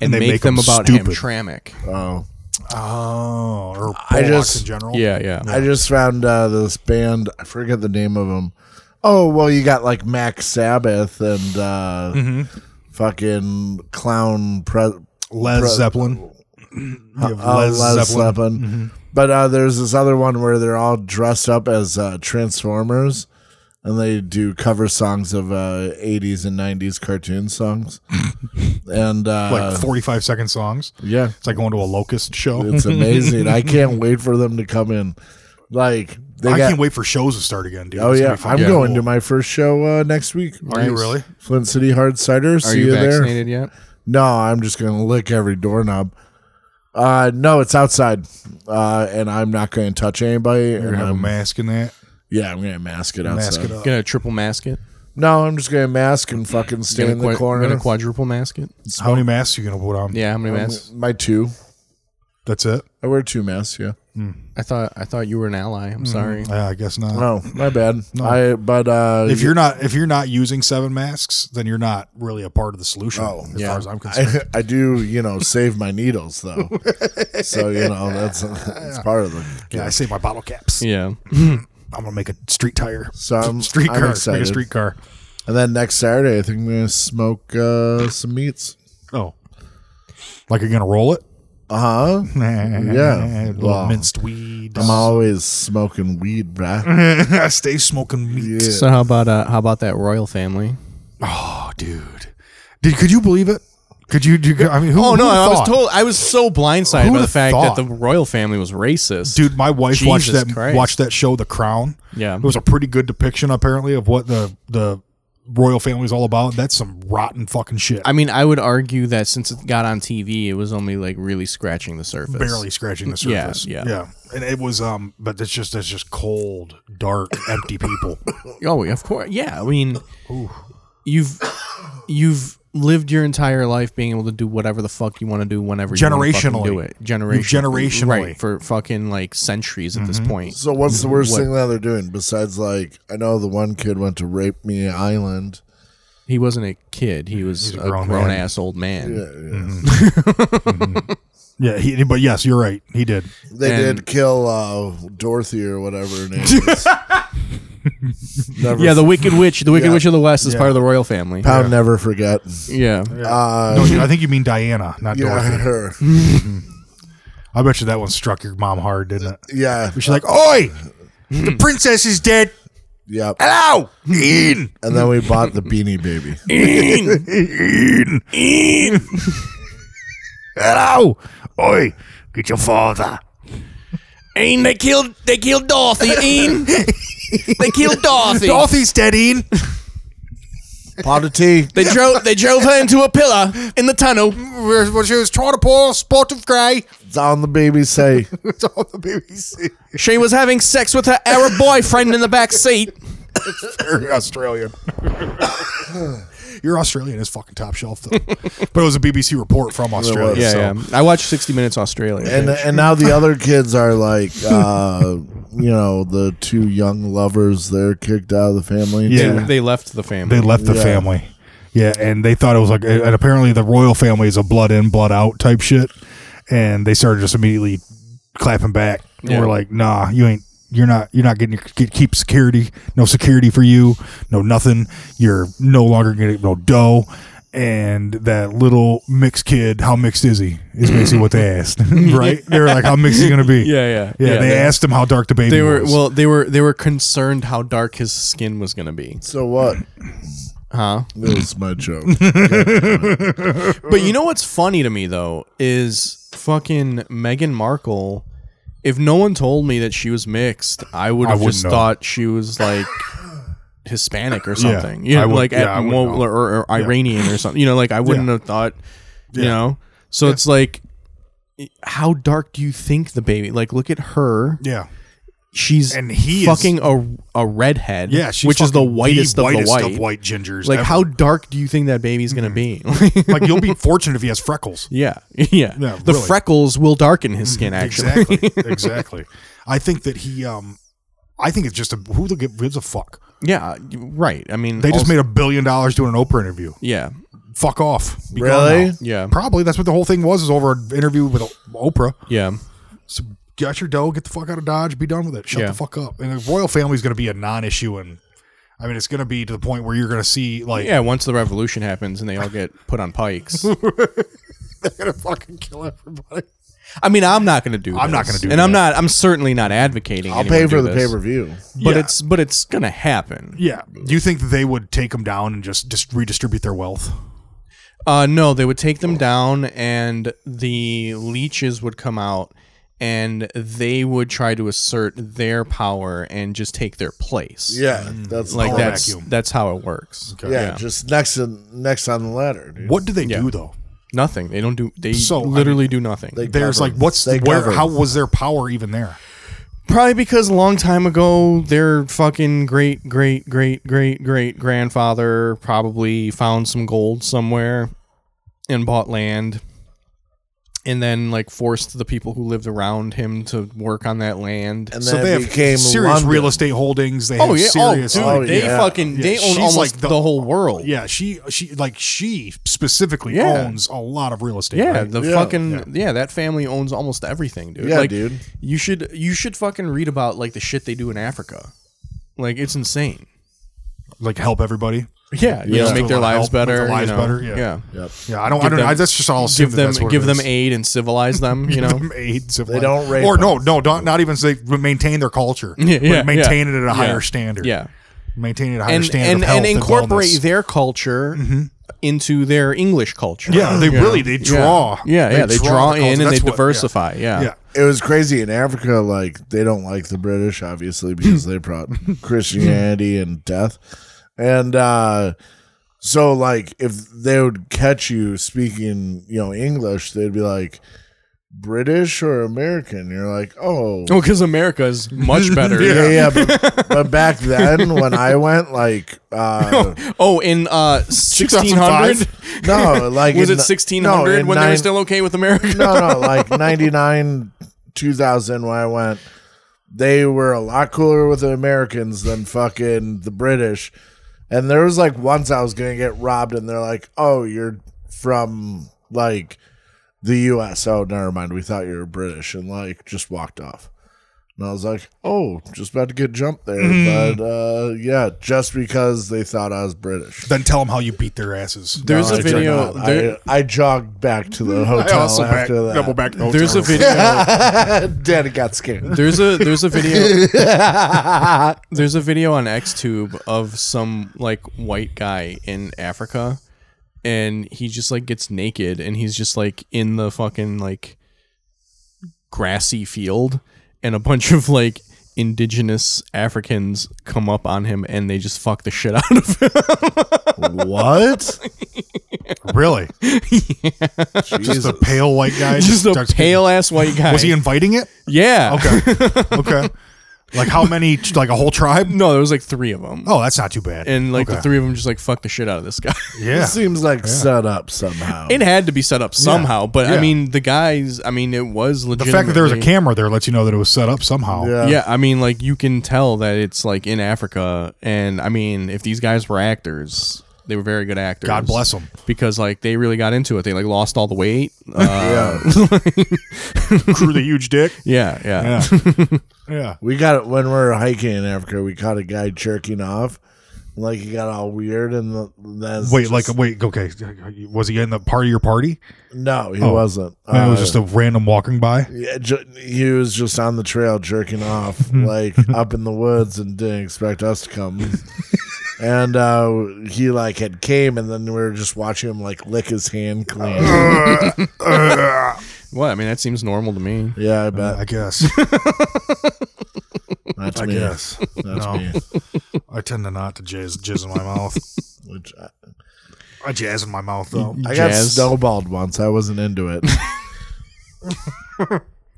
[SPEAKER 2] and,
[SPEAKER 3] Oh. they
[SPEAKER 2] make,
[SPEAKER 3] make
[SPEAKER 2] them,
[SPEAKER 3] them
[SPEAKER 2] about
[SPEAKER 3] stupid.
[SPEAKER 2] Hamtramck.
[SPEAKER 4] Oh.
[SPEAKER 3] Oh, or Polacks
[SPEAKER 4] I just-
[SPEAKER 3] in general.
[SPEAKER 2] Yeah, yeah.
[SPEAKER 4] I just found uh, this band. I forget the name of them. Oh well, you got like Max Sabbath and uh,
[SPEAKER 3] Mm-hmm.
[SPEAKER 4] fucking clown pre- uh,
[SPEAKER 3] Les
[SPEAKER 4] Bro-
[SPEAKER 3] Zeppelin. You have
[SPEAKER 4] oh, Les, Zeppelin.
[SPEAKER 3] Mm-hmm.
[SPEAKER 4] But uh, there's this other one where they're all dressed up as uh, Transformers, and they do cover songs of uh, '80s and '90s cartoon songs. and uh,
[SPEAKER 3] like 45 second songs.
[SPEAKER 4] yeah,
[SPEAKER 3] It's like going to a locust show.
[SPEAKER 4] it's amazing. I can't wait for them to come in. Like they
[SPEAKER 3] I
[SPEAKER 4] got.
[SPEAKER 3] can't wait for shows to start again, dude.
[SPEAKER 4] Oh
[SPEAKER 3] It's
[SPEAKER 4] yeah,
[SPEAKER 3] gonna be
[SPEAKER 4] I'm
[SPEAKER 3] fucking
[SPEAKER 4] going
[SPEAKER 3] cool.
[SPEAKER 4] to my first show uh, next week.
[SPEAKER 3] Are you really?
[SPEAKER 4] Flint City Hard Cider.
[SPEAKER 2] Are
[SPEAKER 4] See you,
[SPEAKER 2] you
[SPEAKER 4] there.
[SPEAKER 2] vaccinated yet?
[SPEAKER 4] No, I'm just gonna lick every doorknob. Uh, no, it's outside, uh, and I'm not gonna touch anybody.
[SPEAKER 3] You're
[SPEAKER 4] And
[SPEAKER 3] gonna have a
[SPEAKER 4] I'm,
[SPEAKER 3] mask in that.
[SPEAKER 4] yeah, I'm gonna mask it outside.
[SPEAKER 3] Mask it up.
[SPEAKER 2] Gonna triple mask it.
[SPEAKER 4] No, I'm just gonna mask and fucking stay
[SPEAKER 2] Gonna,
[SPEAKER 4] in the
[SPEAKER 2] qua-
[SPEAKER 4] corner.
[SPEAKER 2] gonna quadruple mask it.
[SPEAKER 3] How many masks you gonna put on?
[SPEAKER 2] Yeah, how many masks?
[SPEAKER 4] my two.
[SPEAKER 3] That's it.
[SPEAKER 4] I wear two masks. Yeah.
[SPEAKER 2] I thought I thought you were an ally.
[SPEAKER 3] Mm-hmm.
[SPEAKER 2] I'm sorry.
[SPEAKER 3] Yeah, Uh, I guess not.
[SPEAKER 4] Oh, my bad. I but uh,
[SPEAKER 3] If you're not if you're not using seven masks, then you're not really a part of the solution.
[SPEAKER 4] Oh,
[SPEAKER 3] as far as I'm concerned.
[SPEAKER 4] I, I do, you know, save my needles though. so you know that's that's part of the.
[SPEAKER 3] yeah, I save my bottle caps.
[SPEAKER 2] Yeah.
[SPEAKER 3] I'm gonna make a street tire.
[SPEAKER 4] So I'm-
[SPEAKER 3] street
[SPEAKER 4] I'm
[SPEAKER 3] car. Make
[SPEAKER 4] excited.
[SPEAKER 3] a street car.
[SPEAKER 4] And then next Saturday, I think I'm gonna smoke uh, some meats.
[SPEAKER 3] Oh, like you're gonna roll it? Uh-huh.
[SPEAKER 4] Uh huh. Yeah.
[SPEAKER 3] Little
[SPEAKER 4] Well,
[SPEAKER 3] minced weed.
[SPEAKER 4] I'm always smoking weed, bruh.
[SPEAKER 3] I stay smoking meat.
[SPEAKER 4] Yeah.
[SPEAKER 2] So how about uh, how about that royal family?
[SPEAKER 3] Oh, dude. Did could you believe it? Could you? Do, I mean, who?
[SPEAKER 2] Oh no,
[SPEAKER 3] who
[SPEAKER 2] I was
[SPEAKER 3] thought?
[SPEAKER 2] told I was so blindsided by
[SPEAKER 3] Who'da
[SPEAKER 2] the fact
[SPEAKER 3] thought?
[SPEAKER 2] that the royal family was racist.
[SPEAKER 3] Dude, my wife watched
[SPEAKER 2] Jesus
[SPEAKER 3] that
[SPEAKER 2] Christ.
[SPEAKER 3] watched that show, The Crown.
[SPEAKER 2] Yeah.
[SPEAKER 3] it was a pretty good depiction, apparently, of what the the royal family is all about. That's some rotten fucking shit.
[SPEAKER 2] I mean, I would argue that since it got on TV, it was only like really scratching the surface.
[SPEAKER 3] barely scratching the
[SPEAKER 2] Yeah,
[SPEAKER 3] surface.
[SPEAKER 2] yeah.
[SPEAKER 3] yeah. And it was, um, but it's just it's just cold, dark, empty people.
[SPEAKER 2] Oh, of course. Yeah, I mean, you've you've lived your entire life being able to do whatever the fuck you want to do whenever you wanna fucking
[SPEAKER 3] Generationally.
[SPEAKER 2] do it. Generationally,
[SPEAKER 3] Generationally. Mm-hmm.
[SPEAKER 2] right? For fucking like centuries at this point.
[SPEAKER 4] So what's the worst
[SPEAKER 2] What?
[SPEAKER 4] thing that they're doing besides like I know the one kid went to Rape Me Island.
[SPEAKER 2] He wasn't a kid; he was
[SPEAKER 3] a
[SPEAKER 2] a
[SPEAKER 3] grown man.
[SPEAKER 2] grown ass old man.
[SPEAKER 4] Uh,
[SPEAKER 3] Mm-hmm. yeah, he, but yes, you're right. He did.
[SPEAKER 4] They
[SPEAKER 2] And-
[SPEAKER 4] did kill uh, Dorothy or whatever her name is. never
[SPEAKER 2] Yeah, the Wicked Witch, the Wicked Witch of the West, is
[SPEAKER 3] Yeah.
[SPEAKER 2] part of the royal family.
[SPEAKER 4] pound never forget.
[SPEAKER 2] Yeah,
[SPEAKER 4] Uh,
[SPEAKER 3] No, I think you mean Diana, not
[SPEAKER 4] yeah,
[SPEAKER 3] Dorothy.
[SPEAKER 4] her.
[SPEAKER 3] I bet you that one struck your mom hard, didn't it?
[SPEAKER 4] Yeah,
[SPEAKER 3] She's like, "Oi, the princess is dead."
[SPEAKER 4] yeah.
[SPEAKER 3] Hello, Ian.
[SPEAKER 4] And then we bought the Beanie Baby.
[SPEAKER 3] Ian. Ian. Hello, oi, get your father.
[SPEAKER 2] Ian, they killed they killed Dorothy. Ian, they killed Dorothy.
[SPEAKER 3] Dorothy's dead, Ian.
[SPEAKER 4] Pot of tea.
[SPEAKER 2] They drove they drove her into a pillar in the tunnel.
[SPEAKER 3] Well, she was trying to pour a spot of grey.
[SPEAKER 4] It's on the baby say.
[SPEAKER 3] It's on the BBC.
[SPEAKER 2] She was having sex with her Arab boyfriend in the back seat.
[SPEAKER 3] Very Australian. Your Australian is fucking top shelf, though. but it was a BBC report from Australia.
[SPEAKER 4] Yeah,
[SPEAKER 3] so.
[SPEAKER 2] I watched 60 Minutes Australia.
[SPEAKER 4] And and now the other kids are like, uh, you know, the two young lovers. They're kicked out of the family.
[SPEAKER 3] Yeah.
[SPEAKER 2] they left the family.
[SPEAKER 3] They left the
[SPEAKER 4] Yeah.
[SPEAKER 3] family. Yeah, and they thought it was like, and apparently the royal family is a blood in, blood out type shit. And they started just immediately clapping back. And
[SPEAKER 2] Yeah.
[SPEAKER 3] We're like, nah, you ain't, you're not, you're not getting your get, keep security. No security for you. No nothing. You're no longer getting no dough. And that little mixed kid, how mixed is he? Is basically what they asked, right? They were like, how mixed is he gonna be?
[SPEAKER 2] Yeah, yeah,
[SPEAKER 3] yeah.
[SPEAKER 2] yeah.
[SPEAKER 3] they asked him how dark the baby.
[SPEAKER 2] They were
[SPEAKER 3] was.
[SPEAKER 2] well. They were they were concerned how dark his skin was going to be.
[SPEAKER 4] So what?
[SPEAKER 2] Huh?
[SPEAKER 4] It was my joke.
[SPEAKER 2] But you know what's funny to me though is fucking Meghan Markle. If no one told me that she was mixed, I would
[SPEAKER 3] I
[SPEAKER 2] have
[SPEAKER 3] wouldn't
[SPEAKER 2] just
[SPEAKER 3] know.
[SPEAKER 2] thought she was like Hispanic or something.
[SPEAKER 3] I
[SPEAKER 2] you know,
[SPEAKER 3] would-
[SPEAKER 2] like
[SPEAKER 3] yeah, I
[SPEAKER 2] at,
[SPEAKER 3] wouldn't
[SPEAKER 2] or,
[SPEAKER 3] know.
[SPEAKER 2] or Iranian or something. You know, like I wouldn't
[SPEAKER 3] Yeah.
[SPEAKER 2] have thought. You know, so it's like how dark do you think the baby? Like, look at her.
[SPEAKER 3] Yeah.
[SPEAKER 2] She's
[SPEAKER 3] And he is-
[SPEAKER 2] fucking a a redhead.
[SPEAKER 3] Yeah, she's
[SPEAKER 2] which is the
[SPEAKER 3] fucking the
[SPEAKER 2] whitest, of the
[SPEAKER 3] whitest
[SPEAKER 2] white.
[SPEAKER 3] of white gingers
[SPEAKER 2] Like,
[SPEAKER 3] ever. Mm-hmm.
[SPEAKER 2] how dark do you think that baby's gonna be?
[SPEAKER 3] Like you'll be fortunate if he has freckles.
[SPEAKER 2] yeah, yeah.
[SPEAKER 3] Yeah,
[SPEAKER 2] the
[SPEAKER 3] really. Mm-hmm.
[SPEAKER 2] freckles will darken his skin. Actually,
[SPEAKER 3] Exactly. Exactly. I think that he um I think it's just a who the gives a fuck.
[SPEAKER 2] yeah, you- right. I mean,
[SPEAKER 3] They just
[SPEAKER 2] also-
[SPEAKER 3] made a billion dollars doing an Oprah interview.
[SPEAKER 2] yeah,
[SPEAKER 3] Fuck off. Be gone
[SPEAKER 4] Really?
[SPEAKER 3] now.
[SPEAKER 2] Yeah.
[SPEAKER 3] Probably that's what the whole thing was is over an interview with Oprah.
[SPEAKER 2] yeah.
[SPEAKER 3] So get your dough, get the fuck out of Dodge, be done with it. Shut
[SPEAKER 2] Yeah.
[SPEAKER 3] the fuck up. And the royal family's going to be a non-issue, and I mean it's going to be to the point where you're going to see like
[SPEAKER 2] Yeah, once the revolution happens and they all get put on pikes.
[SPEAKER 3] they're going to fucking kill everybody.
[SPEAKER 2] I mean, I'm not going to do.
[SPEAKER 3] I'm not
[SPEAKER 2] this.
[SPEAKER 3] gonna do
[SPEAKER 2] And I'm
[SPEAKER 3] that.
[SPEAKER 2] not. I'm certainly not advocating.
[SPEAKER 4] I'll
[SPEAKER 2] anyone
[SPEAKER 4] pay
[SPEAKER 2] do
[SPEAKER 4] for the
[SPEAKER 2] this,
[SPEAKER 4] pay per view.
[SPEAKER 2] But
[SPEAKER 3] Yeah.
[SPEAKER 2] it's but it's going to happen.
[SPEAKER 3] Yeah. Do you think that they would take them down and just just redistribute their wealth?
[SPEAKER 2] Uh, no, they would take them down, and the leeches would come out, and they would try to assert their power and just take their place.
[SPEAKER 4] Yeah, that's
[SPEAKER 2] Mm, like
[SPEAKER 4] all
[SPEAKER 3] that.
[SPEAKER 2] that's
[SPEAKER 3] vacuum.
[SPEAKER 2] that's how it works.
[SPEAKER 4] Yeah, just next in, next on the ladder. Dude.
[SPEAKER 3] What do they
[SPEAKER 2] Yeah.
[SPEAKER 3] do though?
[SPEAKER 2] Nothing. They don't do. They
[SPEAKER 3] So, I
[SPEAKER 2] literally do nothing.
[SPEAKER 4] They
[SPEAKER 3] There's
[SPEAKER 4] covered.
[SPEAKER 3] like what's
[SPEAKER 4] They
[SPEAKER 3] where
[SPEAKER 4] covered.
[SPEAKER 3] how was their power even there?
[SPEAKER 2] Probably because a long time ago, their fucking great, great, great, great, great grandfather probably found some gold somewhere and bought land and then like forced the people who lived around him to work on that land.
[SPEAKER 4] And
[SPEAKER 3] So
[SPEAKER 4] then
[SPEAKER 3] they
[SPEAKER 4] it
[SPEAKER 3] have
[SPEAKER 4] became
[SPEAKER 3] serious
[SPEAKER 4] London.
[SPEAKER 3] real estate holdings. They
[SPEAKER 2] oh
[SPEAKER 3] have
[SPEAKER 2] yeah,
[SPEAKER 3] serious.
[SPEAKER 2] oh dude,
[SPEAKER 4] Oh,
[SPEAKER 2] they
[SPEAKER 4] yeah.
[SPEAKER 2] fucking
[SPEAKER 3] Yeah,
[SPEAKER 2] they own
[SPEAKER 3] she's
[SPEAKER 2] almost
[SPEAKER 3] like
[SPEAKER 2] the,
[SPEAKER 3] the-
[SPEAKER 2] whole world.
[SPEAKER 3] yeah, she she like she specifically
[SPEAKER 2] Yeah.
[SPEAKER 3] owns a lot of real estate.
[SPEAKER 2] Yeah,
[SPEAKER 3] right?
[SPEAKER 2] the
[SPEAKER 4] Yeah.
[SPEAKER 2] fucking yeah. that family owns almost everything, dude.
[SPEAKER 4] Yeah,
[SPEAKER 2] like,
[SPEAKER 4] dude.
[SPEAKER 2] You should you should fucking read about like the shit they do in Africa. Like it's insane.
[SPEAKER 3] like help everybody.
[SPEAKER 2] Yeah, you
[SPEAKER 4] Yeah.
[SPEAKER 2] know, make their
[SPEAKER 3] Help
[SPEAKER 2] lives
[SPEAKER 3] with their
[SPEAKER 2] better.
[SPEAKER 3] lives
[SPEAKER 2] you know.
[SPEAKER 3] better, yeah.
[SPEAKER 4] Yep.
[SPEAKER 3] Yeah, I don't. I don't.
[SPEAKER 2] them-
[SPEAKER 3] I, that's just all. Assume
[SPEAKER 2] Give
[SPEAKER 3] that
[SPEAKER 2] them
[SPEAKER 3] that's what
[SPEAKER 2] give
[SPEAKER 3] it
[SPEAKER 2] them
[SPEAKER 3] is.
[SPEAKER 2] aid and civilize them. You know.
[SPEAKER 3] Them aid civilized-
[SPEAKER 4] don't rape
[SPEAKER 3] or no, no, don't, not even say maintain their culture.
[SPEAKER 2] Yeah,
[SPEAKER 3] but
[SPEAKER 2] yeah,
[SPEAKER 3] maintain it at a
[SPEAKER 2] yeah.
[SPEAKER 3] higher standard.
[SPEAKER 2] Yeah.
[SPEAKER 3] maintain it at a higher
[SPEAKER 2] And
[SPEAKER 3] standard
[SPEAKER 2] and,
[SPEAKER 3] of health
[SPEAKER 2] and incorporate
[SPEAKER 3] wellness. Mm-hmm.
[SPEAKER 2] their culture into their English culture.
[SPEAKER 3] yeah, they
[SPEAKER 2] You know?
[SPEAKER 3] really they draw.
[SPEAKER 2] Yeah, yeah, they, draw,
[SPEAKER 3] the culture.
[SPEAKER 2] in and they
[SPEAKER 3] That's what-
[SPEAKER 2] diversify.
[SPEAKER 3] Yeah.
[SPEAKER 2] Yeah.
[SPEAKER 3] yeah.
[SPEAKER 4] It was crazy in Africa. Like they don't like the British, obviously, because they brought Christianity and death. And uh, so, like, if they would catch you speaking, you know, English, they'd be like, "British or American?" You're like, "Oh,
[SPEAKER 2] Well, because America is much better.
[SPEAKER 4] yeah, yeah." But, but back then, when I went, like, uh,
[SPEAKER 2] Oh, in uh, 1600?
[SPEAKER 4] no, like,
[SPEAKER 2] Was
[SPEAKER 4] in
[SPEAKER 2] it
[SPEAKER 4] the-
[SPEAKER 2] 1600
[SPEAKER 4] no,
[SPEAKER 2] when
[SPEAKER 4] in
[SPEAKER 2] they were
[SPEAKER 4] nine-
[SPEAKER 2] still okay with America?
[SPEAKER 4] no, no, like 99, 2000 when I went, they were a lot cooler with the Americans than fucking the British. And there was like once I was going to get robbed, and they're like, oh, you're from like the US. Oh, never mind. We thought you were British and like just walked off. And I was like, oh, just about to get jumped there.
[SPEAKER 3] Mm-hmm.
[SPEAKER 4] But uh, yeah, just because they thought I was British.
[SPEAKER 3] Then tell them how you beat their asses.
[SPEAKER 2] There's
[SPEAKER 4] I
[SPEAKER 2] a
[SPEAKER 4] did
[SPEAKER 2] video.
[SPEAKER 4] not.
[SPEAKER 2] there-
[SPEAKER 4] I, I jogged back to the hotel after that.
[SPEAKER 3] back. to the
[SPEAKER 2] there's a
[SPEAKER 3] hotel.
[SPEAKER 2] video.
[SPEAKER 4] Daddy got scared.
[SPEAKER 2] There's a there's a video. there's a video on XTube of some like white guy in Africa, and he just like gets naked and he's just like in the fucking like grassy field, and a bunch of like indigenous Africans come up on him and they just fuck the shit out of him.
[SPEAKER 4] What?
[SPEAKER 3] Really, just
[SPEAKER 4] Jesus.
[SPEAKER 3] a pale white guy.
[SPEAKER 2] just a
[SPEAKER 3] starts getting-
[SPEAKER 2] pale ass white guy.
[SPEAKER 3] Was he inviting it?
[SPEAKER 2] Yeah.
[SPEAKER 3] Okay, okay. Like how many? Like a whole tribe?
[SPEAKER 2] No, there was like three of them.
[SPEAKER 3] Oh, that's not too bad.
[SPEAKER 2] And like
[SPEAKER 3] Okay.
[SPEAKER 2] the three of them just like fuck the shit out of this guy.
[SPEAKER 3] yeah,
[SPEAKER 4] Seems like set up somehow.
[SPEAKER 2] It had to be set up somehow, but I
[SPEAKER 3] Yeah.
[SPEAKER 2] mean, the guys. I mean, it was
[SPEAKER 3] the
[SPEAKER 2] legit.
[SPEAKER 3] fact that there was a camera there lets you know that it was set up somehow.
[SPEAKER 4] yeah.
[SPEAKER 2] Yeah, I mean, like you can tell that it's like in Africa, and I mean, if these guys were actors, they were very good actors.
[SPEAKER 3] God bless 'em.
[SPEAKER 2] because like they really got into it. They like lost all the weight. Uh,
[SPEAKER 3] Crew the huge dick.
[SPEAKER 2] yeah, yeah,
[SPEAKER 3] Yeah, yeah.
[SPEAKER 4] We got it when we were hiking in Africa. We caught a guy jerking off. Like he got all weird and the, that's
[SPEAKER 3] Wait,
[SPEAKER 4] just-
[SPEAKER 3] like wait. Okay, was he in the part of your party?
[SPEAKER 4] no, he
[SPEAKER 3] Oh.
[SPEAKER 4] wasn't.
[SPEAKER 3] it was
[SPEAKER 4] Uh,
[SPEAKER 3] just a random walking by.
[SPEAKER 4] yeah, ju- he was just on the trail jerking off,
[SPEAKER 3] Mm-hmm.
[SPEAKER 4] like up in the woods, and didn't expect us to come. and uh, he like had came, and then we were just watching him like lick his hand clean.
[SPEAKER 2] Well, I mean, that seems normal to me.
[SPEAKER 4] yeah, I bet.
[SPEAKER 3] I guess.
[SPEAKER 4] That's
[SPEAKER 3] I
[SPEAKER 4] me.
[SPEAKER 3] guess.
[SPEAKER 4] That's
[SPEAKER 3] No.
[SPEAKER 4] me.
[SPEAKER 3] I tend to not to jizz jizz in my mouth.
[SPEAKER 4] Which I,
[SPEAKER 3] I jazz in my mouth though.
[SPEAKER 4] I got
[SPEAKER 2] Jazz.
[SPEAKER 4] snowballed once. I wasn't into it.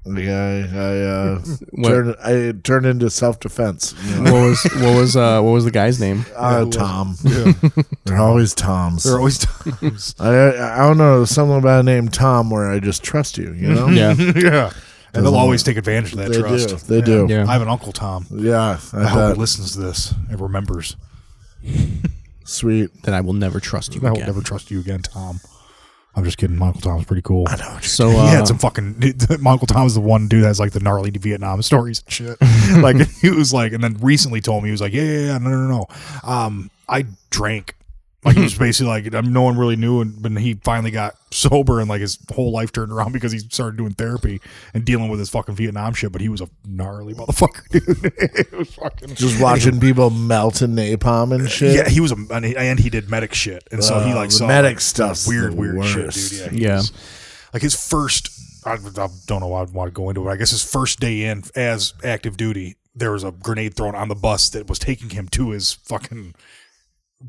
[SPEAKER 4] Yeah, I, I, uh, turned, I turned into self defense.
[SPEAKER 2] What was what was uh, what was the guy's name?
[SPEAKER 4] Uh, Tom. They're always Toms.
[SPEAKER 3] They're always times.
[SPEAKER 4] I, I I don't know. There's something about a name Tom where I just trust you, you know?
[SPEAKER 2] Yeah.
[SPEAKER 3] yeah. And they'll always take advantage of that
[SPEAKER 4] They
[SPEAKER 3] trust. Oh,
[SPEAKER 4] do. They do.
[SPEAKER 2] Yeah.
[SPEAKER 3] I have an uncle Tom.
[SPEAKER 4] Yeah. I
[SPEAKER 3] I hope
[SPEAKER 4] bet.
[SPEAKER 3] he listens to this and remembers.
[SPEAKER 4] Sweet.
[SPEAKER 2] Then I will never trust you
[SPEAKER 3] I will
[SPEAKER 2] again.
[SPEAKER 3] never trust you again, Tom. I'm just kidding. My uncle Tom's pretty cool. I know.
[SPEAKER 2] So
[SPEAKER 3] he
[SPEAKER 2] uh,
[SPEAKER 3] had some fucking. My uncle Tom's the one dude that's like the gnarly Vietnam stories and shit. like he was like, and then recently told me he was like, yeah, yeah, yeah no, no, no. no. Um, I drank. Like he was basically like, um, no one really knew, and but he finally got sober and like his whole life turned around because he started doing therapy and dealing with his fucking Vietnam shit. But he was a gnarly motherfucker, dude. it was fucking
[SPEAKER 4] Just watching people melt in napalm and shit.
[SPEAKER 3] yeah, he was a and he, and he did medic shit, and so he
[SPEAKER 4] Oh,
[SPEAKER 3] like
[SPEAKER 4] the
[SPEAKER 3] saw
[SPEAKER 4] medic
[SPEAKER 3] like,
[SPEAKER 4] stuff's
[SPEAKER 3] weird,
[SPEAKER 4] the
[SPEAKER 3] weird shit,
[SPEAKER 4] worst.
[SPEAKER 3] dude. Yeah, he
[SPEAKER 2] Yeah.
[SPEAKER 3] was- like his first, I, I don't know. why I'd want to go into it. I guess his first day in as active duty, there was a grenade thrown on the bus that was taking him to his fucking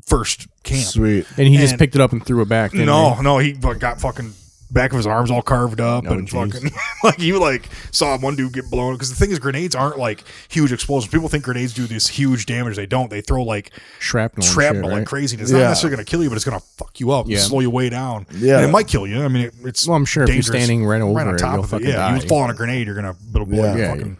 [SPEAKER 3] first camp.
[SPEAKER 4] Sweet.
[SPEAKER 2] and he just
[SPEAKER 3] and-
[SPEAKER 2] picked it up and threw it back. didn't
[SPEAKER 3] No, no, he like, got fucking back of his arms all carved up
[SPEAKER 2] Oh,
[SPEAKER 3] and
[SPEAKER 2] jeez.
[SPEAKER 3] fucking like you like saw one dude get blown because the thing is grenades aren't like huge explosions. People think grenades do this huge damage. They don't. They throw like
[SPEAKER 2] he? shrapnel, and shit,
[SPEAKER 3] shrapnel like
[SPEAKER 2] right?
[SPEAKER 3] crazy. and It's
[SPEAKER 4] Yeah.
[SPEAKER 3] not necessarily going to kill you, but it's going to fuck you up, and
[SPEAKER 2] Yeah.
[SPEAKER 3] slow you way down.
[SPEAKER 4] Yeah.
[SPEAKER 3] and it might kill you. I mean, it, it's
[SPEAKER 2] Well, I'm sure if you're
[SPEAKER 3] dangerous.
[SPEAKER 2] standing right over
[SPEAKER 3] on
[SPEAKER 2] it,
[SPEAKER 3] top
[SPEAKER 2] you'll
[SPEAKER 3] of
[SPEAKER 2] fucking
[SPEAKER 3] it. Yeah, you
[SPEAKER 2] die.
[SPEAKER 3] fall on a grenade, you're going to it'll blow
[SPEAKER 4] Yeah.
[SPEAKER 3] your
[SPEAKER 2] Yeah,
[SPEAKER 3] fucking.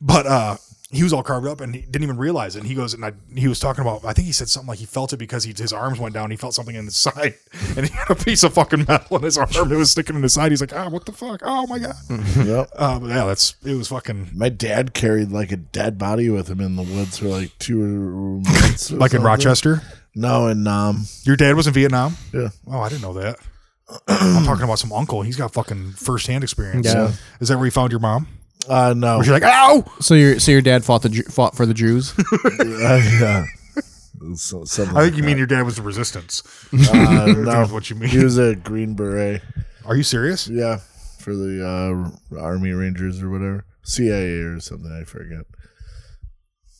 [SPEAKER 3] But uh, he was all carved up, and he didn't even realize it. And he goes, and I, he was talking about. I think he said something like he felt it because he, his arms went down. He felt something in his side, and he had a piece of fucking metal in his arm. It was sticking in his side. He's like, ah, what the fuck? Oh my god.
[SPEAKER 4] Yep.
[SPEAKER 3] Um, yeah, that's it. Was fucking
[SPEAKER 4] My dad carried like a dead body with him in the woods for like two months. or
[SPEAKER 3] like in
[SPEAKER 4] something.
[SPEAKER 3] Rochester.
[SPEAKER 4] No, in um,
[SPEAKER 3] Your dad was in Vietnam.
[SPEAKER 4] yeah,
[SPEAKER 3] Oh, I didn't know that. I'm talking about some uncle. He's got fucking firsthand experience.
[SPEAKER 2] Yeah.
[SPEAKER 3] Is that where you found your mom?
[SPEAKER 4] uh, no,
[SPEAKER 3] Was she like, ow?
[SPEAKER 2] So your so your dad fought the Ju- fought for the Jews.
[SPEAKER 4] Uh, yeah. So, something
[SPEAKER 3] I think
[SPEAKER 4] like
[SPEAKER 3] you
[SPEAKER 4] that.
[SPEAKER 3] mean your dad was the resistance.
[SPEAKER 4] Uh, no,
[SPEAKER 3] That's what you mean.
[SPEAKER 4] He was a Green Beret.
[SPEAKER 3] Are you serious?
[SPEAKER 4] Yeah, for the uh, Army Rangers or whatever, CIA or something. I forget.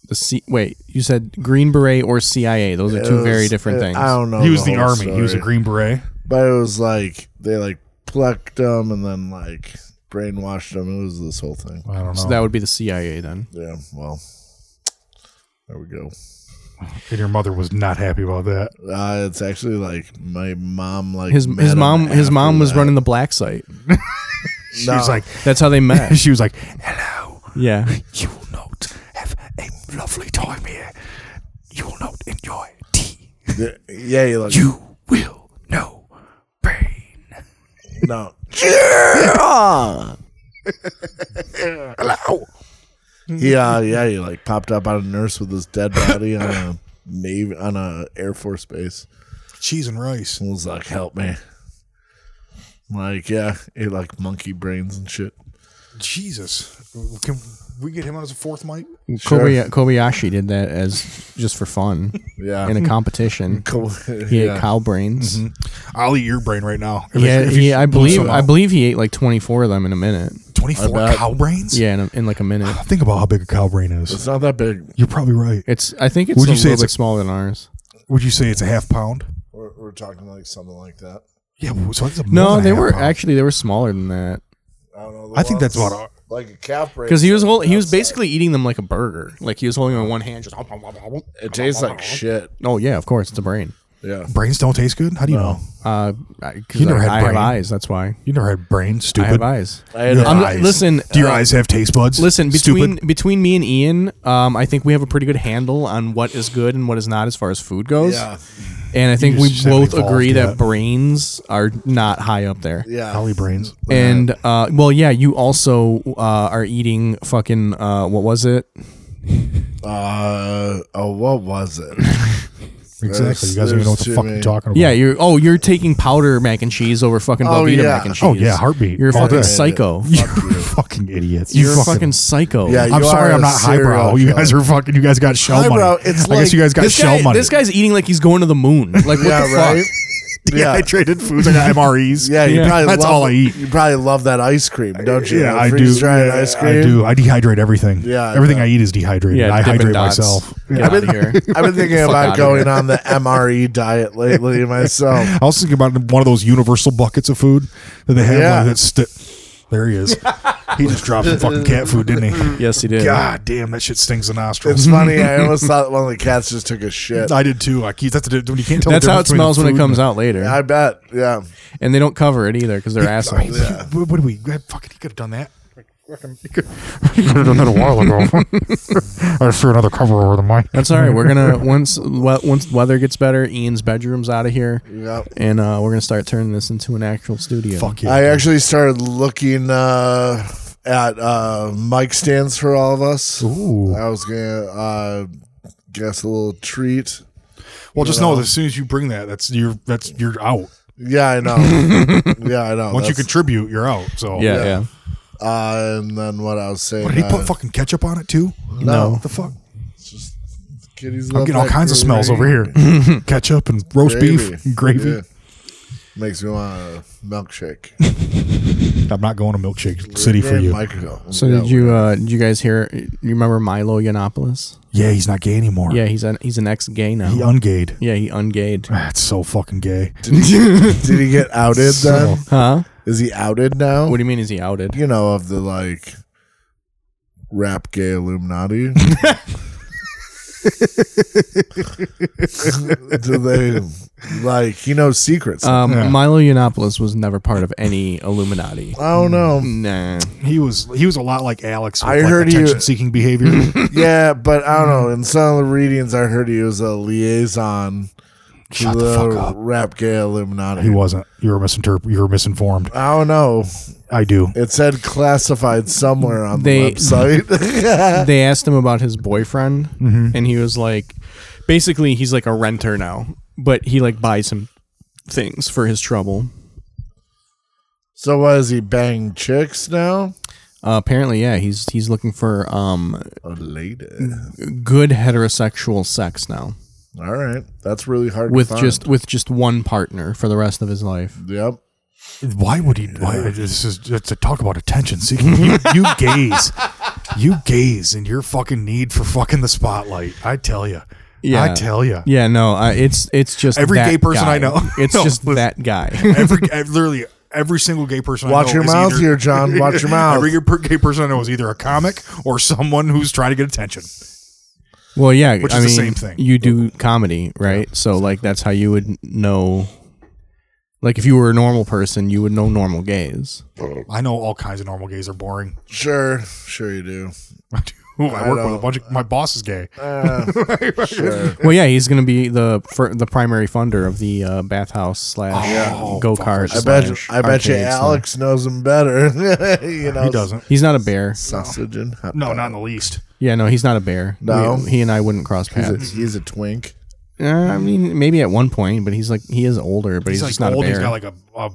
[SPEAKER 2] The C- wait, you said Green Beret or CIA? Those are
[SPEAKER 4] It
[SPEAKER 2] two
[SPEAKER 4] was-
[SPEAKER 2] very different
[SPEAKER 4] it-
[SPEAKER 2] things.
[SPEAKER 4] I don't know.
[SPEAKER 3] He was the,
[SPEAKER 4] whole
[SPEAKER 3] army. He was a
[SPEAKER 4] story.
[SPEAKER 3] Green Beret.
[SPEAKER 4] but it was like they like plucked him and then like brainwashed him. It was this whole thing.
[SPEAKER 3] I don't know.
[SPEAKER 2] So that would be the CIA then.
[SPEAKER 4] Yeah. Well, there we go.
[SPEAKER 3] and your mother was not happy about that.
[SPEAKER 4] Uh, it's actually like my mom. Like
[SPEAKER 2] His
[SPEAKER 4] met
[SPEAKER 2] his
[SPEAKER 4] him
[SPEAKER 2] mom his
[SPEAKER 4] after
[SPEAKER 2] mom was
[SPEAKER 4] that.
[SPEAKER 2] running the black site.
[SPEAKER 3] She
[SPEAKER 4] No.
[SPEAKER 3] was like,
[SPEAKER 2] That's how they met.
[SPEAKER 3] she was like, hello.
[SPEAKER 2] yeah.
[SPEAKER 3] You will not have a lovely time here. You will not enjoy tea.
[SPEAKER 4] Yeah, you like
[SPEAKER 3] You will know pain.
[SPEAKER 4] no.
[SPEAKER 3] Hello.
[SPEAKER 4] He uh, yeah, he like popped up out of nurse with his dead body on a navy on a air force base.
[SPEAKER 3] Cheese and rice.
[SPEAKER 4] and was like, "Help me!" Like, yeah, it like monkey brains and shit.
[SPEAKER 3] Jesus. Can we get him on as a fourth mic?
[SPEAKER 2] Kobe, Kobayashi did that as just for fun
[SPEAKER 4] Yeah,
[SPEAKER 2] in a competition.
[SPEAKER 4] cool.
[SPEAKER 2] He
[SPEAKER 4] yeah.
[SPEAKER 2] ate cow brains.
[SPEAKER 3] I'll eat your brain right now. If
[SPEAKER 2] Yeah,
[SPEAKER 3] if
[SPEAKER 2] he, I
[SPEAKER 3] blew
[SPEAKER 2] believe
[SPEAKER 3] some
[SPEAKER 2] I
[SPEAKER 3] out.
[SPEAKER 2] believe he ate like twenty four of them in a minute.
[SPEAKER 3] 24
[SPEAKER 4] I bet.
[SPEAKER 3] cow brains?
[SPEAKER 2] Yeah, in, a, in like a minute.
[SPEAKER 3] Think about how big a cow brain is.
[SPEAKER 4] it's not that big.
[SPEAKER 3] You're probably right.
[SPEAKER 2] It's I think it's
[SPEAKER 3] Would
[SPEAKER 2] a
[SPEAKER 3] you say
[SPEAKER 2] little
[SPEAKER 3] it's
[SPEAKER 2] bit
[SPEAKER 3] a-
[SPEAKER 2] smaller than ours.
[SPEAKER 3] Would you say it's a half pound?
[SPEAKER 4] We're, we're talking like something like that.
[SPEAKER 3] Yeah, well, so that's a more
[SPEAKER 2] No,
[SPEAKER 3] than a
[SPEAKER 2] they
[SPEAKER 3] half
[SPEAKER 2] were
[SPEAKER 3] pound.
[SPEAKER 2] actually they were smaller than that
[SPEAKER 4] I don't know.
[SPEAKER 3] I think that's about all.
[SPEAKER 4] like a calf brain.
[SPEAKER 2] because he was hol- he was basically eating them like a burger. Like he was holding them in one hand. Just
[SPEAKER 4] It tastes like shit.
[SPEAKER 2] oh yeah, of course it's a brain.
[SPEAKER 4] Yeah,
[SPEAKER 3] Brains don't taste good? How do you know?
[SPEAKER 2] Uh, I, 'cause
[SPEAKER 3] You never
[SPEAKER 2] I,
[SPEAKER 3] had
[SPEAKER 2] I have
[SPEAKER 3] brain.
[SPEAKER 2] eyes. That's why
[SPEAKER 3] You never had brains,
[SPEAKER 2] I have
[SPEAKER 3] stupid.
[SPEAKER 2] eyes.
[SPEAKER 4] I had uh,
[SPEAKER 3] Your
[SPEAKER 4] a-
[SPEAKER 2] I'm- listen,
[SPEAKER 3] Do your
[SPEAKER 2] uh,
[SPEAKER 3] eyes have taste buds?
[SPEAKER 2] Listen, between
[SPEAKER 3] Stupid.
[SPEAKER 2] between me and Ian, um, I think we have a pretty good handle on what is good and what is not as far as food goes.
[SPEAKER 4] yeah,
[SPEAKER 2] And I think
[SPEAKER 3] You
[SPEAKER 2] we
[SPEAKER 3] just haven't
[SPEAKER 2] both agree
[SPEAKER 3] evolved
[SPEAKER 2] that
[SPEAKER 3] yet.
[SPEAKER 2] brains are not high up there.
[SPEAKER 4] yeah.
[SPEAKER 3] Alley brains.
[SPEAKER 2] And uh, well, yeah, you also uh, are eating fucking uh, what was it?
[SPEAKER 4] Uh, oh, what was it?
[SPEAKER 3] Exactly.
[SPEAKER 4] There's-
[SPEAKER 3] You guys don't even know what
[SPEAKER 4] there's
[SPEAKER 3] the
[SPEAKER 4] too
[SPEAKER 3] fuck
[SPEAKER 4] many.
[SPEAKER 3] you're talking about.
[SPEAKER 2] Yeah, you're oh you're taking powder mac and cheese over fucking
[SPEAKER 4] Oh,
[SPEAKER 2] Velveeta
[SPEAKER 4] yeah.
[SPEAKER 2] mac and cheese.
[SPEAKER 3] Oh, yeah, heartbeat.
[SPEAKER 2] You're a
[SPEAKER 3] All
[SPEAKER 2] fucking
[SPEAKER 3] day.
[SPEAKER 2] psycho.
[SPEAKER 3] You're fucking idiots.
[SPEAKER 2] You're a fucking psycho.
[SPEAKER 4] Yeah,
[SPEAKER 3] I'm
[SPEAKER 4] You
[SPEAKER 3] sorry,
[SPEAKER 4] are
[SPEAKER 3] I'm
[SPEAKER 4] a
[SPEAKER 3] not highbrow.
[SPEAKER 4] serial
[SPEAKER 3] You
[SPEAKER 4] killer.
[SPEAKER 3] guys are fucking. You guys got shell
[SPEAKER 4] Highbrow,
[SPEAKER 3] money.
[SPEAKER 4] it's
[SPEAKER 3] I
[SPEAKER 4] like-
[SPEAKER 3] guys you guys got
[SPEAKER 2] this
[SPEAKER 3] shell
[SPEAKER 2] guy,
[SPEAKER 3] money.
[SPEAKER 2] this guy's eating like he's going to the moon. Like what
[SPEAKER 4] Yeah,
[SPEAKER 2] the fuck?
[SPEAKER 4] right.
[SPEAKER 3] yeah, I traded foods. I got MREs.
[SPEAKER 4] Yeah, you
[SPEAKER 2] Yeah.
[SPEAKER 4] probably
[SPEAKER 3] That's
[SPEAKER 4] love,
[SPEAKER 3] all I eat.
[SPEAKER 4] You probably love that ice cream, don't you?
[SPEAKER 3] Yeah,
[SPEAKER 4] The
[SPEAKER 3] I do.
[SPEAKER 4] freeze-dried
[SPEAKER 3] Yeah,
[SPEAKER 4] ice cream.
[SPEAKER 3] I do. I dehydrate everything.
[SPEAKER 4] Yeah, I
[SPEAKER 3] everything
[SPEAKER 4] bet.
[SPEAKER 3] I eat is dehydrated.
[SPEAKER 2] Yeah,
[SPEAKER 3] I
[SPEAKER 2] Dippin'
[SPEAKER 3] hydrate
[SPEAKER 2] Dots.
[SPEAKER 3] myself.
[SPEAKER 2] Get out of here.
[SPEAKER 4] I've been thinking
[SPEAKER 2] Fuck
[SPEAKER 4] about
[SPEAKER 2] outta here.
[SPEAKER 4] going on the MRE diet lately myself.
[SPEAKER 3] I was thinking about one of those universal buckets of food that they have.
[SPEAKER 4] Yeah.
[SPEAKER 3] Like, that's sti- there he is. He just dropped some fucking cat food, didn't he?
[SPEAKER 2] Yes, he did.
[SPEAKER 3] God damn, that shit stings the
[SPEAKER 4] It's
[SPEAKER 3] nostrils.
[SPEAKER 4] funny. I almost thought one of the cats just took a shit.
[SPEAKER 3] I did too. Like you, that's the, when you can't tell.
[SPEAKER 2] That's
[SPEAKER 3] the
[SPEAKER 2] how it
[SPEAKER 3] difference between
[SPEAKER 2] smells when it
[SPEAKER 3] food
[SPEAKER 2] comes
[SPEAKER 3] and-
[SPEAKER 2] out later,
[SPEAKER 4] I bet. Yeah.
[SPEAKER 2] and they don't cover it either because they're
[SPEAKER 3] Like,
[SPEAKER 2] assholes.
[SPEAKER 3] he- What, what do we? God, Fucking, he could have done that. He could have done that a while ago. I threw another cover over the mic.
[SPEAKER 2] That's all right. We're gonna once we- once the weather gets better, Ian's bedroom's out of here,
[SPEAKER 4] Yeah.
[SPEAKER 2] and uh, we're gonna start turning this into an actual studio.
[SPEAKER 3] Fuck you.
[SPEAKER 4] I actually started looking uh, at uh, mic stands for all of us.
[SPEAKER 3] Ooh.
[SPEAKER 4] I was gonna uh, guess a little treat.
[SPEAKER 3] Well, just know that as soon as you bring that, that's you're that's you're out.
[SPEAKER 4] Yeah, I know. yeah, I know.
[SPEAKER 3] Once you
[SPEAKER 4] Oh, That's-
[SPEAKER 3] contribute, you're out. So
[SPEAKER 2] Yeah, yeah.
[SPEAKER 4] uh, and then what I was saying.
[SPEAKER 3] But did he
[SPEAKER 4] uh,
[SPEAKER 3] put fucking ketchup on it too?
[SPEAKER 4] No.
[SPEAKER 3] the fuck.
[SPEAKER 4] kitties
[SPEAKER 3] I'm
[SPEAKER 4] love
[SPEAKER 3] getting all
[SPEAKER 4] that
[SPEAKER 3] kinds of smells over
[SPEAKER 4] gravy.
[SPEAKER 3] here. ketchup and roast beef and gravy.
[SPEAKER 4] Yeah. Makes me want a milkshake.
[SPEAKER 3] I'm not going to milkshake city for
[SPEAKER 4] Yeah,
[SPEAKER 3] you.
[SPEAKER 4] Michael.
[SPEAKER 2] So
[SPEAKER 4] Yeah,
[SPEAKER 2] did you uh, did you guys hear? You remember Milo Yiannopoulos?
[SPEAKER 3] Yeah, he's not gay anymore.
[SPEAKER 2] Yeah, he's an he's an ex gay now.
[SPEAKER 3] he ungayed.
[SPEAKER 2] yeah, he ungayed.
[SPEAKER 3] That's Ah, so fucking gay.
[SPEAKER 4] Did he get outed then?
[SPEAKER 2] Huh?
[SPEAKER 4] Is he outed now?
[SPEAKER 2] What do you mean? Is he outed?
[SPEAKER 4] you know of the like rap gay Illuminati? Do they like he knows secrets?
[SPEAKER 2] Um, Milo Yiannopoulos was never part of any Illuminati.
[SPEAKER 4] I don't know.
[SPEAKER 2] Nah.
[SPEAKER 3] He was he was a lot like Alex. With
[SPEAKER 4] I
[SPEAKER 3] like
[SPEAKER 4] heard he-
[SPEAKER 3] attention seeking behavior.
[SPEAKER 4] Yeah, but I don't know. In some of the readings, I heard he was a liaison to
[SPEAKER 3] Shut the fuck up.
[SPEAKER 4] rap gay Illuminati.
[SPEAKER 3] he wasn't. You were misinterpre- You were misinformed.
[SPEAKER 4] I don't know.
[SPEAKER 3] I do.
[SPEAKER 4] It said classified somewhere on
[SPEAKER 2] They-
[SPEAKER 4] the website.
[SPEAKER 2] They asked him about his boyfriend,
[SPEAKER 3] Mm-hmm.
[SPEAKER 2] and he was like, basically, he's like a renter now, but he like buys him things for his trouble.
[SPEAKER 4] so what is he bang chicks now?
[SPEAKER 2] Uh, apparently, yeah, he's he's looking for um
[SPEAKER 4] A lady.
[SPEAKER 3] Mm.
[SPEAKER 2] good heterosexual sex now
[SPEAKER 4] All right, that's really hard.
[SPEAKER 2] with
[SPEAKER 4] to find.
[SPEAKER 2] just with just one partner for the rest of his life.
[SPEAKER 4] yep.
[SPEAKER 3] Why would he? Why, this is it's a talk about attention seeking. You, you gaze, you gaze, and your fucking need for fucking the spotlight. I tell you.
[SPEAKER 2] Yeah.
[SPEAKER 3] I tell you.
[SPEAKER 2] Yeah, no, I, it's it's just
[SPEAKER 3] Every
[SPEAKER 2] that
[SPEAKER 3] gay person I
[SPEAKER 2] guy.
[SPEAKER 3] know.
[SPEAKER 2] It's
[SPEAKER 3] No,
[SPEAKER 2] just
[SPEAKER 3] listen.
[SPEAKER 2] that guy.
[SPEAKER 3] Every I- literally every single gay person. I
[SPEAKER 4] Watch
[SPEAKER 3] know
[SPEAKER 4] your
[SPEAKER 3] is
[SPEAKER 4] mouth
[SPEAKER 3] either-
[SPEAKER 4] here, John. Watch your mouth.
[SPEAKER 3] Every gay per- gay person I know is either a comic or someone who's trying to get attention.
[SPEAKER 2] Well, yeah,
[SPEAKER 3] Which
[SPEAKER 2] I
[SPEAKER 3] is the
[SPEAKER 2] mean,
[SPEAKER 3] same thing.
[SPEAKER 2] You do comedy, right? So like that's how you would know. Like if you were a normal person, you would know normal gays.
[SPEAKER 3] I know all kinds of normal gays are boring.
[SPEAKER 4] Sure, sure you do.
[SPEAKER 3] I do. I, work
[SPEAKER 4] I
[SPEAKER 3] with a
[SPEAKER 4] don't-
[SPEAKER 3] bunch of my boss is gay.
[SPEAKER 2] Well, yeah, he's gonna be the fir- the primary funder of the uh, bathhouse slash
[SPEAKER 3] Oh, Yeah.
[SPEAKER 2] go kart.
[SPEAKER 4] Oh, I bet. I bet you Alex knows him better. you know,
[SPEAKER 3] he doesn't.
[SPEAKER 2] He's not a bear.
[SPEAKER 4] Sausage and hot
[SPEAKER 3] No,
[SPEAKER 4] dog.
[SPEAKER 3] not in the least.
[SPEAKER 2] Yeah, no, he's not a bear.
[SPEAKER 4] No.
[SPEAKER 2] We- he and I wouldn't cross
[SPEAKER 4] He's a,
[SPEAKER 2] paths.
[SPEAKER 4] he's a twink.
[SPEAKER 2] Uh, I mean, maybe at one point, but he's like he is older, but he's,
[SPEAKER 3] like
[SPEAKER 2] just not a
[SPEAKER 3] old.
[SPEAKER 2] bear.
[SPEAKER 3] He's got like a, a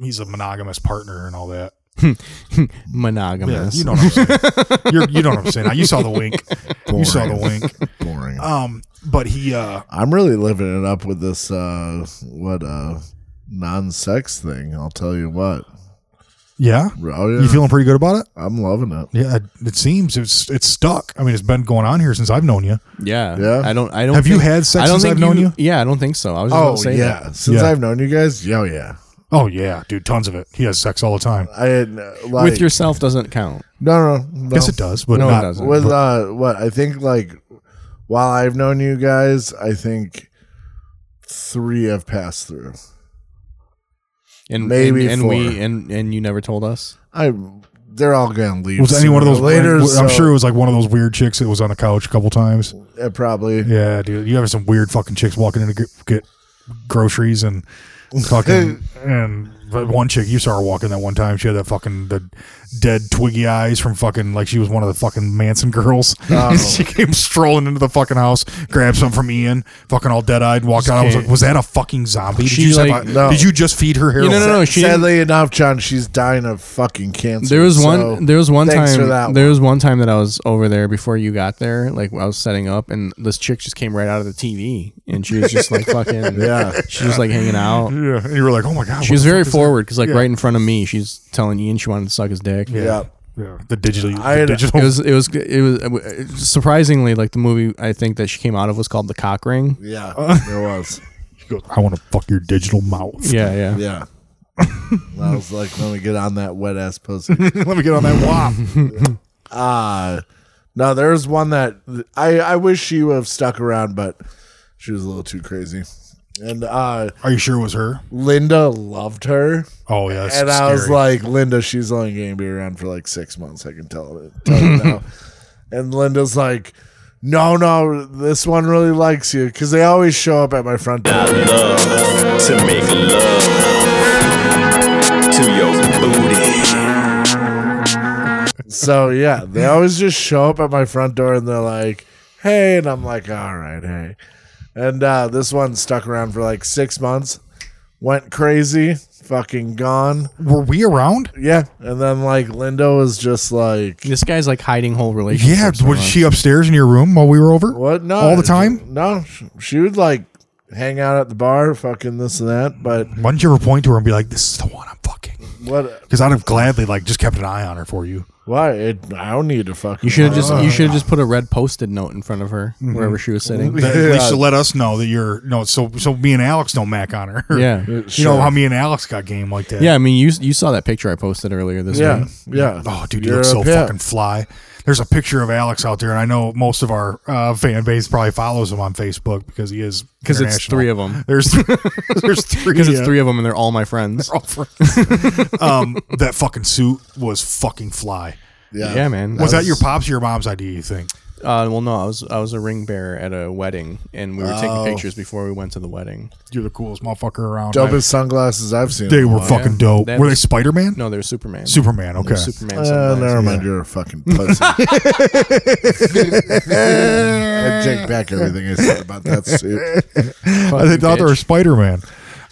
[SPEAKER 3] he's a monogamous partner and all that. Yeah,
[SPEAKER 2] Monogamous.
[SPEAKER 3] you know what I'm saying. You're, you know what I'm saying. You saw the wink. You saw the wink.
[SPEAKER 4] Boring.
[SPEAKER 3] Um, but he, uh,
[SPEAKER 4] I'm really living it up with this. uh What uh non-sex thing? I'll tell you what.
[SPEAKER 3] yeah,
[SPEAKER 4] Oh yeah,
[SPEAKER 3] you feeling pretty good about it?
[SPEAKER 4] I'm loving it.
[SPEAKER 3] Yeah, it, it seems it's it's stuck. I mean, it's been going on here since I've known you.
[SPEAKER 2] Yeah.
[SPEAKER 4] Yeah.
[SPEAKER 2] I don't. I don't.
[SPEAKER 3] Have you
[SPEAKER 2] think-
[SPEAKER 3] had sex
[SPEAKER 2] I don't think
[SPEAKER 3] since I've known you?
[SPEAKER 2] Yeah, I don't think so. I was just about
[SPEAKER 4] Oh
[SPEAKER 2] to say
[SPEAKER 4] yeah,
[SPEAKER 2] that.
[SPEAKER 4] since
[SPEAKER 3] Yeah.
[SPEAKER 4] I've known you guys, yeah, yeah.
[SPEAKER 3] Oh yeah, dude, tons of it. He has sex all the time.
[SPEAKER 4] I had uh, like
[SPEAKER 2] With yourself doesn't count.
[SPEAKER 4] no, no, no.
[SPEAKER 3] Yes, it does, but
[SPEAKER 2] No, it
[SPEAKER 3] not.
[SPEAKER 2] doesn't.
[SPEAKER 4] with uh what I think like while I've known you guys, I think three have passed through.
[SPEAKER 2] And
[SPEAKER 4] Maybe
[SPEAKER 2] and, and
[SPEAKER 4] four.
[SPEAKER 2] we and and you never told us.
[SPEAKER 4] I they're all gonna leave.
[SPEAKER 3] Was any
[SPEAKER 4] sooner
[SPEAKER 3] one of
[SPEAKER 4] or
[SPEAKER 3] those?
[SPEAKER 4] later?
[SPEAKER 3] I'm
[SPEAKER 4] so
[SPEAKER 3] sure it was like one of those weird chicks that was on the couch a couple times.
[SPEAKER 4] it probably.
[SPEAKER 3] Yeah, dude, you have some weird fucking chicks walking in to get, get groceries and fucking and but one chick you saw her walking that one time. She had that fucking the dead twiggy eyes from fucking like she was one of the fucking Manson girls.
[SPEAKER 4] Oh.
[SPEAKER 3] she came strolling into the fucking house, grabbed some from Ian, fucking all dead eyed, walked out. I was like, was that a fucking zombie? Did
[SPEAKER 2] She,
[SPEAKER 3] you just,
[SPEAKER 2] like-
[SPEAKER 3] have a-
[SPEAKER 4] No.
[SPEAKER 3] did you just feed her heroin?
[SPEAKER 2] no, no, no. She didn't-
[SPEAKER 4] Sadly enough, John, she's dying of fucking cancer.
[SPEAKER 2] There was
[SPEAKER 4] so
[SPEAKER 2] one. There was one
[SPEAKER 4] thanks
[SPEAKER 2] time.
[SPEAKER 4] For that
[SPEAKER 2] there was one time that I was over there before you got there. Like I was setting up, and this chick just came right out of the TV, and she was just like fucking.
[SPEAKER 4] Yeah.
[SPEAKER 2] She was like hanging out.
[SPEAKER 3] Yeah, and you were like, oh my god,
[SPEAKER 2] She
[SPEAKER 3] what
[SPEAKER 2] was
[SPEAKER 3] the
[SPEAKER 2] very
[SPEAKER 3] fuck is
[SPEAKER 2] forward because, like,
[SPEAKER 3] Yeah.
[SPEAKER 2] right in front of me, she's telling Ian she wanted to suck his dick.
[SPEAKER 3] that?
[SPEAKER 4] one. Yeah.
[SPEAKER 3] yeah, the digital,
[SPEAKER 4] I
[SPEAKER 3] the
[SPEAKER 4] had-
[SPEAKER 3] digital.
[SPEAKER 2] It was. It was. It was uh, surprisingly like the movie. I think that she came out of was called The Cock Ring.
[SPEAKER 4] Yeah, there was.
[SPEAKER 3] I want to fuck your digital mouth.
[SPEAKER 2] Yeah, yeah.
[SPEAKER 4] Yeah, And I was like, let me get on that wet ass pussy.
[SPEAKER 3] Let me get on that wop.
[SPEAKER 4] Uh no, there's one that I I wish she would have stuck around, but she was a little too crazy. And uh
[SPEAKER 3] Are you sure it was her?
[SPEAKER 4] Linda loved her.
[SPEAKER 3] Oh yeah, that's
[SPEAKER 4] and I was
[SPEAKER 3] scary.
[SPEAKER 4] like, Linda, she's only going to be around for like six months. I can tell it. Tell it now. And Linda's like, no, no, this one really likes you because they always show up at my front door.
[SPEAKER 8] to make love to your booty.
[SPEAKER 4] so yeah, they always just show up at my front door and they're like, hey, and I'm like, all right, hey. And uh, this one stuck around for like six months, went crazy, fucking gone.
[SPEAKER 3] were we around?
[SPEAKER 4] Yeah, and then like Linda was just like,
[SPEAKER 2] This guy's like hiding whole relationships.
[SPEAKER 3] Yeah,
[SPEAKER 2] from
[SPEAKER 3] was
[SPEAKER 2] us.
[SPEAKER 3] she upstairs in your room while we were over?
[SPEAKER 4] What? No.
[SPEAKER 3] all the time.
[SPEAKER 4] No. sh- She would like hang out at the bar, fucking this and that. But
[SPEAKER 3] Why didn't you ever point to her and be like, "This is the one I'm fucking"?
[SPEAKER 4] what?
[SPEAKER 3] Because I'd have gladly like just kept an eye on her for you.
[SPEAKER 4] Why? It, I don't need to fucking.
[SPEAKER 2] You should have just
[SPEAKER 3] Oh,
[SPEAKER 2] you should have just put a red post-it note in front of her
[SPEAKER 3] Mm-hmm.
[SPEAKER 2] wherever she was sitting.
[SPEAKER 3] That At least to let us know that you're no. So so me and Alex don't mac on her.
[SPEAKER 2] Yeah.
[SPEAKER 3] you know how me and Alex got game like that.
[SPEAKER 2] Yeah, I mean you you saw that picture I posted earlier this
[SPEAKER 4] Yeah.
[SPEAKER 2] week.
[SPEAKER 4] Yeah.
[SPEAKER 3] Oh, dude, you
[SPEAKER 4] You're
[SPEAKER 3] look
[SPEAKER 4] a
[SPEAKER 3] so
[SPEAKER 4] pimp.
[SPEAKER 3] fucking fly. There's a picture of Alex out there, and I know most of our uh, fan base probably follows him on Facebook because he is
[SPEAKER 2] Because it's
[SPEAKER 3] international.
[SPEAKER 2] three of them.
[SPEAKER 3] There's there's three
[SPEAKER 2] Because
[SPEAKER 3] uh,
[SPEAKER 2] it's three of them and they're all my friends.
[SPEAKER 3] um, that fucking suit was fucking fly.
[SPEAKER 4] Yeah.
[SPEAKER 2] Yeah, man.
[SPEAKER 3] Was, that your pops or your mom's idea? You think?
[SPEAKER 2] Uh, well, no, I was I was a ring bearer at a wedding, and we were
[SPEAKER 3] Oh.
[SPEAKER 2] taking pictures before we went to the wedding.
[SPEAKER 3] You're the coolest motherfucker around.
[SPEAKER 4] Dopest sunglasses I've seen.
[SPEAKER 3] They
[SPEAKER 4] in a
[SPEAKER 3] were
[SPEAKER 4] while.
[SPEAKER 3] fucking
[SPEAKER 2] Yeah.
[SPEAKER 3] dope.
[SPEAKER 2] That
[SPEAKER 3] were they
[SPEAKER 2] was-
[SPEAKER 3] Spider Man?
[SPEAKER 2] No, they're Superman.
[SPEAKER 3] Superman. Okay.
[SPEAKER 2] They're Superman.
[SPEAKER 4] Uh,
[SPEAKER 2] sunglasses.
[SPEAKER 4] never mind. You're a fucking pussy. I take back everything I said about that suit.
[SPEAKER 3] I
[SPEAKER 2] you,
[SPEAKER 3] thought they were
[SPEAKER 2] bitch.
[SPEAKER 3] Spider Man.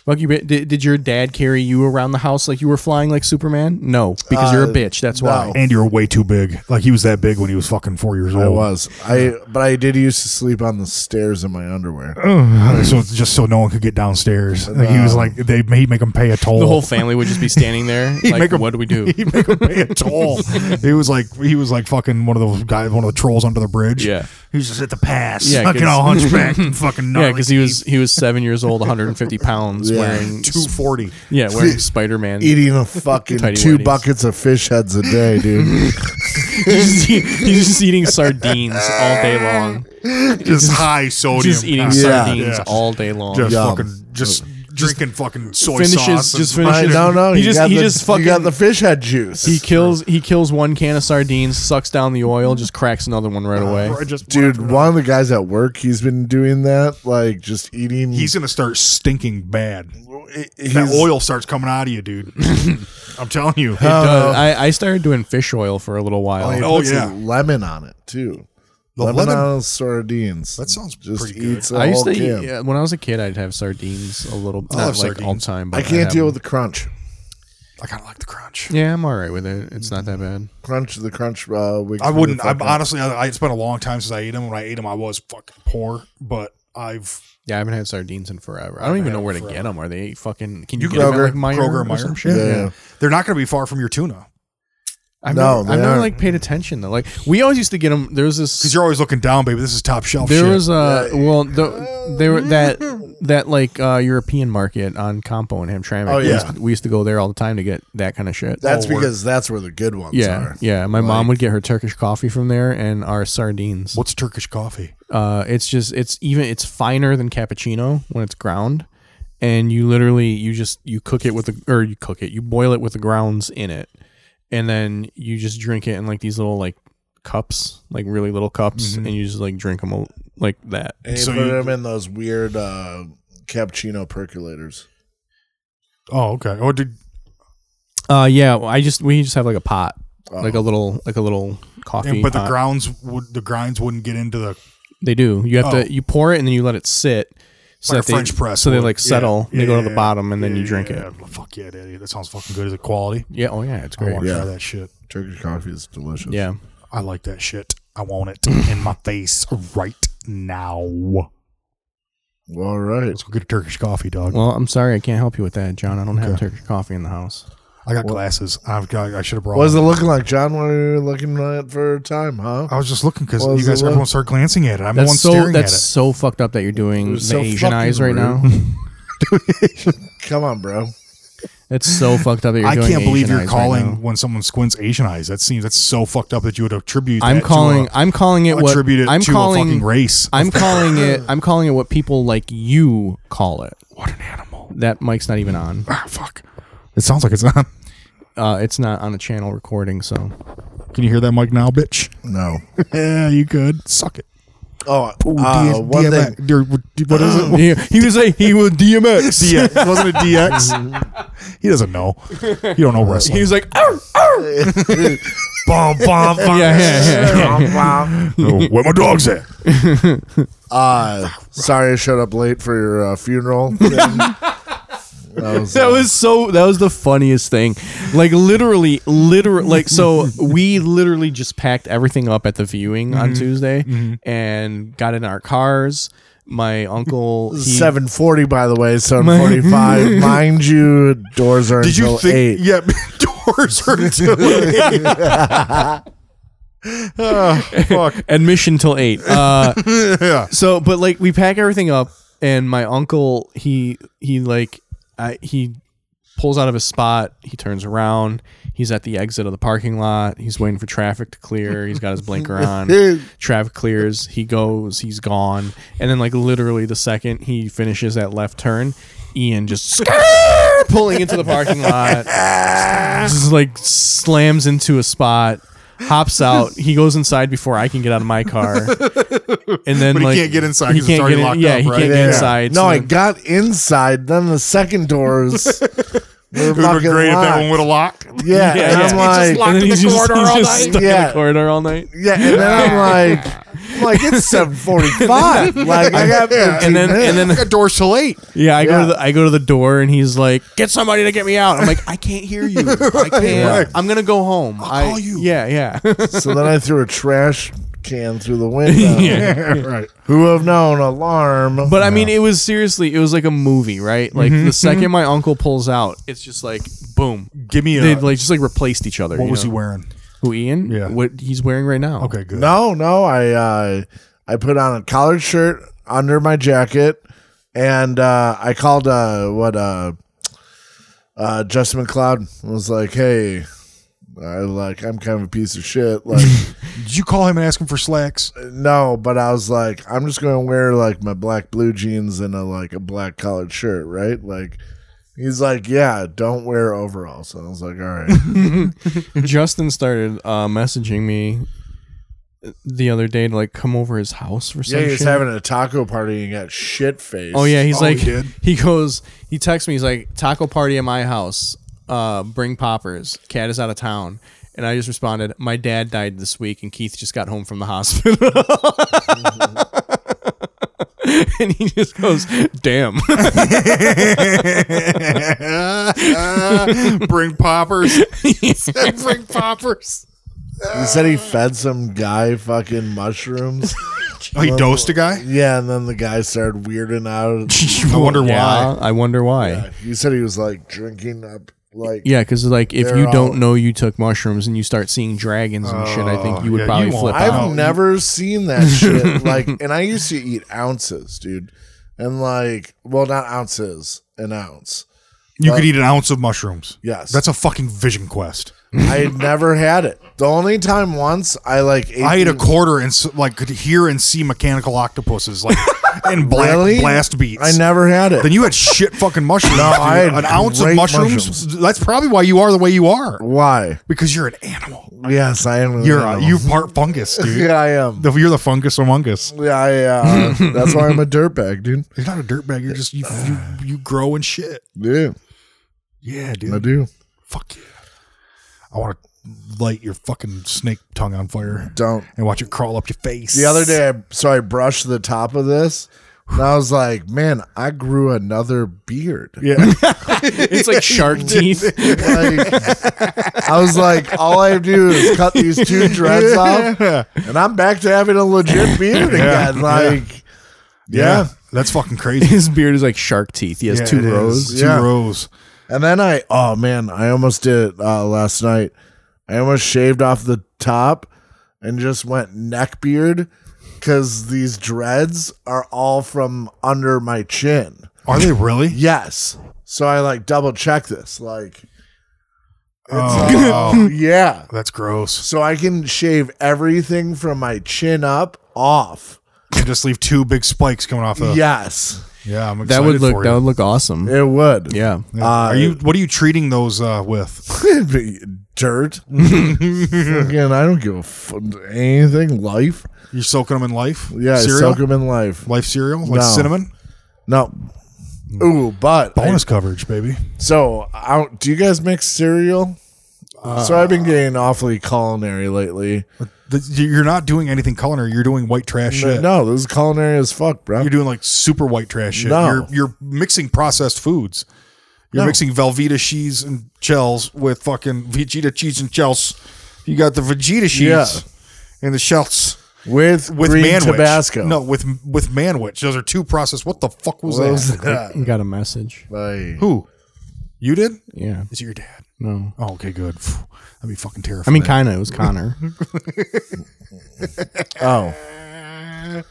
[SPEAKER 2] Fuck you, bi- did, did your dad carry you around the house like you were flying like Superman? No, because
[SPEAKER 3] Uh,
[SPEAKER 2] you're a bitch. That's why.
[SPEAKER 3] And you were way too big. Like he was that big when he was fucking four years old.
[SPEAKER 2] Oh.
[SPEAKER 4] I was. I but I did used to sleep on the stairs in my underwear.
[SPEAKER 2] Oh.
[SPEAKER 3] So it's just so no one could get downstairs. Like, he was like they made make him pay a toll.
[SPEAKER 2] The whole family would just be standing there.
[SPEAKER 3] He'd
[SPEAKER 2] like,
[SPEAKER 3] make 'em-
[SPEAKER 2] what do we do?
[SPEAKER 3] He'd make him pay a toll. he was like he was like fucking one of those guys, one of the trolls under the bridge.
[SPEAKER 2] Yeah.
[SPEAKER 3] he was just at the pass,
[SPEAKER 2] Yeah,
[SPEAKER 3] fucking
[SPEAKER 2] 'cause-
[SPEAKER 3] all hunchbacked, and fucking
[SPEAKER 2] Yeah,
[SPEAKER 3] gnarly
[SPEAKER 2] because he was he was seven years old, 150 pounds,
[SPEAKER 4] Yeah.
[SPEAKER 2] wearing
[SPEAKER 3] two forty.
[SPEAKER 2] yeah wearing Spider Man.
[SPEAKER 4] Eating a fucking
[SPEAKER 2] Tidy
[SPEAKER 4] two
[SPEAKER 2] whities.
[SPEAKER 4] buckets of fish heads a day, dude.
[SPEAKER 2] He's, just eat- he's just eating sardines all day long.
[SPEAKER 3] just high sodium.
[SPEAKER 2] Just eating
[SPEAKER 3] content.
[SPEAKER 4] Yeah.
[SPEAKER 2] sardines
[SPEAKER 3] Yeah.
[SPEAKER 2] all day long.
[SPEAKER 3] Just
[SPEAKER 4] Yum.
[SPEAKER 3] fucking just drinking fucking soy
[SPEAKER 2] finishes-
[SPEAKER 3] sauce. and
[SPEAKER 2] just finishes-
[SPEAKER 4] I, no, no.
[SPEAKER 2] He
[SPEAKER 4] you
[SPEAKER 2] just-
[SPEAKER 4] got
[SPEAKER 2] he
[SPEAKER 4] the-
[SPEAKER 2] just
[SPEAKER 4] you got
[SPEAKER 2] fucking-
[SPEAKER 4] the fish head juice.
[SPEAKER 2] He kills he kills one can of sardines, sucks down the oil, just cracks another one right away.
[SPEAKER 3] fucking- just-
[SPEAKER 4] Dude, one of the guys at work, he's been doing that, like just eating.
[SPEAKER 3] He's gonna start stinking bad.
[SPEAKER 4] he's-
[SPEAKER 3] That oil starts coming out of you, dude. I'm telling you.
[SPEAKER 2] It
[SPEAKER 4] Uh,
[SPEAKER 2] does. I, I started doing fish oil for a little while.
[SPEAKER 4] he
[SPEAKER 3] Oh,
[SPEAKER 4] puts
[SPEAKER 3] yeah.
[SPEAKER 4] lemon on it too.
[SPEAKER 3] The
[SPEAKER 4] lemon,
[SPEAKER 3] lemon-
[SPEAKER 4] on sardines.
[SPEAKER 3] That sounds
[SPEAKER 4] just
[SPEAKER 3] pretty good.
[SPEAKER 4] eats a
[SPEAKER 2] I used to
[SPEAKER 4] whole can.
[SPEAKER 2] eat, yeah, when I was a kid. I'd have sardines a little, not like
[SPEAKER 3] love
[SPEAKER 2] all the
[SPEAKER 3] sardines.
[SPEAKER 2] time. But
[SPEAKER 4] I can't
[SPEAKER 2] have
[SPEAKER 3] um,
[SPEAKER 4] deal with
[SPEAKER 2] them.
[SPEAKER 4] the crunch.
[SPEAKER 3] I kind of like the crunch.
[SPEAKER 2] Yeah, I'm all right with it. It's not that bad.
[SPEAKER 4] Crunch the crunch. Uh, wakes
[SPEAKER 3] I
[SPEAKER 4] me the
[SPEAKER 3] wouldn't. I
[SPEAKER 4] fuck up.
[SPEAKER 3] honestly, I, it's been a long time since I ate them. When I ate them, I was fucking poor, but I've
[SPEAKER 2] Yeah, I haven't had sardines in forever. I don't even know where to get them. Are they fucking? Can you,
[SPEAKER 3] You
[SPEAKER 2] get them at
[SPEAKER 4] Kroger-
[SPEAKER 2] like Meijer
[SPEAKER 3] Kroger
[SPEAKER 2] or
[SPEAKER 3] Meyer.
[SPEAKER 2] some shit?
[SPEAKER 4] Yeah.
[SPEAKER 3] They're not going to be far from your tuna
[SPEAKER 2] I've
[SPEAKER 4] No,
[SPEAKER 2] never,
[SPEAKER 4] they
[SPEAKER 2] I've never
[SPEAKER 4] aren't.
[SPEAKER 2] like paid attention though. Like we always used to get them. There was
[SPEAKER 3] because
[SPEAKER 2] this.
[SPEAKER 3] you're always looking down, baby. This is top shelf.
[SPEAKER 2] There
[SPEAKER 3] shit.
[SPEAKER 2] was a well, the, there were that that like uh, European market on Compo and Hamtramck.
[SPEAKER 4] Oh,
[SPEAKER 2] we,
[SPEAKER 4] yeah.
[SPEAKER 2] used to, we used to go there all the time to get that kind of shit.
[SPEAKER 4] That's
[SPEAKER 3] Oh, we're-
[SPEAKER 4] because that's where the good ones
[SPEAKER 2] yeah,
[SPEAKER 4] are.
[SPEAKER 2] yeah. My mom would get her Turkish coffee from there and our sardines.
[SPEAKER 3] what's Turkish coffee?
[SPEAKER 2] Uh, it's just it's even it's finer than cappuccino when it's ground, and you literally you just you cook it with the or you cook it you boil it with the grounds in it, and then you just drink it in like these little like cups like really little cups
[SPEAKER 3] Mm-hmm.
[SPEAKER 2] and you just like drink them like that.
[SPEAKER 4] And you
[SPEAKER 3] So
[SPEAKER 4] put
[SPEAKER 3] you-
[SPEAKER 4] them in those weird uh, cappuccino percolators.
[SPEAKER 3] Oh, okay. Or did
[SPEAKER 2] Uh, yeah. Well, I just we just have like a pot, like a little like a little coffee.
[SPEAKER 3] Oh. and, but the
[SPEAKER 2] pot.
[SPEAKER 3] grounds would the grinds wouldn't get into the
[SPEAKER 2] they do. You have
[SPEAKER 3] Oh.
[SPEAKER 2] to you pour it and then you let it sit. So
[SPEAKER 3] Like a
[SPEAKER 2] that they,
[SPEAKER 3] French press
[SPEAKER 2] so they
[SPEAKER 3] would.
[SPEAKER 2] like
[SPEAKER 3] Yeah.
[SPEAKER 2] settle. They
[SPEAKER 3] Yeah,
[SPEAKER 2] go to
[SPEAKER 3] yeah,
[SPEAKER 2] the
[SPEAKER 3] yeah.
[SPEAKER 2] bottom and then you drink
[SPEAKER 3] Yeah,
[SPEAKER 2] it.
[SPEAKER 3] fuck yeah, dude. That sounds fucking good. Is it quality?
[SPEAKER 2] Yeah. Oh yeah, it's
[SPEAKER 3] I
[SPEAKER 2] great.
[SPEAKER 3] want to
[SPEAKER 4] Yeah.
[SPEAKER 3] try that shit.
[SPEAKER 4] Turkish coffee is delicious.
[SPEAKER 2] Yeah.
[SPEAKER 3] I like that shit. I want it in my face right now.
[SPEAKER 4] All right.
[SPEAKER 3] Let's go get a Turkish coffee, dog.
[SPEAKER 2] Well, I'm sorry, I can't help you with that, John. I don't have Turkish coffee in the house.
[SPEAKER 3] I got glasses. I've got. I should have brought.
[SPEAKER 4] What is it
[SPEAKER 3] them.
[SPEAKER 4] looking like, John? What are you looking at for time, huh?
[SPEAKER 3] I was just looking because
[SPEAKER 4] What was
[SPEAKER 3] you guys,
[SPEAKER 4] it look-
[SPEAKER 3] everyone started glancing at it. I'm the
[SPEAKER 2] That's
[SPEAKER 3] one
[SPEAKER 2] so
[SPEAKER 3] staring
[SPEAKER 2] that's
[SPEAKER 3] at
[SPEAKER 2] so fucked up that you're doing the
[SPEAKER 4] It's so
[SPEAKER 2] Asian eyes right
[SPEAKER 4] fucking
[SPEAKER 2] now.
[SPEAKER 4] Come on, bro.
[SPEAKER 2] It's so fucked up that you're
[SPEAKER 3] I
[SPEAKER 2] doing
[SPEAKER 3] can't believe
[SPEAKER 2] Asian
[SPEAKER 3] you're
[SPEAKER 2] eyes right
[SPEAKER 3] calling
[SPEAKER 2] now.
[SPEAKER 3] when someone squints Asian eyes. That seems that's so fucked up that you would attribute.
[SPEAKER 2] I'm
[SPEAKER 3] that to
[SPEAKER 2] calling.
[SPEAKER 3] a-
[SPEAKER 2] I'm calling it what.
[SPEAKER 3] attribute it
[SPEAKER 2] I'm
[SPEAKER 3] to a
[SPEAKER 2] calling
[SPEAKER 3] fucking race.
[SPEAKER 2] I'm calling it. I'm calling it what people like you call it. What an animal. That mic's not even on.
[SPEAKER 3] Ah, fuck. It sounds like it's not.
[SPEAKER 2] Uh, it's not on a channel recording. So
[SPEAKER 3] Can you hear that mic now, bitch?
[SPEAKER 4] No.
[SPEAKER 3] yeah, you could suck it.
[SPEAKER 4] Oh,
[SPEAKER 3] Ooh,
[SPEAKER 4] uh,
[SPEAKER 3] D-
[SPEAKER 4] one
[SPEAKER 3] DMX.
[SPEAKER 4] thing.
[SPEAKER 3] Dude, what- dude, What is it?
[SPEAKER 2] he, he was like he was DMX.
[SPEAKER 3] DX. Wasn't it DX? he doesn't know. You don't know wrestling.
[SPEAKER 2] He was like, "Arr!"
[SPEAKER 3] bomb, bomb, bomb.
[SPEAKER 2] yeah, yeah, yeah.
[SPEAKER 3] Oh, Where my dogs at?
[SPEAKER 4] Uh, sorry, I showed up late for your uh, funeral. thing. that was,
[SPEAKER 2] That was so. That was the funniest thing. Like literally, literally. Like so, we literally just packed everything up at the viewing on Tuesday and got in our cars. My uncle. He,
[SPEAKER 4] seven forty, by the way. Seven forty-five, mind you. Doors are
[SPEAKER 3] Did
[SPEAKER 4] until
[SPEAKER 3] you think?
[SPEAKER 4] eight.
[SPEAKER 3] Yeah, doors are until eight. Ah, fuck.
[SPEAKER 2] admission till eight. Uh,
[SPEAKER 3] Yeah.
[SPEAKER 2] so, but like we pack everything up, and my uncle he he like I, he pulls out of his spot. He turns around. He's at the exit of the parking lot. He's waiting for traffic to clear. He's got his blinker on. traffic clears. He goes. He's gone. And then like literally the second he finishes that left turn, Ian just. pulling into the parking lot just like slams into a spot hops out he goes inside before i can get out of my car and then
[SPEAKER 3] But he
[SPEAKER 2] like
[SPEAKER 3] can't get inside
[SPEAKER 2] he
[SPEAKER 3] 'cause it's
[SPEAKER 2] can't
[SPEAKER 3] already
[SPEAKER 2] get in,
[SPEAKER 3] locked
[SPEAKER 2] yeah
[SPEAKER 3] up,
[SPEAKER 2] he
[SPEAKER 3] right?
[SPEAKER 2] can't
[SPEAKER 3] Yeah.
[SPEAKER 2] get inside
[SPEAKER 4] No,
[SPEAKER 2] so
[SPEAKER 4] I
[SPEAKER 2] then-
[SPEAKER 4] got inside. Then the second doors. Were
[SPEAKER 3] It would have been great if that one would have locked.
[SPEAKER 4] Yeah,
[SPEAKER 2] Yeah,
[SPEAKER 4] and
[SPEAKER 2] yeah. He just
[SPEAKER 4] I'm like,
[SPEAKER 2] and then he's just, he's just stuck in
[SPEAKER 4] Yeah.
[SPEAKER 2] the corridor all night
[SPEAKER 4] yeah, and then I'm like, I'm like it's seven forty-five. like I got,
[SPEAKER 2] and then and then
[SPEAKER 3] I got doors till eight.
[SPEAKER 2] yeah i go
[SPEAKER 4] Yeah.
[SPEAKER 2] to the i go to the door and he's like get somebody to get me out i'm like i can't hear you i can't
[SPEAKER 3] Right.
[SPEAKER 2] i'm gonna go home I'll
[SPEAKER 3] call you.
[SPEAKER 2] yeah yeah
[SPEAKER 4] so then I threw a trash can through the window.
[SPEAKER 3] right.
[SPEAKER 4] Who have known alarm?
[SPEAKER 2] But I mean, it was seriously, it was like a movie, right? Like
[SPEAKER 3] Mm-hmm,
[SPEAKER 2] the 2nd my uncle pulls out, it's just like boom.
[SPEAKER 3] Give me a.
[SPEAKER 2] They like just like replaced each other.
[SPEAKER 3] what
[SPEAKER 2] you
[SPEAKER 3] was he
[SPEAKER 2] know?
[SPEAKER 3] wearing?
[SPEAKER 2] Who Ian?
[SPEAKER 3] Yeah.
[SPEAKER 2] What he's wearing right now?
[SPEAKER 3] Okay, good.
[SPEAKER 4] no, no, I uh, I put on a collared shirt under my jacket, and uh, I called uh, what uh, uh, Justin McLeod and was like, hey. I like I'm kind of a piece of shit. Like,
[SPEAKER 3] Did you call him and ask him for slacks?
[SPEAKER 4] no, but I was like, I'm just gonna wear like my black blue jeans and a like a black collared shirt, right? Like, he's like, yeah, don't wear overalls. So I was like, all right.
[SPEAKER 2] Justin started uh, messaging me the other day to like come over his house for
[SPEAKER 4] Yeah,
[SPEAKER 2] some
[SPEAKER 4] he was
[SPEAKER 2] shit.
[SPEAKER 4] having a taco party and got shit faced.
[SPEAKER 2] oh yeah, he's
[SPEAKER 3] Oh, he
[SPEAKER 2] like
[SPEAKER 3] did?
[SPEAKER 2] he, goes he texts me, he's like, Taco party at my house. Uh bring poppers. Cat is out of town. And I just responded, My dad died this week and Keith just got home from the hospital. and he just goes, Damn.
[SPEAKER 3] Bring poppers. Bring poppers.
[SPEAKER 4] He said he fed some guy fucking mushrooms.
[SPEAKER 3] Oh, he dosed a guy.
[SPEAKER 4] yeah, and then the guy started weirding out.
[SPEAKER 3] I wonder why.
[SPEAKER 2] Yeah, I wonder why.
[SPEAKER 4] He said he was like drinking up like
[SPEAKER 2] Yeah, because like if
[SPEAKER 4] They're
[SPEAKER 2] you don't
[SPEAKER 4] all-
[SPEAKER 2] know you took mushrooms and you start seeing dragons and shit, I think you would
[SPEAKER 3] Oh, yeah,
[SPEAKER 2] probably
[SPEAKER 3] you won't.
[SPEAKER 2] flip
[SPEAKER 4] I've
[SPEAKER 2] out.
[SPEAKER 4] never seen that shit. Like, and I used to eat ounces, dude. And like, well, not ounces, an ounce.
[SPEAKER 3] You could eat an ounce of mushrooms.
[SPEAKER 4] Yes.
[SPEAKER 3] That's a fucking vision quest.
[SPEAKER 4] I had never had it. The only time once I like ate,
[SPEAKER 3] I ate a
[SPEAKER 4] the-
[SPEAKER 3] quarter and s- like could hear and see mechanical octopuses like and black
[SPEAKER 4] Really?
[SPEAKER 3] blast beats.
[SPEAKER 4] I never had it.
[SPEAKER 3] Then you had shit fucking mushrooms.
[SPEAKER 4] No,
[SPEAKER 3] dude.
[SPEAKER 4] I had
[SPEAKER 3] an ounce of
[SPEAKER 4] great
[SPEAKER 3] mushrooms,
[SPEAKER 4] mushrooms.
[SPEAKER 3] That's probably why you are the way you are
[SPEAKER 4] Why?
[SPEAKER 3] because you're an animal.
[SPEAKER 4] Yes, I am. an
[SPEAKER 3] You're a,
[SPEAKER 4] animal.
[SPEAKER 3] you part fungus, dude.
[SPEAKER 4] Yeah, I am.
[SPEAKER 3] The- you're the fungus among us.
[SPEAKER 4] Yeah, I, uh, that's why I'm a dirtbag, dude.
[SPEAKER 3] You're not a dirtbag. You're just you, you you grow and shit.
[SPEAKER 4] Yeah,
[SPEAKER 3] Yeah,
[SPEAKER 4] I
[SPEAKER 3] dude.
[SPEAKER 4] do.
[SPEAKER 3] Fuck yeah. I want to light your fucking snake tongue on fire
[SPEAKER 4] Don't.
[SPEAKER 3] and watch it crawl up your face.
[SPEAKER 4] The other day, I, so I brushed the top of this, and I was like, "Man, I grew another beard."
[SPEAKER 3] Yeah.
[SPEAKER 2] It's like shark teeth.
[SPEAKER 4] Like, I was like, "All I do is cut these two dreads off, and I'm back to having a legit beard again." Like, yeah.
[SPEAKER 3] Yeah, that's fucking crazy.
[SPEAKER 2] His beard is like shark teeth. He has
[SPEAKER 3] Yeah,
[SPEAKER 2] two
[SPEAKER 3] it is.
[SPEAKER 2] rows.
[SPEAKER 3] Two
[SPEAKER 4] Yeah.
[SPEAKER 3] rows.
[SPEAKER 4] And then I, oh man, I almost did it uh, last night. I almost shaved off the top and just went neck beard because these dreads are all from under my chin.
[SPEAKER 3] Are they really?
[SPEAKER 4] Yes. So I like double check this. Like,
[SPEAKER 3] Oh,
[SPEAKER 4] yeah.
[SPEAKER 3] that's gross.
[SPEAKER 4] So I can shave everything from my chin up off.
[SPEAKER 3] And just leave two big spikes coming off the.
[SPEAKER 4] Yes.
[SPEAKER 3] yeah. I'm
[SPEAKER 2] That
[SPEAKER 3] excited
[SPEAKER 2] would
[SPEAKER 3] for
[SPEAKER 2] look
[SPEAKER 3] you.
[SPEAKER 2] that would look awesome.
[SPEAKER 4] It would. Uh,
[SPEAKER 2] Yeah.
[SPEAKER 3] Yeah. are you? What are you treating those uh, with?
[SPEAKER 4] Be dirt. Again, I don't give a fuck anything. Life.
[SPEAKER 3] You're soaking them in life.
[SPEAKER 4] Yeah,
[SPEAKER 3] cereal.
[SPEAKER 4] soak them in life.
[SPEAKER 3] life cereal like
[SPEAKER 4] No.
[SPEAKER 3] cinnamon.
[SPEAKER 4] No. Ooh, but
[SPEAKER 3] Bonus coverage, baby.
[SPEAKER 4] so I, do you guys mix cereal? so I've been getting awfully culinary lately.
[SPEAKER 3] The- You're not doing anything culinary. You're doing white trash shit.
[SPEAKER 4] No, this is culinary as fuck, bro.
[SPEAKER 3] You're doing like super white trash shit.
[SPEAKER 4] No.
[SPEAKER 3] You're you're mixing processed foods. You're
[SPEAKER 4] No.
[SPEAKER 3] mixing Velveeta cheese and shells with fucking Vegeta cheese and shells. You got the Vegeta cheese
[SPEAKER 4] Yeah.
[SPEAKER 3] and the shells
[SPEAKER 4] with
[SPEAKER 3] with
[SPEAKER 4] green
[SPEAKER 3] manwich.
[SPEAKER 4] Tabasco.
[SPEAKER 3] No, with with manwich. Those are two processed. What the fuck was
[SPEAKER 4] What
[SPEAKER 3] that?
[SPEAKER 4] was that?
[SPEAKER 2] Got a message.
[SPEAKER 4] Like,
[SPEAKER 3] Who? You did?
[SPEAKER 2] Yeah.
[SPEAKER 3] Is it your dad?
[SPEAKER 2] No.
[SPEAKER 3] Oh, okay, good. Phew. That'd be fucking
[SPEAKER 2] I
[SPEAKER 3] terrifying.
[SPEAKER 2] mean, kind of. It was Connor.
[SPEAKER 4] oh.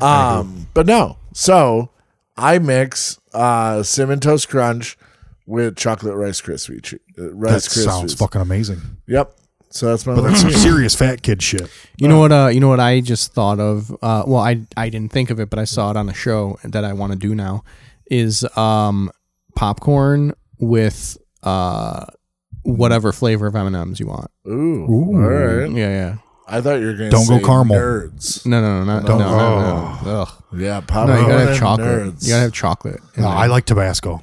[SPEAKER 4] Um, but no. So I mix uh cinnamon toast crunch with chocolate rice krispie tre- uh,
[SPEAKER 3] that
[SPEAKER 4] rice krispies.
[SPEAKER 3] sounds fucking amazing.
[SPEAKER 4] Yep. So that's my
[SPEAKER 3] But that's
[SPEAKER 4] little-
[SPEAKER 3] some serious fat kid shit.
[SPEAKER 2] You know what? Uh, you know what? I just thought of. Uh, well, I I didn't think of it, but I saw it on a show that I want to do now. Is um popcorn with uh whatever flavor of M and M's you want.
[SPEAKER 4] Ooh, All right.
[SPEAKER 2] Yeah, yeah.
[SPEAKER 4] I thought you were going to
[SPEAKER 3] Don't
[SPEAKER 4] say
[SPEAKER 3] go caramel.
[SPEAKER 4] Nerds.
[SPEAKER 2] No, no, no, not,
[SPEAKER 3] Don't-
[SPEAKER 2] no, no, no, Ugh.
[SPEAKER 4] Yeah,
[SPEAKER 2] No,
[SPEAKER 4] popcorn
[SPEAKER 2] you gotta have
[SPEAKER 4] and
[SPEAKER 2] chocolate.
[SPEAKER 4] Nerds.
[SPEAKER 2] You gotta have chocolate. in
[SPEAKER 3] No,
[SPEAKER 2] there.
[SPEAKER 3] I like Tabasco,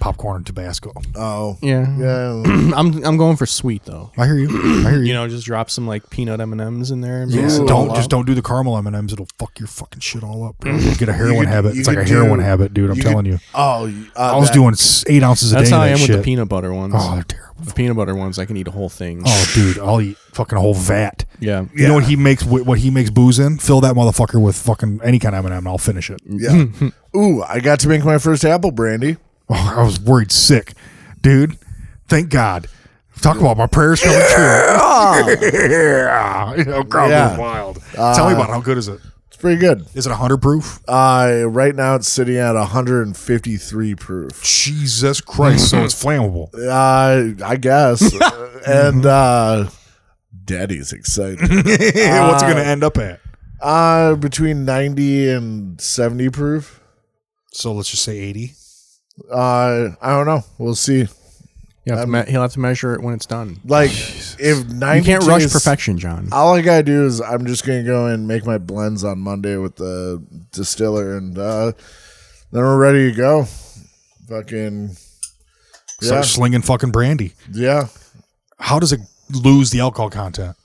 [SPEAKER 3] popcorn and Tabasco.
[SPEAKER 4] oh.
[SPEAKER 2] yeah.
[SPEAKER 4] Yeah.
[SPEAKER 2] I'm I'm going for sweet though.
[SPEAKER 3] I hear you. I hear you.
[SPEAKER 2] You know, just drop some like peanut M and M's in there. and
[SPEAKER 3] Yeah,
[SPEAKER 2] mix it
[SPEAKER 3] don't
[SPEAKER 2] all
[SPEAKER 3] just
[SPEAKER 2] up.
[SPEAKER 3] don't do the caramel M and M's. It'll fuck your fucking shit all up. Bro. You'll Get a heroin
[SPEAKER 4] could-
[SPEAKER 3] habit.
[SPEAKER 4] you
[SPEAKER 3] It's like a
[SPEAKER 4] could
[SPEAKER 3] heroin
[SPEAKER 4] do-
[SPEAKER 3] habit, dude. I'm
[SPEAKER 4] you
[SPEAKER 3] telling
[SPEAKER 4] could-
[SPEAKER 3] you.
[SPEAKER 4] Oh, you- uh,
[SPEAKER 3] I was
[SPEAKER 4] that-
[SPEAKER 3] doing s- eight ounces a
[SPEAKER 2] That's
[SPEAKER 3] day.
[SPEAKER 2] how I
[SPEAKER 3] of that
[SPEAKER 2] am with the
[SPEAKER 3] shit.
[SPEAKER 2] peanut butter ones.
[SPEAKER 3] Oh, they're terrible.
[SPEAKER 2] The peanut butter ones, I can eat a whole thing.
[SPEAKER 3] Oh, dude, I'll eat fucking a whole vat.
[SPEAKER 2] Yeah.
[SPEAKER 3] You know what he makes? wh- What he makes booze in? Fill that motherfucker with fucking any kind of M and M, and I'll finish it.
[SPEAKER 4] Yeah. Ooh, I got to make my first apple brandy.
[SPEAKER 3] Oh, I was worried sick, dude. Thank God. Talk about my prayers coming true. yeah, you know, God, it was
[SPEAKER 4] Yeah.
[SPEAKER 3] wild. Tell me about it. how good is it?
[SPEAKER 4] It's pretty good.
[SPEAKER 3] Is it hundred proof?
[SPEAKER 4] Uh, right now it's sitting at 153 proof.
[SPEAKER 3] Jesus Christ! so it's flammable.
[SPEAKER 4] Uh, I guess. Uh, and
[SPEAKER 2] Mm-hmm.
[SPEAKER 4] uh, Daddy's excited.
[SPEAKER 3] What's it going to end up at?
[SPEAKER 4] uh, between 90 and 70 proof.
[SPEAKER 3] So let's just say eighty.
[SPEAKER 4] Uh, I don't know. We'll see.
[SPEAKER 2] You have to me- he'll have to measure it when it's done.
[SPEAKER 4] Like if 90
[SPEAKER 2] You can't rush
[SPEAKER 4] tastes-
[SPEAKER 2] perfection, John.
[SPEAKER 4] All I gotta do is I'm just gonna go and make my blends on Monday with the distiller, and uh, then we're ready to go. Fucking
[SPEAKER 3] Start
[SPEAKER 4] Yeah.
[SPEAKER 3] slinging fucking brandy.
[SPEAKER 4] yeah.
[SPEAKER 3] How does it lose the alcohol content?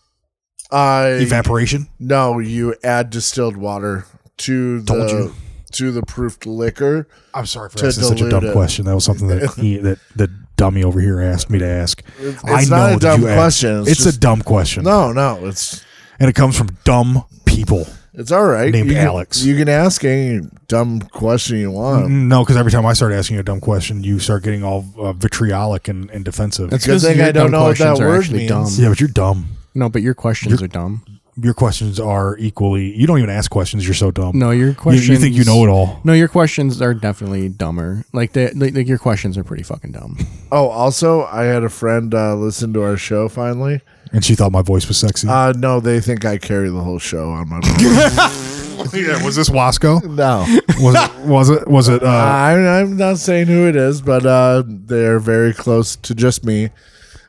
[SPEAKER 4] I
[SPEAKER 3] Evaporation.
[SPEAKER 4] no, you add distilled water to
[SPEAKER 3] Told
[SPEAKER 4] the
[SPEAKER 3] you.
[SPEAKER 4] to the proofed liquor.
[SPEAKER 3] I'm sorry for
[SPEAKER 4] To
[SPEAKER 3] asking such a
[SPEAKER 4] dilute
[SPEAKER 3] dumb
[SPEAKER 4] it.
[SPEAKER 3] question. That was something that he, that the dummy over here asked me to ask. I
[SPEAKER 4] it's
[SPEAKER 3] know
[SPEAKER 4] not a
[SPEAKER 3] that
[SPEAKER 4] dumb
[SPEAKER 3] you asked-
[SPEAKER 4] question, it's
[SPEAKER 3] It's, a
[SPEAKER 4] just-
[SPEAKER 3] dumb question.
[SPEAKER 4] No, no, it's
[SPEAKER 3] and it comes from dumb people.
[SPEAKER 4] it's all right.
[SPEAKER 3] Named
[SPEAKER 4] you can,
[SPEAKER 3] Alex. Mm-hmm.
[SPEAKER 4] You can ask any dumb question you want.
[SPEAKER 3] No, because every time I start asking you a dumb question, you start getting all uh, vitriolic and, and defensive.
[SPEAKER 4] Good thing
[SPEAKER 2] your
[SPEAKER 4] I
[SPEAKER 2] dumb
[SPEAKER 4] don't know what
[SPEAKER 2] questions
[SPEAKER 4] that
[SPEAKER 2] are
[SPEAKER 4] word
[SPEAKER 2] actually
[SPEAKER 4] means.
[SPEAKER 2] dumb.
[SPEAKER 3] yeah, but you're dumb.
[SPEAKER 2] No, but your questions are dumb.
[SPEAKER 3] Your questions are equally. You don't even ask questions. You're so dumb.
[SPEAKER 2] No, your
[SPEAKER 3] You-
[SPEAKER 2] questions.
[SPEAKER 3] You, think you know it all.
[SPEAKER 2] No, your questions are definitely dumber. Like that, like, like your questions are pretty fucking dumb.
[SPEAKER 4] Oh, also, I had a friend uh, listen to our show finally.
[SPEAKER 3] And she thought my voice was sexy.
[SPEAKER 4] Uh, no, they think I carry the whole show on my. back.
[SPEAKER 3] yeah, was this Wasco?
[SPEAKER 4] no,
[SPEAKER 3] Was it? Was it? Was it? Uh,
[SPEAKER 4] I'm, I'm not saying who it is, but uh, they're very close to just me.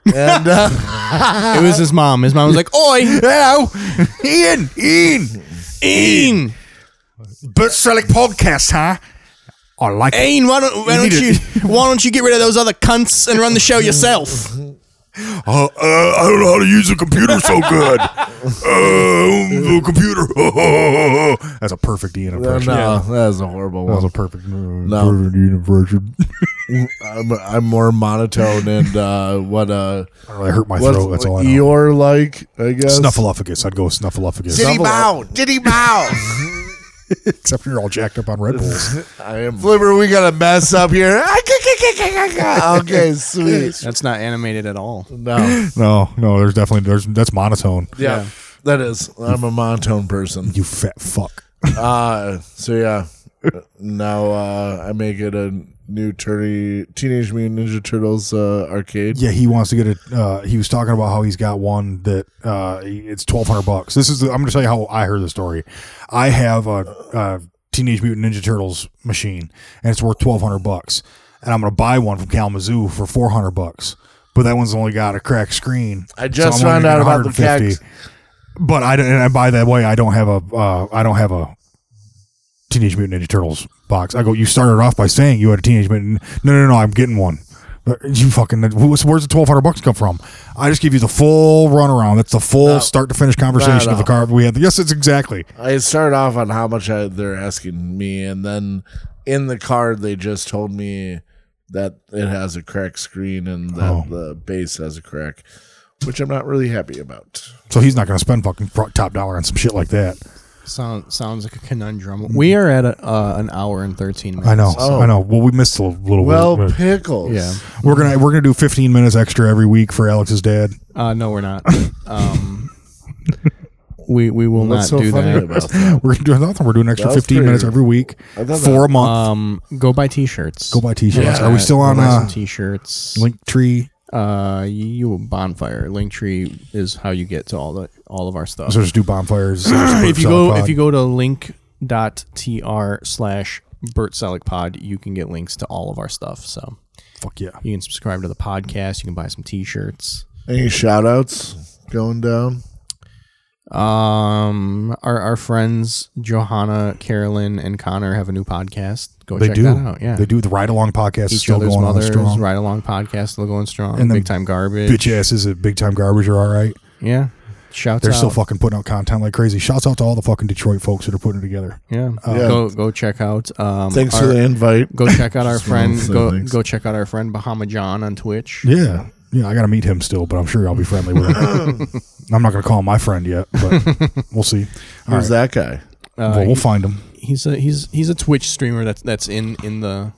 [SPEAKER 4] And uh,
[SPEAKER 2] it was his mom. His mom was like, "Oi,
[SPEAKER 3] Hello, Ian. Ian.
[SPEAKER 2] Ian,
[SPEAKER 3] Bert Selleck podcast, huh? I like it.
[SPEAKER 2] Ian, why don't why
[SPEAKER 3] You
[SPEAKER 2] don't you
[SPEAKER 3] need
[SPEAKER 2] why don't you get rid of those other cunts and run the show yourself?"
[SPEAKER 3] Uh, uh, I don't know how to use a computer so good. uh, computer. That's a perfect Ian
[SPEAKER 4] no,
[SPEAKER 3] impression.
[SPEAKER 4] that was a horrible
[SPEAKER 3] That was
[SPEAKER 4] one.
[SPEAKER 3] a perfect, uh,
[SPEAKER 4] No.
[SPEAKER 3] perfect Ian impression.
[SPEAKER 4] I'm, I'm more monotone and uh, what uh,
[SPEAKER 3] I really hurt my
[SPEAKER 4] what's
[SPEAKER 3] throat. That's all I know.
[SPEAKER 4] Eeyore like, I guess.
[SPEAKER 3] Snuffleupagus. I'd go with Snuffleupagus.
[SPEAKER 4] Diddy bow,
[SPEAKER 3] Diddy bow. Except you're all jacked up on Red Bulls.
[SPEAKER 4] I am Flipper. We got a mess up here. okay, sweet.
[SPEAKER 2] That's not animated at all.
[SPEAKER 4] No,
[SPEAKER 3] No, no, there's definitely there's that's monotone.
[SPEAKER 4] yeah, that is. I'm a monotone person.
[SPEAKER 3] You fat fuck.
[SPEAKER 4] Uh, so yeah, now uh, I make it a new turny, Teenage Mutant Ninja Turtles uh, arcade.
[SPEAKER 3] Yeah, he wants to get a. Uh, he was talking about how he's got one that uh, it's twelve hundred bucks. This is. The, I'm going to tell you how I heard the story. I have a, a Teenage Mutant Ninja Turtles machine, and it's worth twelve hundred bucks. And I'm going to buy one from Kalamazoo for four hundred bucks. But that one's only got a cracked screen.
[SPEAKER 4] I just
[SPEAKER 3] I'm only
[SPEAKER 4] found out
[SPEAKER 3] gonna get
[SPEAKER 4] about the
[SPEAKER 3] 150. But I don't- and I- by that way, I don't have a. Uh, I don't have a Teenage Mutant Ninja Turtles box. I go, you started off by saying you had a Teenage Mutant. No, no, no, I'm getting one. But You fucking. Where's where's the twelve hundred bucks come from? I just give you the full runaround. That's the full start to finish conversation
[SPEAKER 4] No,
[SPEAKER 3] of the car we had. Yes, it's exactly.
[SPEAKER 4] I started off on how much I, they're asking me, and then in the card they just told me that it has a cracked screen and that
[SPEAKER 3] Oh.
[SPEAKER 4] the base has a crack, which I'm not really happy about.
[SPEAKER 3] So he's not going to spend fucking pro- top dollar on some shit like that.
[SPEAKER 2] Sound, sounds like a conundrum. We are at a, uh, an hour and 13 minutes.
[SPEAKER 3] Mm-hmm. I know.
[SPEAKER 4] Oh.
[SPEAKER 3] I know. Well, we missed a little.
[SPEAKER 4] Well,
[SPEAKER 3] bit.
[SPEAKER 4] pickles.
[SPEAKER 2] Yeah.
[SPEAKER 3] we're gonna we're gonna do fifteen minutes extra every week for Alex's dad.
[SPEAKER 2] Uh, no, we're not. Um, we, we will
[SPEAKER 4] What's
[SPEAKER 2] not
[SPEAKER 4] so
[SPEAKER 2] do
[SPEAKER 4] funny
[SPEAKER 2] that.
[SPEAKER 4] about that?
[SPEAKER 3] We're doing nothing. We're doing an extra
[SPEAKER 4] That was
[SPEAKER 3] fifteen minutes
[SPEAKER 4] pretty-
[SPEAKER 3] every week
[SPEAKER 4] I thought Uh,
[SPEAKER 3] for a month.
[SPEAKER 2] Um, go buy t-shirts.
[SPEAKER 3] Go buy t-shirts.
[SPEAKER 4] Yeah.
[SPEAKER 3] Are we still on
[SPEAKER 2] Go buy some
[SPEAKER 3] uh,
[SPEAKER 2] t-shirts?
[SPEAKER 3] Link Tree?
[SPEAKER 2] uh, you bonfire. Linktree is how you get to all the all of our stuff.
[SPEAKER 3] Oh, So just do bonfires.
[SPEAKER 2] if you go if you go to link.tr slash Bert Selick Pod, you can get links to all of our stuff. So
[SPEAKER 3] fuck yeah.
[SPEAKER 2] you can subscribe to the podcast. You can buy some T-shirts.
[SPEAKER 4] Any shout outs going down?
[SPEAKER 2] Um, our our friends Johanna, Carolyn, and Connor have a new podcast. Go
[SPEAKER 3] They
[SPEAKER 2] check
[SPEAKER 3] do.
[SPEAKER 2] that out. Yeah,
[SPEAKER 3] They do the ride along podcast. is
[SPEAKER 2] Each
[SPEAKER 3] still
[SPEAKER 2] other's
[SPEAKER 3] going on
[SPEAKER 2] mothers
[SPEAKER 3] strong.
[SPEAKER 2] ride along podcast still going strong.
[SPEAKER 3] And
[SPEAKER 2] And
[SPEAKER 3] them
[SPEAKER 2] big time garbage.
[SPEAKER 3] Bitch asses at big time garbage are all right.
[SPEAKER 2] Yeah, shouts.
[SPEAKER 3] They're
[SPEAKER 2] out.
[SPEAKER 3] still fucking putting out content like crazy. Shouts out to all the fucking Detroit folks that are putting it together.
[SPEAKER 2] Yeah.
[SPEAKER 4] Yeah.
[SPEAKER 2] go go check out. Um,
[SPEAKER 4] Thanks
[SPEAKER 2] our-
[SPEAKER 4] for the invite.
[SPEAKER 2] Go check out our
[SPEAKER 4] Just wanted
[SPEAKER 2] friend.
[SPEAKER 4] to say
[SPEAKER 2] Go
[SPEAKER 4] thanks.
[SPEAKER 2] go check out our friend Bahama John on Twitch.
[SPEAKER 3] Yeah. Yeah, I got to meet him still, but I'm sure I'll be friendly with him. I'm not going to call him my friend yet, but we'll see. All right.
[SPEAKER 4] Who's that guy?
[SPEAKER 2] Uh,
[SPEAKER 3] well,
[SPEAKER 2] he-
[SPEAKER 3] we'll find him.
[SPEAKER 2] he's a he's he's a Twitch streamer that's that's in in the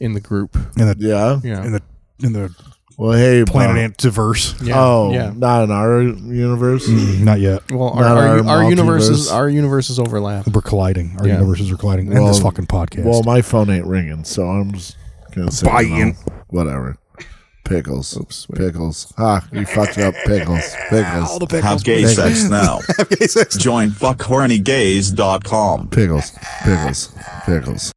[SPEAKER 2] in the group.
[SPEAKER 3] In the,
[SPEAKER 4] Yeah.
[SPEAKER 2] Yeah.
[SPEAKER 3] in the, in the
[SPEAKER 4] Well, hey,
[SPEAKER 3] Planet
[SPEAKER 4] Bob.
[SPEAKER 3] Ant diverse.
[SPEAKER 2] Uh, yeah.
[SPEAKER 4] Oh,
[SPEAKER 2] yeah.
[SPEAKER 4] not in our universe.
[SPEAKER 3] Not yet.
[SPEAKER 2] Well, our
[SPEAKER 4] Not
[SPEAKER 2] our,
[SPEAKER 4] our
[SPEAKER 2] our, universes
[SPEAKER 4] multiverse.
[SPEAKER 2] our universes overlap.
[SPEAKER 3] We're colliding. Our
[SPEAKER 2] Yeah.
[SPEAKER 3] universes are colliding. And this fucking podcast.
[SPEAKER 4] Well, my phone ain't ringing, so I'm just gonna say
[SPEAKER 3] Buy-in.
[SPEAKER 4] no. Whatever. Pickles. pickles. Ha! You fucked up. Pickles. Pickles.
[SPEAKER 8] Have gay sex now. Have gay sex. Join fuckhornygays.com.
[SPEAKER 4] Pickles. Pickles. Pickles.